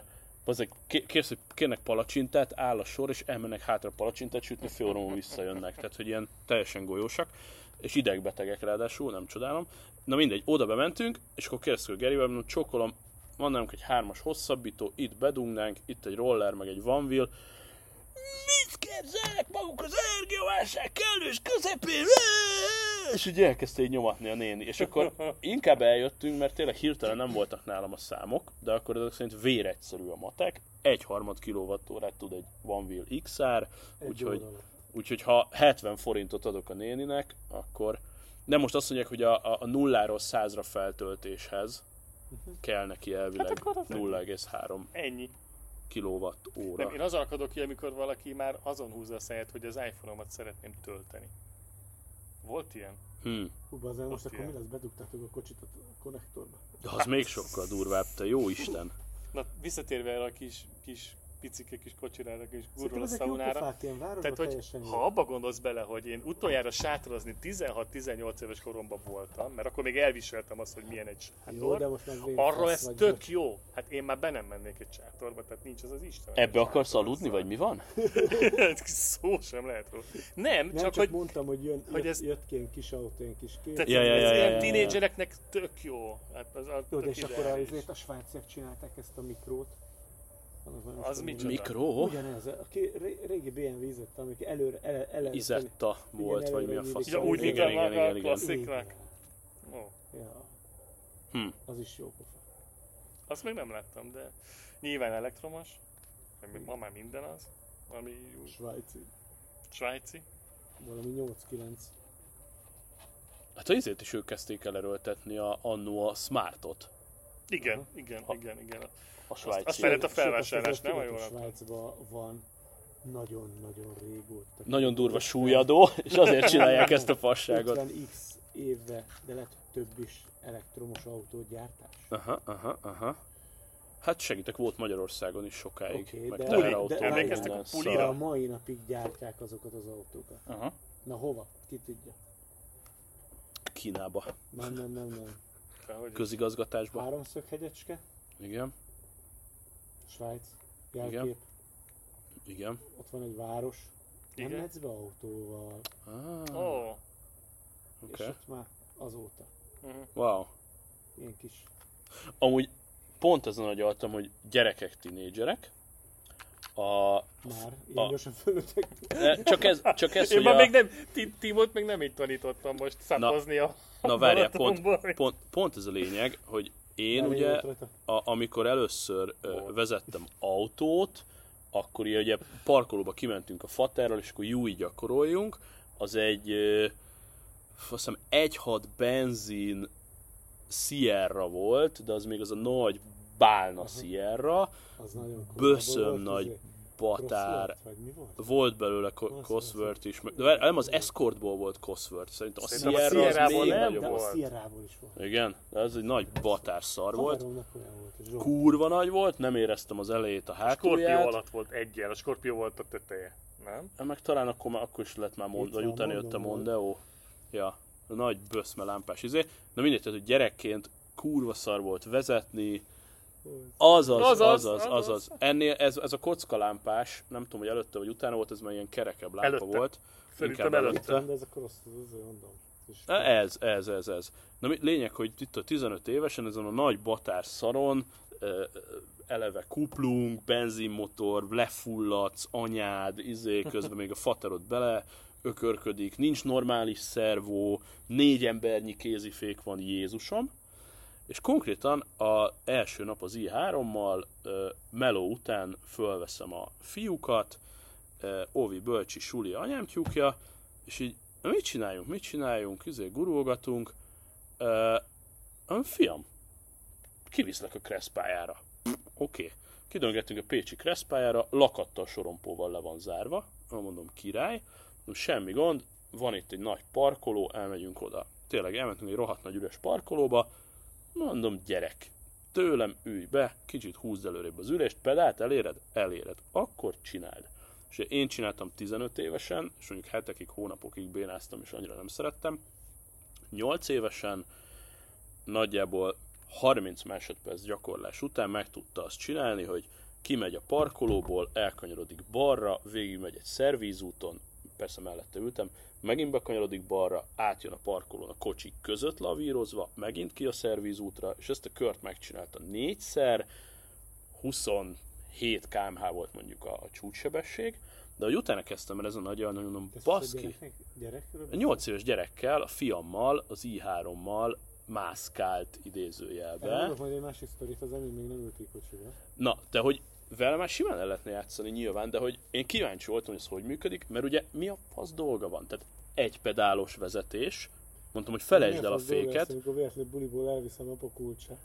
[SPEAKER 1] Bazzeg, ké- kérsz, hogy kérnek palacsintát, áll a sor, és elmennek hátra palacsintát sütni, fél órán visszajönnek. Tehát, hogy ilyen teljesen golyósak, és idegbetegek ráadásul, nem csodálom. Na mindegy, oda bementünk, és akkor kérdeztük a Gerivel, mondom, csókolom, van nálunk egy hármas hosszabbító, itt bedungnánk, itt egy roller, meg egy van wheel. Mit képzelnek maguk az energiaválság kellős közepén? És így elkezdte így nyomatni a néni, és akkor inkább eljöttünk, mert tényleg hirtelen nem voltak nálam a számok, de akkor ezek szerint véregyszerű a matek, egyharmad kilovattórát tud egy One Wheel XR,
[SPEAKER 3] Egy
[SPEAKER 1] úgyhogy,
[SPEAKER 3] óra.
[SPEAKER 1] úgyhogy ha 70 forintot adok a néninek, akkor nem most azt mondják, hogy a, a, a nulláról százra feltöltéshez kell neki elvileg
[SPEAKER 2] Mhm. Hát akkor az
[SPEAKER 1] 0,3
[SPEAKER 2] Ennyi.
[SPEAKER 1] kilowatt óra.
[SPEAKER 2] Nem, én azon akadok ki, amikor valaki már azon húzza a száját, hogy az iPhone-omat szeretném tölteni. Volt ilyen?
[SPEAKER 1] Hmm.
[SPEAKER 3] Hú, bazen, most
[SPEAKER 2] Ott
[SPEAKER 3] akkor mi
[SPEAKER 2] ilyen.
[SPEAKER 3] lesz? Bedugtátok a kocsit a konnektorba.
[SPEAKER 1] De az még sokkal durvább, te jó Isten.
[SPEAKER 2] Na, visszatérve erre a kis, kis picike kis kocsirára, kis
[SPEAKER 3] Szerintem
[SPEAKER 2] gurul a
[SPEAKER 3] ezek jó
[SPEAKER 2] szaunára.
[SPEAKER 3] pofák, ilyen városban
[SPEAKER 2] Tehát, hogy
[SPEAKER 3] teljesen jó.
[SPEAKER 2] ha abba gondolsz bele, hogy én utoljára sátrazni 16-18 éves koromban voltam, mert akkor még elviseltem azt, hogy milyen egy sátor.
[SPEAKER 3] Hát Jó, de most meg vén
[SPEAKER 2] Arra
[SPEAKER 3] fasz
[SPEAKER 2] ez
[SPEAKER 3] vagy,
[SPEAKER 2] tök
[SPEAKER 3] most.
[SPEAKER 2] jó. Hát én már be nem mennék egy sátorba, tehát nincs az az Isten.
[SPEAKER 1] Ebbe akarsz aludni, vagy mi van?
[SPEAKER 2] Szó sem lehet róla. Nem,
[SPEAKER 3] Nem, csak,
[SPEAKER 2] csak, hogy
[SPEAKER 3] mondtam, hogy, jön,
[SPEAKER 2] hogy
[SPEAKER 3] jött,
[SPEAKER 2] ez-
[SPEAKER 3] jött ki egy kis autó, ilyen kis kép.
[SPEAKER 2] Tehát
[SPEAKER 1] Ja, ja,
[SPEAKER 2] ez
[SPEAKER 1] ja, ja,
[SPEAKER 2] ilyen
[SPEAKER 1] ja, ja.
[SPEAKER 2] tínédzsereknek tök jó. Hát az, az,
[SPEAKER 3] Jó, de
[SPEAKER 2] tök
[SPEAKER 3] és akkor
[SPEAKER 2] ideális.
[SPEAKER 3] azért a svájciak csinálták ezt a mikrót. Annak nem is
[SPEAKER 2] Az
[SPEAKER 3] tudom,
[SPEAKER 2] micsoda?
[SPEAKER 3] mi-
[SPEAKER 1] Mikro?
[SPEAKER 3] Ugyanez, a ki, ré- régi BMW izett, amik előre, ele, ele,
[SPEAKER 1] Izetta volt, vagy mi a fasz.
[SPEAKER 2] Ja, úgy, mint
[SPEAKER 1] igen, igen, igen,
[SPEAKER 2] a
[SPEAKER 1] igen.
[SPEAKER 2] klassziknak. Ó,
[SPEAKER 3] Ja.
[SPEAKER 1] Hm.
[SPEAKER 3] Az is jó pofa.
[SPEAKER 2] azt még nem láttam, de nyilván elektromos. meg Ma már minden az, ami úgy
[SPEAKER 3] Svájci.
[SPEAKER 2] svájci.
[SPEAKER 3] Valami 8-9.
[SPEAKER 1] Hát azért is ők kezdték el erőltetni a, annó a Smartot,
[SPEAKER 2] Igen, igen, igen, igen.
[SPEAKER 1] a svájci.
[SPEAKER 2] azt felett a
[SPEAKER 3] Sok- sok
[SPEAKER 2] felvásárlás,
[SPEAKER 3] között
[SPEAKER 2] nem? Ha jól
[SPEAKER 3] hát a
[SPEAKER 2] látom.
[SPEAKER 3] Svájcban van nagyon-nagyon régóta.
[SPEAKER 1] Nagyon durva súlyadó, és azért csinálják ezt a fasságot.
[SPEAKER 3] 50x éve, de lehet hogy több is elektromos autógyártás.
[SPEAKER 1] Aha, aha, aha. Hát segítek, volt Magyarországon is sokáig,
[SPEAKER 3] Oké,
[SPEAKER 1] meg
[SPEAKER 3] de-
[SPEAKER 1] teherautó,
[SPEAKER 3] Puli- de-
[SPEAKER 1] meg
[SPEAKER 3] emlékeztek
[SPEAKER 1] minden
[SPEAKER 2] a pulira?
[SPEAKER 3] De szóval
[SPEAKER 1] szar.
[SPEAKER 3] a mai napig gyártják azokat az autókat.
[SPEAKER 1] Aha.
[SPEAKER 3] Na hova? Ki tudja?
[SPEAKER 1] Kínába,
[SPEAKER 3] Nem, nem, nem, nem.
[SPEAKER 2] De hogy-
[SPEAKER 1] közigazgatásba.
[SPEAKER 3] Háromszög hegyecske,
[SPEAKER 1] Igen,
[SPEAKER 3] Svájc, jelkép,
[SPEAKER 1] Igen. igen.
[SPEAKER 3] ott van egy város. Nem
[SPEAKER 2] Igen.
[SPEAKER 3] mehetsz be autóval,
[SPEAKER 1] Ah,
[SPEAKER 2] Ó,
[SPEAKER 3] és
[SPEAKER 1] oké.
[SPEAKER 3] ott már azóta.
[SPEAKER 1] Wow.
[SPEAKER 3] Ilyen kis
[SPEAKER 1] Amúgy pont ezen agyaltam, hogy gyerekek, tinédzserek. A...
[SPEAKER 3] már, ilyen
[SPEAKER 1] A-
[SPEAKER 3] gyorsan fölöttek.
[SPEAKER 1] Ne, Csak ez, Hát csak ez
[SPEAKER 2] Én
[SPEAKER 1] hogy
[SPEAKER 2] már
[SPEAKER 1] a...
[SPEAKER 2] még nem, Ti- Timot még nem így tanítottam most szapozni a
[SPEAKER 1] Na várjál, pont,
[SPEAKER 2] Balatonból.
[SPEAKER 1] pont, pont ez a lényeg, hogy én
[SPEAKER 3] Már
[SPEAKER 1] ugye,
[SPEAKER 3] jó ötlet.
[SPEAKER 1] a, amikor először ö, vezettem autót, akkor ilyen, ugye parkolóba kimentünk a faterral, és akkor júj gyakoroljunk, az egy ö, azt hiszem 1.6 benzin Sierra volt, de az még az a nagy bálna Sierra,
[SPEAKER 3] Az nagyon komoly. Abból
[SPEAKER 1] böszöm
[SPEAKER 3] volt
[SPEAKER 1] nagy
[SPEAKER 3] izé,
[SPEAKER 1] batár,
[SPEAKER 3] Crossword, vagy mi volt?
[SPEAKER 1] volt belőle
[SPEAKER 3] Cosworth.
[SPEAKER 1] Cosworth is, meg- de várj, nem az Escortból volt Cosworth, szerintem a
[SPEAKER 2] Szerintem a
[SPEAKER 1] Sierra az
[SPEAKER 2] Sierrából
[SPEAKER 1] még
[SPEAKER 2] nem,
[SPEAKER 1] nagyobb
[SPEAKER 3] de a
[SPEAKER 1] volt.
[SPEAKER 3] Sierra-ból is volt.
[SPEAKER 1] Igen, de ez egy nagy batás szar volt.
[SPEAKER 3] Haveromnak olyan volt, a Zsolt.
[SPEAKER 1] Kurva nagy volt, nem éreztem az elejét, a
[SPEAKER 2] Skorpió
[SPEAKER 1] hátulját.
[SPEAKER 2] alatt volt egyel, a Skorpió volt a teteje, nem?
[SPEAKER 1] Meg talán akkor, már- akkor is lett már
[SPEAKER 3] Itt
[SPEAKER 1] Mondeo, vagy
[SPEAKER 3] van,
[SPEAKER 1] utána jött a
[SPEAKER 3] Mondeo volt.
[SPEAKER 1] Mondeo. Ja, a nagy böszme lámpás izé. Na mindegy, tehát, hogy gyerekként kurva szar volt vezetni, azaz, azaz,
[SPEAKER 2] Azaz,
[SPEAKER 1] azaz,
[SPEAKER 2] azaz.
[SPEAKER 1] azaz. Ennél ez, ez a kocka lámpás, nem tudom, hogy előtte vagy utána volt, ez már ilyen kerekebb lámpa
[SPEAKER 2] Előtte.
[SPEAKER 1] volt.
[SPEAKER 2] Szerintem
[SPEAKER 1] Inkább
[SPEAKER 2] előtte.
[SPEAKER 3] De ez a cross, az az olyan dom. És
[SPEAKER 1] Na, Ez, ez, ez, ez. Na mi- lényeg, hogy itt a 15 évesen ezen a nagy batár szaron ö, ö, eleve kuplunk, benzinmotor, lefulladsz, anyád, izé, közben még a faterod bele ökörködik, nincs normális szervó, négy embernyi kézifék van Jézusom, És konkrétan az első nap az i3-mal ö, meló után fölveszem a fiúkat, ö, Ovi Bölcsi Suli anyám tyúkja, és így mit csináljunk, mit csináljunk, izé gurulgatunk. Ö, ám, fiam, kiviszlek a kreszpályára. Pff, Oké. Okay. Kidöngettünk a Pécsi kreszpályára, lakattal sorompóval le van zárva. Mondom, király. Mondom, semmi gond, van itt egy nagy parkoló, elmegyünk oda. Tényleg elmentünk egy rohadt nagy üres parkolóba. Mondom, gyerek, tőlem ülj be, kicsit húzd előrébb az ülést, pedált eléred? Eléred. Akkor csináld. És én csináltam 15 évesen, és mondjuk hetekig, hónapokig bénáztam, és annyira nem szerettem. 8 évesen nagyjából 30 másodperc gyakorlás után meg tudta azt csinálni, hogy kimegy a parkolóból, elkanyarodik balra, végigmegy egy szervízúton, persze mellette ültem, megint bekanyarodik balra, átjön a parkolón a kocsik között lavírozva, megint ki a szervízútra, és ezt a kört megcsinálta négyszer, 27 kmh volt mondjuk a, a csúcssebesség, de hogy utána kezdtem el ezen agyalni, hogy mondom,
[SPEAKER 3] Ezt a
[SPEAKER 1] baszki,
[SPEAKER 3] gyereknek- Gyerekről?
[SPEAKER 1] a 8 éves gyerekkel, a fiammal, az i3-mal mászkált idézőjelbe.
[SPEAKER 3] Elmondok majd egy másik sztorit, az enyém még nem ült ki kocsiba.
[SPEAKER 1] Na, de hogy vele már simán el lehetne játszani nyilván, de hogy én kíváncsi voltam, hogy ez hogy működik, mert ugye mi a fasz dolga van? Tehát egy pedálos vezetés, mondtam, hogy felejtsd
[SPEAKER 3] Milyen
[SPEAKER 1] el a
[SPEAKER 3] fasz dolga lesz,
[SPEAKER 1] féket.
[SPEAKER 3] Amikor véletlenül buliból elviszem apa kulcsát.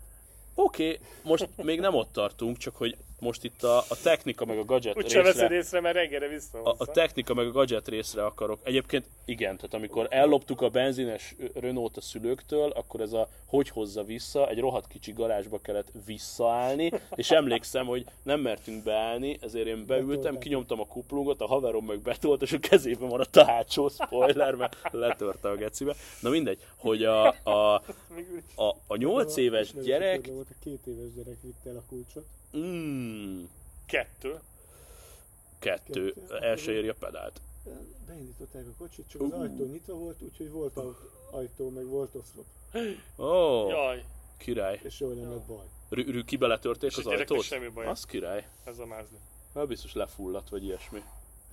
[SPEAKER 1] Oké, okay, most még nem ott tartunk, csak hogy most itt a, a technika meg a gadget
[SPEAKER 2] Úgyse veszed
[SPEAKER 1] részre,
[SPEAKER 2] észre, mert reggelre
[SPEAKER 1] a, a
[SPEAKER 2] visszahozza.
[SPEAKER 1] technika meg a gadget részre akarok. Egyébként igen, tehát amikor elloptuk a benzines Renault a szülőktől, akkor ez a hogy hozza vissza, egy rohadt kicsi garázsba kellett visszaállni, és emlékszem, hogy nem mertünk beállni, ezért én beültem,
[SPEAKER 3] Betolták.
[SPEAKER 1] kinyomtam a kuplungot, a haverom meg betolt, és a kezébe maradt a hátsó spoiler, mert letörte a gecibe. Na mindegy, hogy a, a, a, a 8
[SPEAKER 3] Ahol
[SPEAKER 1] éves
[SPEAKER 3] ismerősök
[SPEAKER 1] gyerek
[SPEAKER 3] közben Volt, a két éves gyerek vitte el a kulcsot.
[SPEAKER 1] Mm,
[SPEAKER 2] Kettő.
[SPEAKER 1] kettő.
[SPEAKER 3] Kettő.
[SPEAKER 1] El se éri a pedált.
[SPEAKER 3] Beindították a kocsit, csak az ajtó nyitva volt, úgyhogy volt a- ajtó, meg volt oszlop.
[SPEAKER 1] Ó, oh,
[SPEAKER 2] Jaj,
[SPEAKER 1] király.
[SPEAKER 3] És soha nem lett baj.
[SPEAKER 1] Rü- rü- kibeletörték
[SPEAKER 2] És a
[SPEAKER 1] az
[SPEAKER 2] gyereknek
[SPEAKER 1] ajtót?
[SPEAKER 2] semmi baja.
[SPEAKER 1] Az király.
[SPEAKER 2] ez a mázli.
[SPEAKER 1] Hát biztos lefulladt, vagy ilyesmi.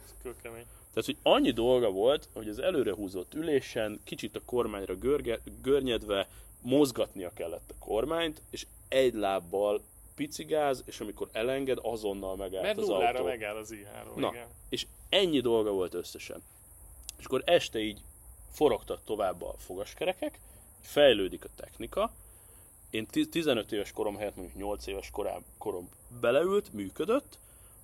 [SPEAKER 2] Ez kőkemény.
[SPEAKER 1] Tehát, hogy annyi dolga volt, hogy az előrehúzott ülésen, kicsit a kormányra görge, görnyedve, mozgatnia kellett a kormányt, és egy lábbal picigáz, és amikor elenged, azonnal megállt
[SPEAKER 2] Mert
[SPEAKER 1] az
[SPEAKER 2] nullára
[SPEAKER 1] autó.
[SPEAKER 2] megáll az i3,
[SPEAKER 1] Na,
[SPEAKER 2] igen.
[SPEAKER 1] és ennyi dolga volt összesen. És akkor este így forogtak tovább a fogaskerekek, fejlődik a technika, én ti- 15 éves korom helyett mondjuk 8 éves korám, korom beleült, működött,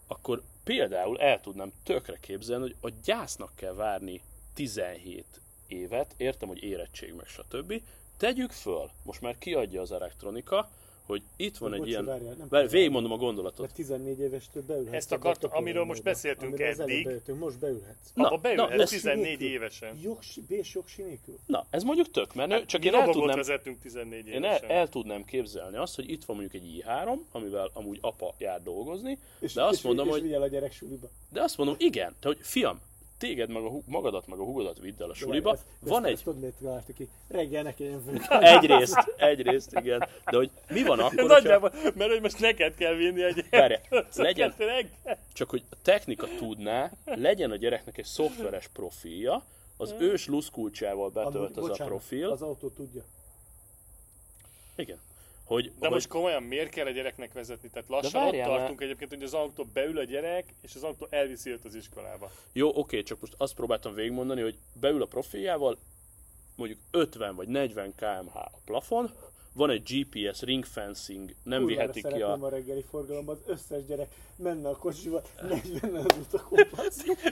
[SPEAKER 1] akkor például el tudnám tökre képzelni, hogy a gyásznak kell várni 17 évet, értem, hogy érettség meg stb. Tegyük föl, most már kiadja az elektronika, hogy itt van egy
[SPEAKER 3] Bocs,
[SPEAKER 1] ilyen...
[SPEAKER 3] várjál, nem
[SPEAKER 1] Várj,
[SPEAKER 3] kell.
[SPEAKER 1] végigmondom a gondolatot.
[SPEAKER 3] Mert 14 évestől beülhetsz.
[SPEAKER 2] Ezt
[SPEAKER 3] a
[SPEAKER 2] akart-
[SPEAKER 3] Dr. Polo
[SPEAKER 2] amiről most
[SPEAKER 3] módba.
[SPEAKER 2] beszéltünk
[SPEAKER 3] Amiről az előbb
[SPEAKER 2] eddig.
[SPEAKER 3] beültünk, most beülhetsz.
[SPEAKER 1] Na,
[SPEAKER 2] Abba beülhet
[SPEAKER 1] na, ez
[SPEAKER 2] 14
[SPEAKER 3] nélkül.
[SPEAKER 2] évesen.
[SPEAKER 3] Jogsi, és jogsi nélkül?
[SPEAKER 1] Na, ez mondjuk tök menő, csak
[SPEAKER 3] Hát,
[SPEAKER 2] Mi
[SPEAKER 1] én el
[SPEAKER 2] lovagot
[SPEAKER 1] tudnám,
[SPEAKER 2] vezettünk 14
[SPEAKER 1] én el,
[SPEAKER 2] évesen.
[SPEAKER 1] el tudnám képzelni azt, hogy itt van mondjuk egy i3, amivel amúgy apa jár dolgozni,
[SPEAKER 3] És,
[SPEAKER 1] de azt
[SPEAKER 3] és,
[SPEAKER 1] mondom,
[SPEAKER 3] és
[SPEAKER 1] hogy
[SPEAKER 3] vigyel a gyerek suliba.
[SPEAKER 1] de azt mondom, igen, te hogy fiam, téged meg a hu- magadat meg a hugodat vidd el a suliba,
[SPEAKER 3] Ezt- ezt-
[SPEAKER 1] van
[SPEAKER 3] ezt
[SPEAKER 1] egy
[SPEAKER 3] Tudod, miért találtuk ki? Reggel ne kelljen fel.
[SPEAKER 1] egyrészt, egyrészt, igen, de hogy mi van akkor, hogyha,
[SPEAKER 2] Nagyjából, mert hogy most neked kell vinni egy
[SPEAKER 1] Várj, legyen-
[SPEAKER 2] kettő reggel.
[SPEAKER 1] csak hogy a technika tudná, legyen a gyereknek egy szoftveres profilja, az ős luszkulcsával betölt az a profil.
[SPEAKER 3] Az autó tudja.
[SPEAKER 1] Igen. Hogy,
[SPEAKER 2] De
[SPEAKER 1] hogy
[SPEAKER 2] most komolyan miért kell a gyereknek vezetni? Tehát lassan ott
[SPEAKER 1] várjál már.
[SPEAKER 2] tartunk egyébként, hogy az autó beül a gyerek, és az autó elviszi őt az iskolába.
[SPEAKER 1] Jó, oké, csak most azt próbáltam végigmondani, hogy beül a profiljával, mondjuk 50 vagy 40 kmh a plafon, van egy GPS ring fencing, nem
[SPEAKER 3] Kurvára
[SPEAKER 1] viheti ki
[SPEAKER 3] szeretném
[SPEAKER 1] a...
[SPEAKER 3] a reggeli forgalomban, az összes gyerek menne a kocsiba, menne az utakon.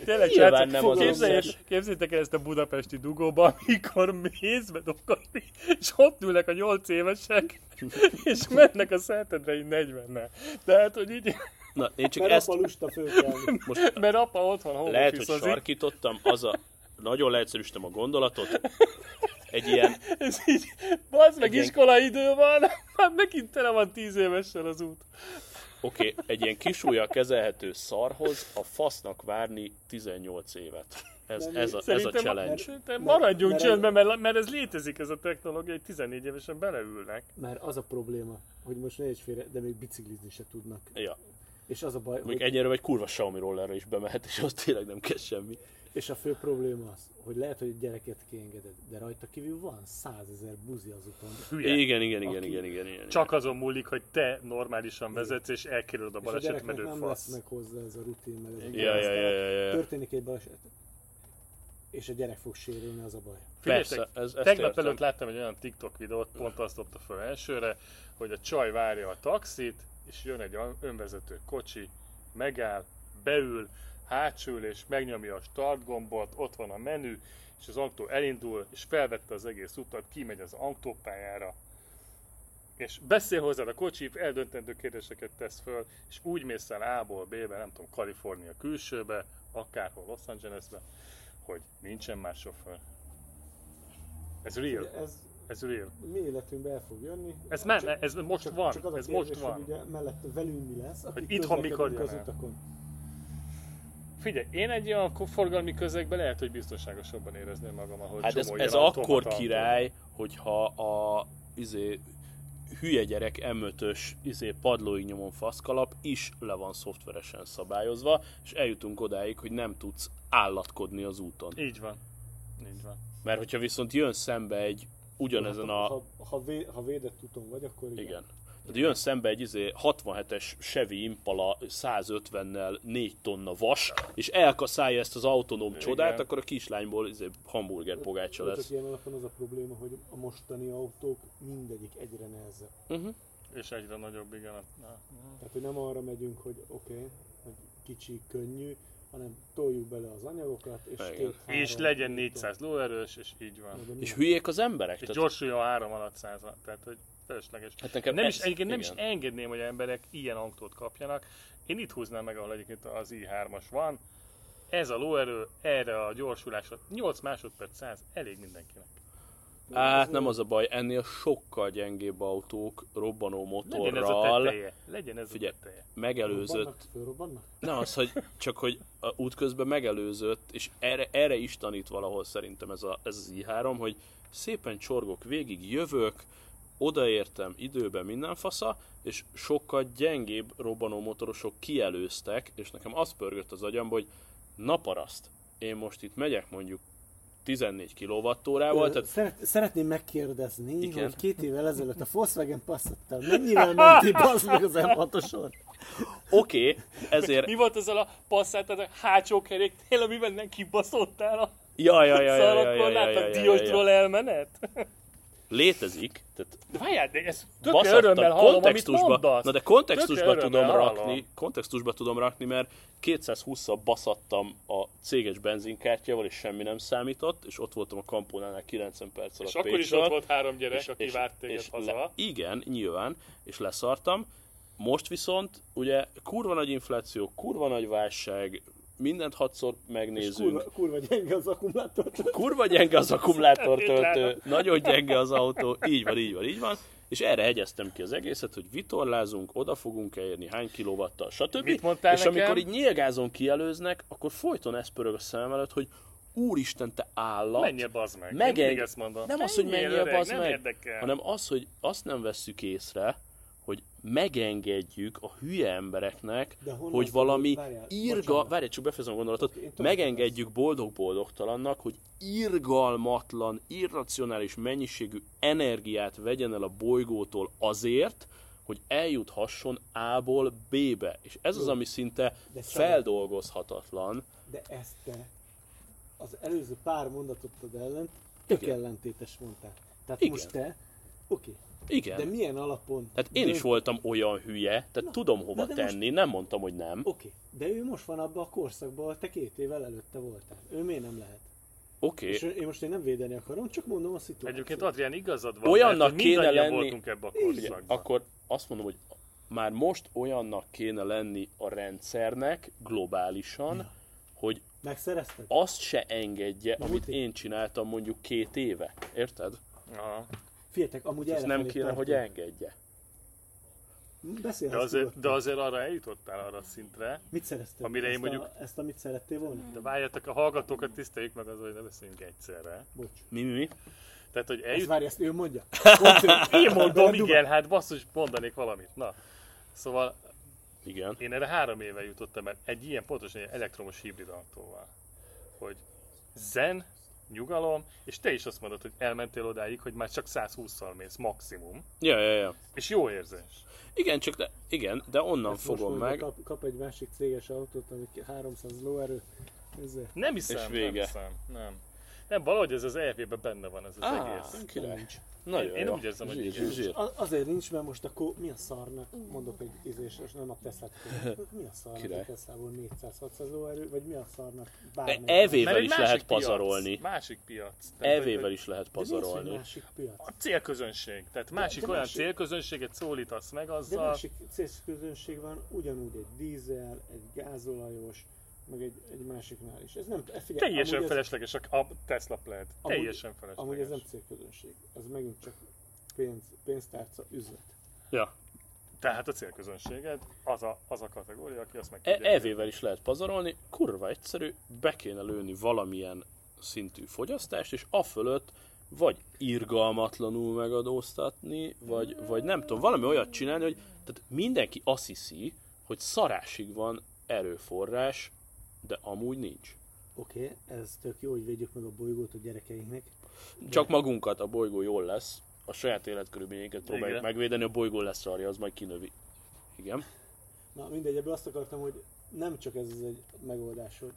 [SPEAKER 2] Tényleg,
[SPEAKER 1] Nyilván
[SPEAKER 2] srácok,
[SPEAKER 1] nem az
[SPEAKER 2] képzeljétek-
[SPEAKER 1] összes.
[SPEAKER 2] Képzeljétek el ezt a budapesti dugóba, amikor mézbe dokolni, és ott ülnek a nyolc évesek, és mennek a szentedrei 40-nel. Tehát, hogy így,
[SPEAKER 1] Na, én csak
[SPEAKER 3] Mert
[SPEAKER 1] ezt...
[SPEAKER 3] apa lusta fölkelni.
[SPEAKER 2] mert apa otthon home
[SPEAKER 1] Lehet, hogy
[SPEAKER 2] office-ozik.
[SPEAKER 1] sarkítottam, az a... Nagyon leegyszerűsítem a gondolatot. Egy ilyen...
[SPEAKER 2] Ez így, bazd meg
[SPEAKER 1] Egy ilyen-
[SPEAKER 2] iskolaidő van, már megint tele van tíz évesen az út.
[SPEAKER 1] Oké, okay, egy ilyen kisúlyjal kezelhető szarhoz a fasznak várni 18 évet. Ez, ez, a, ez a
[SPEAKER 2] Szerintem-
[SPEAKER 1] challenge.
[SPEAKER 2] Szerintem maradjunk
[SPEAKER 3] mert-
[SPEAKER 2] csöndben, mert, mert ez létezik ez a technológia, hogy 14 évesen beleülnek.
[SPEAKER 3] Mert az a probléma, hogy most ne egy félre, de még biciklizni se tudnak.
[SPEAKER 1] Ja.
[SPEAKER 3] És az a baj, hogy
[SPEAKER 1] Még ennyire egy kurva Xiaomi rollerre is bemehet, és az tényleg nem kell semmi.
[SPEAKER 3] És a fő probléma az, hogy lehet, hogy egy gyereket kiengeded, de rajta kívül van százezer buzi az úton.
[SPEAKER 2] Hülye.
[SPEAKER 1] Igen, igen, igen, igen,
[SPEAKER 3] Aki-
[SPEAKER 1] igen, igen, igen.
[SPEAKER 2] Csak azon múlik, hogy te normálisan vezetsz, és elkerülöd a
[SPEAKER 3] És a
[SPEAKER 2] baleset,
[SPEAKER 3] gyereknek
[SPEAKER 2] mert ő
[SPEAKER 3] nem
[SPEAKER 2] fasz.
[SPEAKER 3] lesz meg hozzá ez a rutin, meg ez a
[SPEAKER 1] Ja, ja, ja, ja, ja.
[SPEAKER 3] Történik egy baleset, és a gyerek fog sérülni, az a baj.
[SPEAKER 2] Figyeljetek,
[SPEAKER 1] Persze, ez- ezt
[SPEAKER 2] tegnap
[SPEAKER 1] értem.
[SPEAKER 2] előtt láttam egy olyan TikTok videót, pont azt dobta föl elsőre, hogy a csaj várja a taxit, és jön egy önvezető kocsi, megáll, beül, hátsül, és megnyomja a start gombot, ott van a menü, és az autó elindul, és felvette az egész utat, kimegy az autópályára, és beszél hozzád a kocsi, eldöntendő kérdéseket tesz föl, és úgy mész el A-ból B-be, nem tudom, Kalifornia külsőbe, akárhol Los Angelesbe, hogy nincsen más sofőr. Ez
[SPEAKER 3] Ugye
[SPEAKER 2] real.
[SPEAKER 3] ez
[SPEAKER 2] Ez real.
[SPEAKER 3] mi életünkbe el fog jönni.
[SPEAKER 2] Ez már- ez most van, ez most van.
[SPEAKER 3] Hogy ugye mellette velünk mi lesz, akik
[SPEAKER 2] itthon
[SPEAKER 3] közlekedünk
[SPEAKER 2] mikor jön
[SPEAKER 3] az
[SPEAKER 2] el.
[SPEAKER 3] utakon.
[SPEAKER 2] Figyelj, én egy olyan ko- forgalmi közegben lehet, hogy biztonságosabban érezném magam, ahol
[SPEAKER 1] Hát ez,
[SPEAKER 2] csomó
[SPEAKER 1] ez
[SPEAKER 2] ilyen
[SPEAKER 1] akkor
[SPEAKER 2] automata
[SPEAKER 1] király, hogyha a izé, hülye gyerek M5-ös izé, padlói nyomon faszkalap is le van szoftveresen szabályozva, és eljutunk odáig, hogy nem tudsz állatkodni az úton.
[SPEAKER 2] autó. Így van. Így van.
[SPEAKER 1] Mert hogyha viszont jön szembe egy ugyanezen a...
[SPEAKER 3] Hát Ha, ha, vé, ha védett úton vagy, akkor igen.
[SPEAKER 1] Igen. Tehát jön szembe egy izé 67-es Chevy Impala 150-nel 4 tonna vas, és elkaszálja ezt az autonóm csodát, akkor a kislányból izé hamburger pogácsa
[SPEAKER 3] Csak
[SPEAKER 1] lesz.
[SPEAKER 3] ilyen alapon az a probléma, hogy a mostani autók mindegyik egyre nehezebb.
[SPEAKER 2] És egyre nagyobb, igen. a- a-
[SPEAKER 3] Tehát, hogy nem arra megyünk, hogy oké, okay, hogy kicsi, könnyű, hanem toljuk bele az anyagokat, és
[SPEAKER 1] Igen.
[SPEAKER 3] két
[SPEAKER 2] És legyen 400 lóerős, és így van.
[SPEAKER 1] És hülyék az emberek?
[SPEAKER 2] És
[SPEAKER 1] Tehát-
[SPEAKER 2] gyorsuljon 3 alatt 100 tehát hogy felesleges.
[SPEAKER 1] Hát nekem
[SPEAKER 2] nem,
[SPEAKER 1] ez-
[SPEAKER 2] is, egyébként nem is
[SPEAKER 1] igen.
[SPEAKER 2] engedném, hogy emberek ilyen autót kapjanak. Én itt húznám meg, ahol egyébként az i3-as van. Ez a lóerő, erre a gyorsulásra 8 másodperc 100, elég mindenkinek.
[SPEAKER 1] Hát nem az a baj, ennél sokkal gyengébb autók robbanó
[SPEAKER 2] Legyen ez a
[SPEAKER 1] motorral
[SPEAKER 2] teteje. Legyen ez
[SPEAKER 1] Figyelj.
[SPEAKER 2] a teteje.
[SPEAKER 1] megelőzött.
[SPEAKER 3] Fölrobbannak? Fölrobbannak?
[SPEAKER 1] Nem az, hogy csak hogy a út közben megelőzött, és erre, erre is tanít valahol szerintem ez, a, ez az i3, hogy szépen csorgok végig, jövök, odaértem időben minden fasza, és sokkal gyengébb robbanó motorosok kielőztek, és nekem az pörgött az agyamba, hogy na paraszt, én most itt megyek mondjuk 14 kWh-val,
[SPEAKER 3] Ö,
[SPEAKER 1] tehát
[SPEAKER 3] Szeret, szeretném megkérdezni,
[SPEAKER 1] Igen.
[SPEAKER 3] Igen. hogy két évvel ezelőtt a Volkswagen Passattal mennyire menti bazd meg az M6-oson?
[SPEAKER 1] oké, okay, ezért
[SPEAKER 2] Mi volt ezzel a passzát, a hátsó keréknél, amiben nem kibaszottál a
[SPEAKER 1] Ja, ja, ja,
[SPEAKER 2] Szóval
[SPEAKER 1] ja, ja, ja,
[SPEAKER 2] szarokon,
[SPEAKER 1] ja,
[SPEAKER 2] láttad
[SPEAKER 1] ja, ja, ja.
[SPEAKER 2] Diósról elmenet?
[SPEAKER 1] Létezik, tehát
[SPEAKER 2] De várjál, de ezt tökre
[SPEAKER 1] baszattan,
[SPEAKER 2] örömmel hallom, amit
[SPEAKER 1] kontextusba,
[SPEAKER 2] mondasz.
[SPEAKER 1] na de
[SPEAKER 2] Tökre
[SPEAKER 1] kontextusba
[SPEAKER 2] örömmel
[SPEAKER 1] tudom
[SPEAKER 2] hallom.
[SPEAKER 1] rakni, kontextusba tudom rakni, mert 220-szal baszattam a céges benzinkártyával, és semmi nem számított, és ott voltam a kampónánál 90 perc alatt
[SPEAKER 2] És akkor is
[SPEAKER 1] Pécsről,
[SPEAKER 2] ott volt három gyerek, aki várt téged
[SPEAKER 1] és
[SPEAKER 2] haza.
[SPEAKER 1] Le, igen, nyilván, és leszartam. Most viszont, ugye, kurva nagy infláció, kurva nagy válság, mindent hatszor megnézünk.
[SPEAKER 3] Kurva, kurva gyenge az akkumulátor.
[SPEAKER 1] kurva gyenge az akkumulátortöltő,
[SPEAKER 2] Tényleg.
[SPEAKER 1] nagyon gyenge az autó, így van, így van, így van. És erre hegyeztem ki az egészet, hogy vitorlázunk, oda fogunk elérni, hány kilovattal, stb.
[SPEAKER 2] Mit mondtál
[SPEAKER 1] és
[SPEAKER 2] nekem?
[SPEAKER 1] amikor így nyilgázon kielőznek, akkor folyton ez pörög a szemem előtt, hogy úristen, te állat.
[SPEAKER 2] Menjél, bazd meg. Én
[SPEAKER 1] Megeng-
[SPEAKER 2] mindig ezt mondom.
[SPEAKER 1] Nem az, hogy
[SPEAKER 2] Menjél,
[SPEAKER 1] menjél
[SPEAKER 2] öreg,
[SPEAKER 1] bazd
[SPEAKER 2] nem
[SPEAKER 1] meg,
[SPEAKER 2] érdekel.
[SPEAKER 1] hanem az, hogy azt nem vesszük észre, hogy megengedjük a hülye embereknek,
[SPEAKER 3] De honnan
[SPEAKER 1] hogy
[SPEAKER 3] tudod?
[SPEAKER 1] valami
[SPEAKER 3] Várjál,
[SPEAKER 1] irga,
[SPEAKER 3] bocsánat.
[SPEAKER 1] várj, csak befejezem a gondolatot,
[SPEAKER 3] Én tudom,
[SPEAKER 1] megengedjük boldog-boldogtalannak, hogy irgalmatlan, irracionális mennyiségű energiát vegyen el a bolygótól azért, hogy eljuthasson A-ból B-be. És ez az, ami szinte
[SPEAKER 3] De Csaba-
[SPEAKER 1] feldolgozhatatlan.
[SPEAKER 3] De ezt te az előző pár mondatotad ellen tök
[SPEAKER 1] Igen.
[SPEAKER 3] ellentétes mondtál. Tehát
[SPEAKER 1] Igen.
[SPEAKER 3] most te, oké,
[SPEAKER 1] Igen.
[SPEAKER 3] de milyen alapon...
[SPEAKER 1] Tehát én
[SPEAKER 3] dönt-
[SPEAKER 1] is voltam olyan hülye, tehát tudom hova
[SPEAKER 3] na de most-
[SPEAKER 1] tenni, nem mondtam, hogy nem.
[SPEAKER 3] Oké, de ő most van abban a korszakban, ahol te két évvel előtte voltál. Ő miért nem lehet?
[SPEAKER 1] Oké,
[SPEAKER 3] És én most én nem védeni akarom, csak mondom a szituációt.
[SPEAKER 2] Egyébként Adrián igazad van,
[SPEAKER 1] Olyannak
[SPEAKER 2] mert hogy
[SPEAKER 1] kéne
[SPEAKER 2] mindannyian
[SPEAKER 1] lenni-
[SPEAKER 2] voltunk ebbe a
[SPEAKER 1] Ugye,
[SPEAKER 2] korszakban.
[SPEAKER 1] akkor azt mondom, hogy már most olyannak kéne lenni a rendszernek globálisan, hogy
[SPEAKER 3] Megszerezted?
[SPEAKER 1] azt se engedje, amit
[SPEAKER 3] Multi.
[SPEAKER 1] én csináltam mondjuk két éve. Érted?
[SPEAKER 2] Aha.
[SPEAKER 3] Figyeljetek, amúgy
[SPEAKER 1] Ez
[SPEAKER 3] erre
[SPEAKER 1] nem kéne, hogy engedje.
[SPEAKER 3] Beszélhetsz
[SPEAKER 2] De azért,
[SPEAKER 3] nyugodtan.
[SPEAKER 2] de azért arra eljutottál arra a szintre.
[SPEAKER 3] Mit szereztél?
[SPEAKER 2] Amire én
[SPEAKER 3] ezt
[SPEAKER 2] mondjuk-
[SPEAKER 3] A, ezt, amit szerettél volna?
[SPEAKER 2] De várjatok, a hallgatókat tiszteljük meg azzal, hogy ne beszéljünk egyszerre.
[SPEAKER 3] Bocs.
[SPEAKER 1] Mi, mi, mi?
[SPEAKER 2] Tehát, hogy
[SPEAKER 3] Ezt
[SPEAKER 2] eljut...
[SPEAKER 3] várj, ezt ő mondja.
[SPEAKER 2] Én mondom, igen, hát basszus, mondanék valamit. Na. Szóval
[SPEAKER 1] Igen.
[SPEAKER 2] én erre három éve jutottam el egy ilyen pontosan egy elektromos hibrid autóval. hogy zen, nyugalom, és te is azt mondod, hogy elmentél odáig, hogy már csak 120-szal mész maximum,
[SPEAKER 1] Ja, ja, ja.
[SPEAKER 2] és jó érzés.
[SPEAKER 1] Igen, csak de, igen, de onnan
[SPEAKER 3] Ezt
[SPEAKER 1] fogom
[SPEAKER 3] most mondja,
[SPEAKER 1] meg.
[SPEAKER 3] Kap, kap, egy másik céges autót, ami 300 lóerő. Ezzel.
[SPEAKER 2] Nem hiszem,
[SPEAKER 1] És vége.
[SPEAKER 2] nem hiszem. Nem. Nem, valahogy ez az EV-ben benne van ez az
[SPEAKER 1] Á,
[SPEAKER 2] egész.
[SPEAKER 1] király.
[SPEAKER 3] Nincs.
[SPEAKER 1] Nagyon
[SPEAKER 2] Én- én
[SPEAKER 1] jó.
[SPEAKER 2] úgy érzem, hogy
[SPEAKER 1] Zsír,
[SPEAKER 2] igen.
[SPEAKER 1] zsír.
[SPEAKER 3] A- Azért nincs, mert most akkor mi a szarnak, mondok egy ízést, és nem a teszát. Mi a szarnak
[SPEAKER 1] Király.
[SPEAKER 3] a teszából 400-600 lóerő, vagy mi a szarnak
[SPEAKER 1] E-
[SPEAKER 3] bármelyik?
[SPEAKER 1] Evével
[SPEAKER 2] egy
[SPEAKER 1] is
[SPEAKER 2] másik
[SPEAKER 1] lehet
[SPEAKER 2] piac,
[SPEAKER 1] pazarolni. E
[SPEAKER 2] Másik piac. Tehát, hogy-
[SPEAKER 1] Evével is lehet
[SPEAKER 3] De nincs egy
[SPEAKER 1] pazarolni.
[SPEAKER 3] másik piac.
[SPEAKER 2] A célközönség. Tehát másik
[SPEAKER 3] de
[SPEAKER 2] olyan
[SPEAKER 3] másik-
[SPEAKER 2] célközönséget szólítasz meg
[SPEAKER 3] De
[SPEAKER 2] azzal.
[SPEAKER 3] másik célközönség van, ugyanúgy egy dízel, egy gázolajos, meg egy, egy másiknál is. Ez nem, ez figyelj,
[SPEAKER 2] Teljesen
[SPEAKER 3] amúgy ez,
[SPEAKER 2] felesleges a- a Tesla pled.
[SPEAKER 3] Amúgy-
[SPEAKER 2] Teljesen felesleges.
[SPEAKER 3] amúgy ez nem célközönség. Ez megint csak pénz, pénztárca, üzlet.
[SPEAKER 1] Ja.
[SPEAKER 2] Tehát a célközönséged az a, az a kategória, aki azt meg
[SPEAKER 1] E-
[SPEAKER 2] tudja
[SPEAKER 1] Evével is lehet pazarolni, kurva egyszerű, be kéne lőni valamilyen szintű fogyasztást, és a fölött vagy irgalmatlanul megadóztatni, vagy, vagy nem tudom, valami olyat csinálni, hogy tehát mindenki azt hiszi, hogy szarásig van erőforrás, de amúgy nincs.
[SPEAKER 3] Oké, okay, ez tök jó, hogy védjük meg a bolygót a gyerekeinknek.
[SPEAKER 1] Csak magunkat, a bolygó jól lesz, a saját életkörülményeinket próbáljuk
[SPEAKER 2] Igen.
[SPEAKER 1] megvédeni, a bolygó lesz arja, az majd kinövi. Igen.
[SPEAKER 3] Na mindegy, ebből azt akartam, hogy nem csak ez az egy megoldás, hogy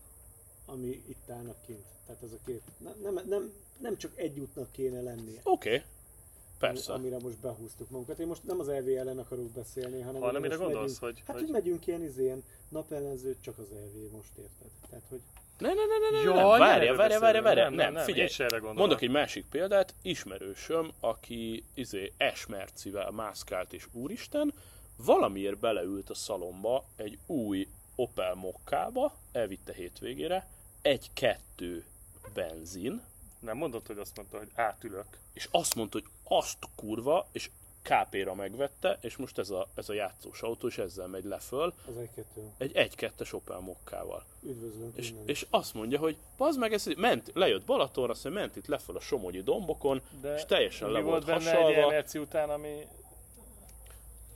[SPEAKER 3] ami itt állnak kint. Tehát ez a két. Nem, nem, nem, nem csak egy útnak kéne lennie.
[SPEAKER 1] Oké. Okay. Persze.
[SPEAKER 3] Amire most behúztuk magunkat. Én most nem az EV ellen akarok beszélni, hanem...
[SPEAKER 2] Hanem
[SPEAKER 3] hogy
[SPEAKER 2] mire
[SPEAKER 3] most
[SPEAKER 2] gondolsz,
[SPEAKER 3] megyünk,
[SPEAKER 2] hogy-
[SPEAKER 3] Hát,
[SPEAKER 2] hogy-
[SPEAKER 3] hogy, megyünk ilyen izén, napellenző, csak az EV most érted. Tehát, hogy
[SPEAKER 1] Ne, ne, ne, ne, ne, nem,
[SPEAKER 2] Jaj, ne
[SPEAKER 1] várja,
[SPEAKER 2] erre
[SPEAKER 1] várja, várja,
[SPEAKER 2] beszélünk.
[SPEAKER 1] várja,
[SPEAKER 2] Nem,
[SPEAKER 1] nem,
[SPEAKER 2] nem,
[SPEAKER 1] nem,
[SPEAKER 2] nem,
[SPEAKER 1] figyelj.
[SPEAKER 2] én se erre gondolom.
[SPEAKER 1] Mondok egy másik példát, ismerősöm, aki izé esmercivel mászkált és úristen, valamiért beleült a szalomba egy új Opel Mokkába, elvitte hétvégére, egy-kettő benzin,
[SPEAKER 2] Nem mondod, hogy azt mondta, hogy átülök.
[SPEAKER 1] és azt mondta, hogy azt kurva, és KP-ra megvette, és most ez a, ez a játszós autó, és ezzel megy leföl,
[SPEAKER 3] az egy kettő.
[SPEAKER 1] egy 1-2-es Opel Mokkával.
[SPEAKER 3] Üdvözlünk
[SPEAKER 1] És,
[SPEAKER 3] innen.
[SPEAKER 1] és azt mondja, hogy bazd meg, ez ment, lejött Balatonra, azt mondja, ment itt leföl a Somogyi dombokon,
[SPEAKER 2] De
[SPEAKER 1] De és teljesen
[SPEAKER 2] mi
[SPEAKER 1] le volt,
[SPEAKER 2] benne egy
[SPEAKER 1] hasalva.
[SPEAKER 2] emerci után, ami...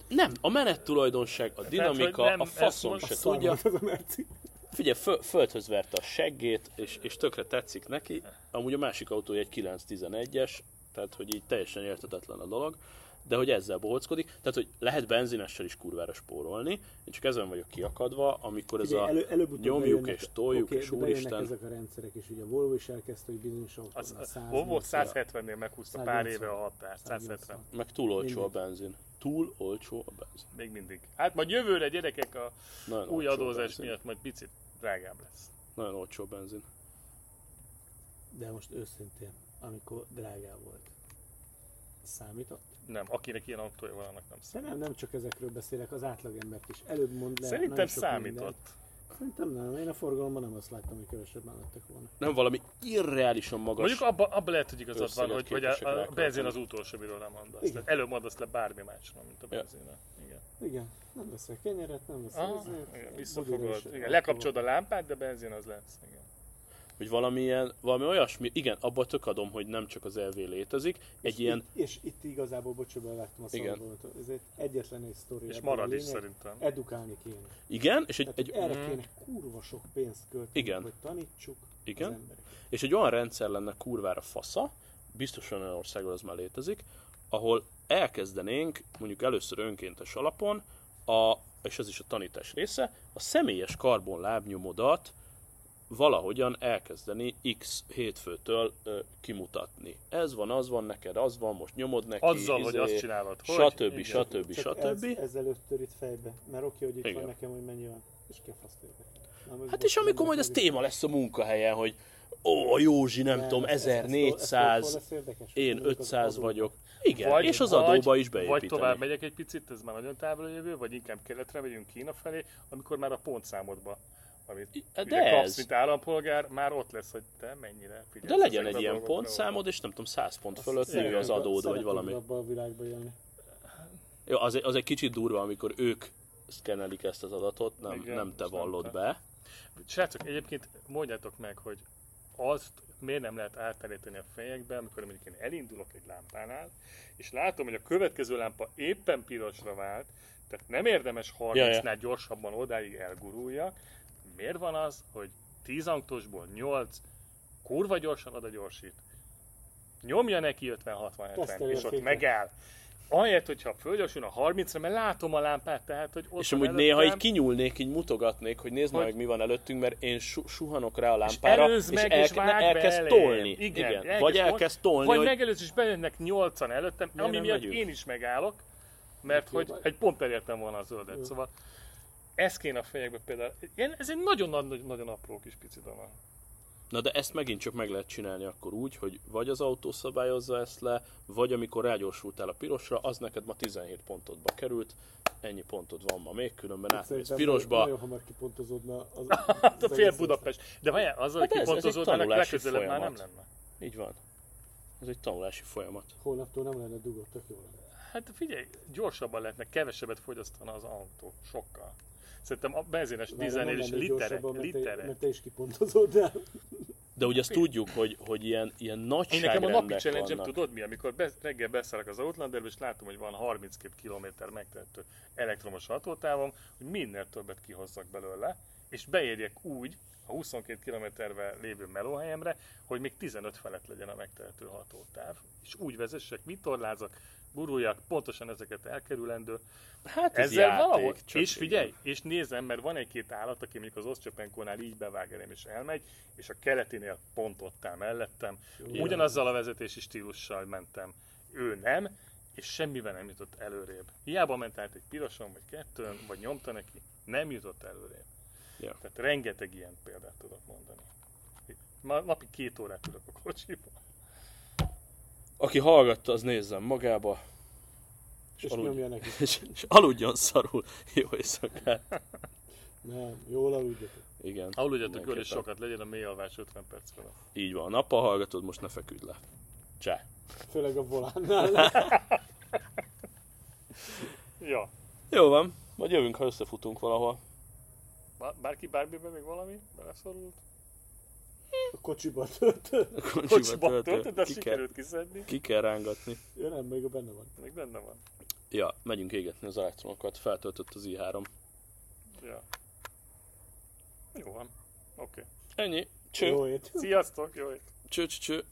[SPEAKER 1] Nem, a menet tulajdonság, a dinamika,
[SPEAKER 2] hogy nem,
[SPEAKER 1] a faszom
[SPEAKER 2] ezt
[SPEAKER 1] se
[SPEAKER 2] most-
[SPEAKER 3] Szar
[SPEAKER 1] tudja.
[SPEAKER 3] volt az a merci.
[SPEAKER 1] Figyelj, föl, földhöz verte a seggét, és, és tökre tetszik neki. Amúgy a másik autója egy 911-es, tehát hogy így teljesen értetetlen a dolog, de hogy ezzel bohockodik. Tehát, hogy lehet benzinessel is kurvára spórolni, én csak ezen vagyok kiakadva, amikor ez
[SPEAKER 3] Ugye,
[SPEAKER 1] a
[SPEAKER 3] elő, előbb-utóbb
[SPEAKER 1] nyomjuk
[SPEAKER 3] bejönnek-
[SPEAKER 1] és toljuk,
[SPEAKER 3] oké,
[SPEAKER 1] és
[SPEAKER 3] de bejönnek
[SPEAKER 1] úristen.
[SPEAKER 3] ezek a rendszerek is, ugye a Volvo is elkezdte, hogy bizonyos autókon
[SPEAKER 2] Az,
[SPEAKER 3] a 100
[SPEAKER 2] Volvo
[SPEAKER 3] méter.
[SPEAKER 2] 170-nél meghúzta pár
[SPEAKER 3] 180.
[SPEAKER 2] éve a határ. 170.
[SPEAKER 1] Meg túl olcsó a
[SPEAKER 3] Mindegy.
[SPEAKER 1] benzin. Túl olcsó a benzin.
[SPEAKER 2] Még mindig. Hát majd jövőre gyerekek a
[SPEAKER 1] Nagyon
[SPEAKER 2] új
[SPEAKER 1] olcsó a
[SPEAKER 2] adózás
[SPEAKER 1] benzin.
[SPEAKER 2] miatt majd picit drágább lesz.
[SPEAKER 1] Nagyon olcsó a benzin.
[SPEAKER 3] De most őszintén, amikor drágább volt, számított?
[SPEAKER 2] Nem, akinek ilyen autója van, annak nem
[SPEAKER 3] De
[SPEAKER 2] számít.
[SPEAKER 3] nem, nem csak ezekről beszélek, az átlagembert is. Előbb mond le.
[SPEAKER 2] Szerintem
[SPEAKER 3] nagyon sok mindent.
[SPEAKER 2] számított.
[SPEAKER 3] Szerintem nem, én a forgalomban nem azt láttam, hogy kevesebben lettek volna.
[SPEAKER 1] Nem valami irreálisan magas.
[SPEAKER 2] Mondjuk abban abba lehet, hogy igazad van,
[SPEAKER 1] Összeget
[SPEAKER 2] hogy, hogy
[SPEAKER 1] képesek
[SPEAKER 2] a, a
[SPEAKER 1] rákapni.
[SPEAKER 2] benzin az utolsó, amiről nem mondasz.
[SPEAKER 3] Igen.
[SPEAKER 2] Tehát előbb mondasz le bármi másról, mint a
[SPEAKER 1] Ja.
[SPEAKER 2] benzinre. Igen.
[SPEAKER 3] Igen, nem veszel kenyeret, nem veszel
[SPEAKER 2] Aha,
[SPEAKER 3] ezért.
[SPEAKER 2] igen,
[SPEAKER 3] Budira
[SPEAKER 2] visszafogod.
[SPEAKER 3] is-
[SPEAKER 2] Igen, lekapcsolod a lámpát, de benzin az lesz. Igen.
[SPEAKER 1] Hogy valamilyen, valami olyasmi, igen, abban tök adom, hogy nem csak az elvé létezik, egy ilyen,
[SPEAKER 3] Itt, és itt igazából, bocsánat, belevágtam a
[SPEAKER 1] Igen.
[SPEAKER 3] szabadon, ezért egyetlen egy sztori.
[SPEAKER 2] És
[SPEAKER 3] ebből a
[SPEAKER 2] marad is
[SPEAKER 3] lényeg,
[SPEAKER 2] szerintem.
[SPEAKER 3] Edukálni kéne.
[SPEAKER 1] igen, és egy,
[SPEAKER 2] Hát
[SPEAKER 3] Tehát
[SPEAKER 1] egy, Mm.
[SPEAKER 3] egy, erre kéne kurva sok pénzt költeni,
[SPEAKER 1] Igen.
[SPEAKER 3] hogy tanítsuk
[SPEAKER 1] Igen.
[SPEAKER 3] az embereket.
[SPEAKER 1] és egy olyan rendszer lenne kurvára fasza, biztosan olyan országban az már létezik, ahol elkezdenénk, mondjuk először önkéntes alapon, a, és ez is a tanítás része, a személyes karbonlábnyomodat valahogyan elkezdeni X hétfőtől ö, kimutatni. Ez van, az van, neked az van, most nyomod neki.
[SPEAKER 2] Azzal, hogy azt csinálod, hogy.
[SPEAKER 1] Stb.
[SPEAKER 2] Igen.
[SPEAKER 1] stb.
[SPEAKER 3] Csak
[SPEAKER 1] stb.
[SPEAKER 3] ez, ezzel öttör itt fejbe, mert oké, hogy itt
[SPEAKER 1] Igen.
[SPEAKER 3] van nekem, hogy mennyi van, és kefaszt érdekel. Nem, ez
[SPEAKER 1] Hát
[SPEAKER 3] most
[SPEAKER 1] és amikor
[SPEAKER 3] nem
[SPEAKER 1] majd ez
[SPEAKER 3] érdekel.
[SPEAKER 1] téma lesz a munkahelyen, hogy ó, a Józsi nem, tudom,
[SPEAKER 3] ez- ez- ez- ez- ez- ez- ez- ez- ez- ez- ez-
[SPEAKER 1] 1400,
[SPEAKER 3] ez- ez- érdekes,
[SPEAKER 1] én
[SPEAKER 3] mondjuk az
[SPEAKER 1] 500
[SPEAKER 3] adó.
[SPEAKER 1] vagyok. Igen, és az adóba is beépíteni.
[SPEAKER 2] Vagy tovább megyek egy picit, ez már nagyon távol a jövő, vagy inkább keletre megyünk Kína felé, amikor már a pontszámodba, amit
[SPEAKER 1] de
[SPEAKER 2] ugye kapsz,
[SPEAKER 1] ez-
[SPEAKER 2] mint állampolgár, már ott lesz, hogy te mennyire figyelsz.
[SPEAKER 1] De legyen
[SPEAKER 2] ezekre
[SPEAKER 1] egy
[SPEAKER 2] a
[SPEAKER 1] ilyen
[SPEAKER 2] dolgokra.
[SPEAKER 1] pontszámod, és nem tudom, 100 pont fölött
[SPEAKER 3] Szeretünk
[SPEAKER 1] nő az
[SPEAKER 3] a-
[SPEAKER 1] adód, vagy
[SPEAKER 3] szeretünk
[SPEAKER 1] valami.
[SPEAKER 3] abban a világban élni.
[SPEAKER 1] Jó, az, egy- az egy kicsit durva, amikor ők szkennelik ezt az adatot, nem,
[SPEAKER 2] Igen,
[SPEAKER 1] nem te
[SPEAKER 2] és nem te.
[SPEAKER 1] vallod be.
[SPEAKER 2] Srácok, egyébként mondjátok meg, hogy azt miért nem lehet átállítani a fejekbe, amikor mondjuk én elindulok egy lámpánál, és látom, hogy a következő lámpa éppen pirosra vált, tehát nem érdemes 30-nál
[SPEAKER 1] Ja,
[SPEAKER 2] gyorsabban odáig elguruljak. Miért van az, hogy 10 autosból 8 kurva gyorsan oda gyorsít. Nyomja neki 50-60-70,
[SPEAKER 3] Tesztelő
[SPEAKER 2] és ott
[SPEAKER 3] szépen.
[SPEAKER 2] megáll. Ahelyett, hogyha fölgyorsul a 30-ra, mert látom a lámpát, tehát, hogy ott
[SPEAKER 1] És
[SPEAKER 2] van
[SPEAKER 1] amúgy néha így
[SPEAKER 2] előttem.
[SPEAKER 1] kinyúlnék, így mutogatnék, hogy nézd hogy...
[SPEAKER 2] Hogy-
[SPEAKER 1] meg, mi van előttünk, mert én su- suhanok rá a lámpára,
[SPEAKER 2] Előzd meg, és,
[SPEAKER 1] elke-
[SPEAKER 2] vágd be
[SPEAKER 1] elkezd
[SPEAKER 2] elején.
[SPEAKER 1] tolni. Igen, Igen. Vagy
[SPEAKER 2] mond-
[SPEAKER 1] elkezd tolni,
[SPEAKER 2] Vagy
[SPEAKER 1] hogy
[SPEAKER 2] megelőz, és bejönnek nyolcan előttem,
[SPEAKER 1] Miért
[SPEAKER 2] ami
[SPEAKER 1] nem
[SPEAKER 2] miatt
[SPEAKER 1] megyünk?
[SPEAKER 2] én is megállok, mert hogy
[SPEAKER 3] vagy.
[SPEAKER 2] egy pont elértem volna a zöldet, szóval ez kéne a fejekbe például. Ilyen, ez egy nagyon, nagy, nagyon apró kis pici dolog.
[SPEAKER 1] Na de ezt megint csak meg lehet csinálni akkor úgy, hogy vagy az autó szabályozza ezt le, vagy amikor rágyorsultál a pirosra, az neked ma 17 pontodba került, ennyi pontod van ma még, különben átmész
[SPEAKER 3] Szerintem
[SPEAKER 1] pirosba.
[SPEAKER 3] Nagyon hamar kipontozódna az,
[SPEAKER 2] Hát A fél Budapest. De várjál, azzal, hogy
[SPEAKER 1] Hát ez- ez egy
[SPEAKER 2] kipontozódnának,
[SPEAKER 1] tanulási
[SPEAKER 2] legközelebb már nem
[SPEAKER 1] folyamat.
[SPEAKER 2] lenne.
[SPEAKER 1] Így van. Ez egy tanulási folyamat.
[SPEAKER 3] Holnaptól nem lenne dugott, tök jó lenne.
[SPEAKER 2] Hát figyelj, gyorsabban lehetne, kevesebbet fogyasztana az autó, sokkal. Szerintem a benzines
[SPEAKER 3] Már nem
[SPEAKER 2] dízelnél is
[SPEAKER 3] lennék
[SPEAKER 2] literek,
[SPEAKER 3] gyorsabban, mert te-
[SPEAKER 2] literek.
[SPEAKER 3] Mert te is kipontozódnál.
[SPEAKER 1] De ugye azt tudjuk, hogy, hogy ilyen, ilyen
[SPEAKER 2] Én nekem a napi
[SPEAKER 1] nagyságrendek
[SPEAKER 2] challenge
[SPEAKER 1] vannak.
[SPEAKER 2] tudod mi? Amikor be, reggel beszállok az Outlanderbe, és látom, hogy van 32 km megtehető elektromos hatótávon, hogy minél többet kihozzak belőle, és beérjek úgy a 22 km-vel lévő melóhelyemre, hogy még 15 felett legyen a megtehető hatótáv. És úgy vezessek, vitorlázak, guruljak, pontosan ezeket elkerülendő.
[SPEAKER 1] Hát ez
[SPEAKER 2] Ezzel
[SPEAKER 1] játék,
[SPEAKER 2] valahol.
[SPEAKER 1] csak
[SPEAKER 2] és figyelj, és nézem, mert van egy-két állat, aki mondjuk az osztyapenkónál így bevág elém és elmegy, és a keletinél pont ott áll mellettem. Ugyanazzal a vezetési stílussal mentem. Ő nem, és semmivel nem jutott előrébb. Hiába ment át egy piroson, vagy kettőn, vagy nyomta neki, nem jutott előrébb.
[SPEAKER 1] Ja.
[SPEAKER 2] Tehát rengeteg ilyen példát tudok mondani. Ma napi két órát ülök a kocsiba.
[SPEAKER 1] Aki hallgatta, az nézzen magába,
[SPEAKER 3] És
[SPEAKER 1] aludj.
[SPEAKER 3] nyomja neki.
[SPEAKER 1] és, és aludjon szarul. Jó éjszakát.
[SPEAKER 3] Nem, jól aludjatok.
[SPEAKER 1] Igen.
[SPEAKER 2] Aludjatok öl, és
[SPEAKER 1] mindenképpen.
[SPEAKER 2] sokat legyen a mély alvás 50 perc felett.
[SPEAKER 1] Így van, a nappal hallgatod, most ne feküdj le. Csá.
[SPEAKER 3] Főleg a volánnál.
[SPEAKER 2] Ja.
[SPEAKER 1] Jó van, majd jövünk, ha összefutunk valahol.
[SPEAKER 2] Bár- Bárki bármiben még valami beleszorult?
[SPEAKER 3] A kocsiba tölt.
[SPEAKER 2] kocsiba töltött, de
[SPEAKER 1] ki, kell,
[SPEAKER 2] sikerült kiszedni.
[SPEAKER 1] ki kell rángatni.
[SPEAKER 3] Ja nem, még a benne van.
[SPEAKER 2] Még benne van.
[SPEAKER 1] Ja, megyünk égetni az elektronokat, feltöltött az i3.
[SPEAKER 2] Ja. Jó van. Oké. Okay.
[SPEAKER 1] Ennyi, cső,
[SPEAKER 3] Jó ét.
[SPEAKER 2] Sziasztok, jó éjt.
[SPEAKER 1] cső, cső, cső.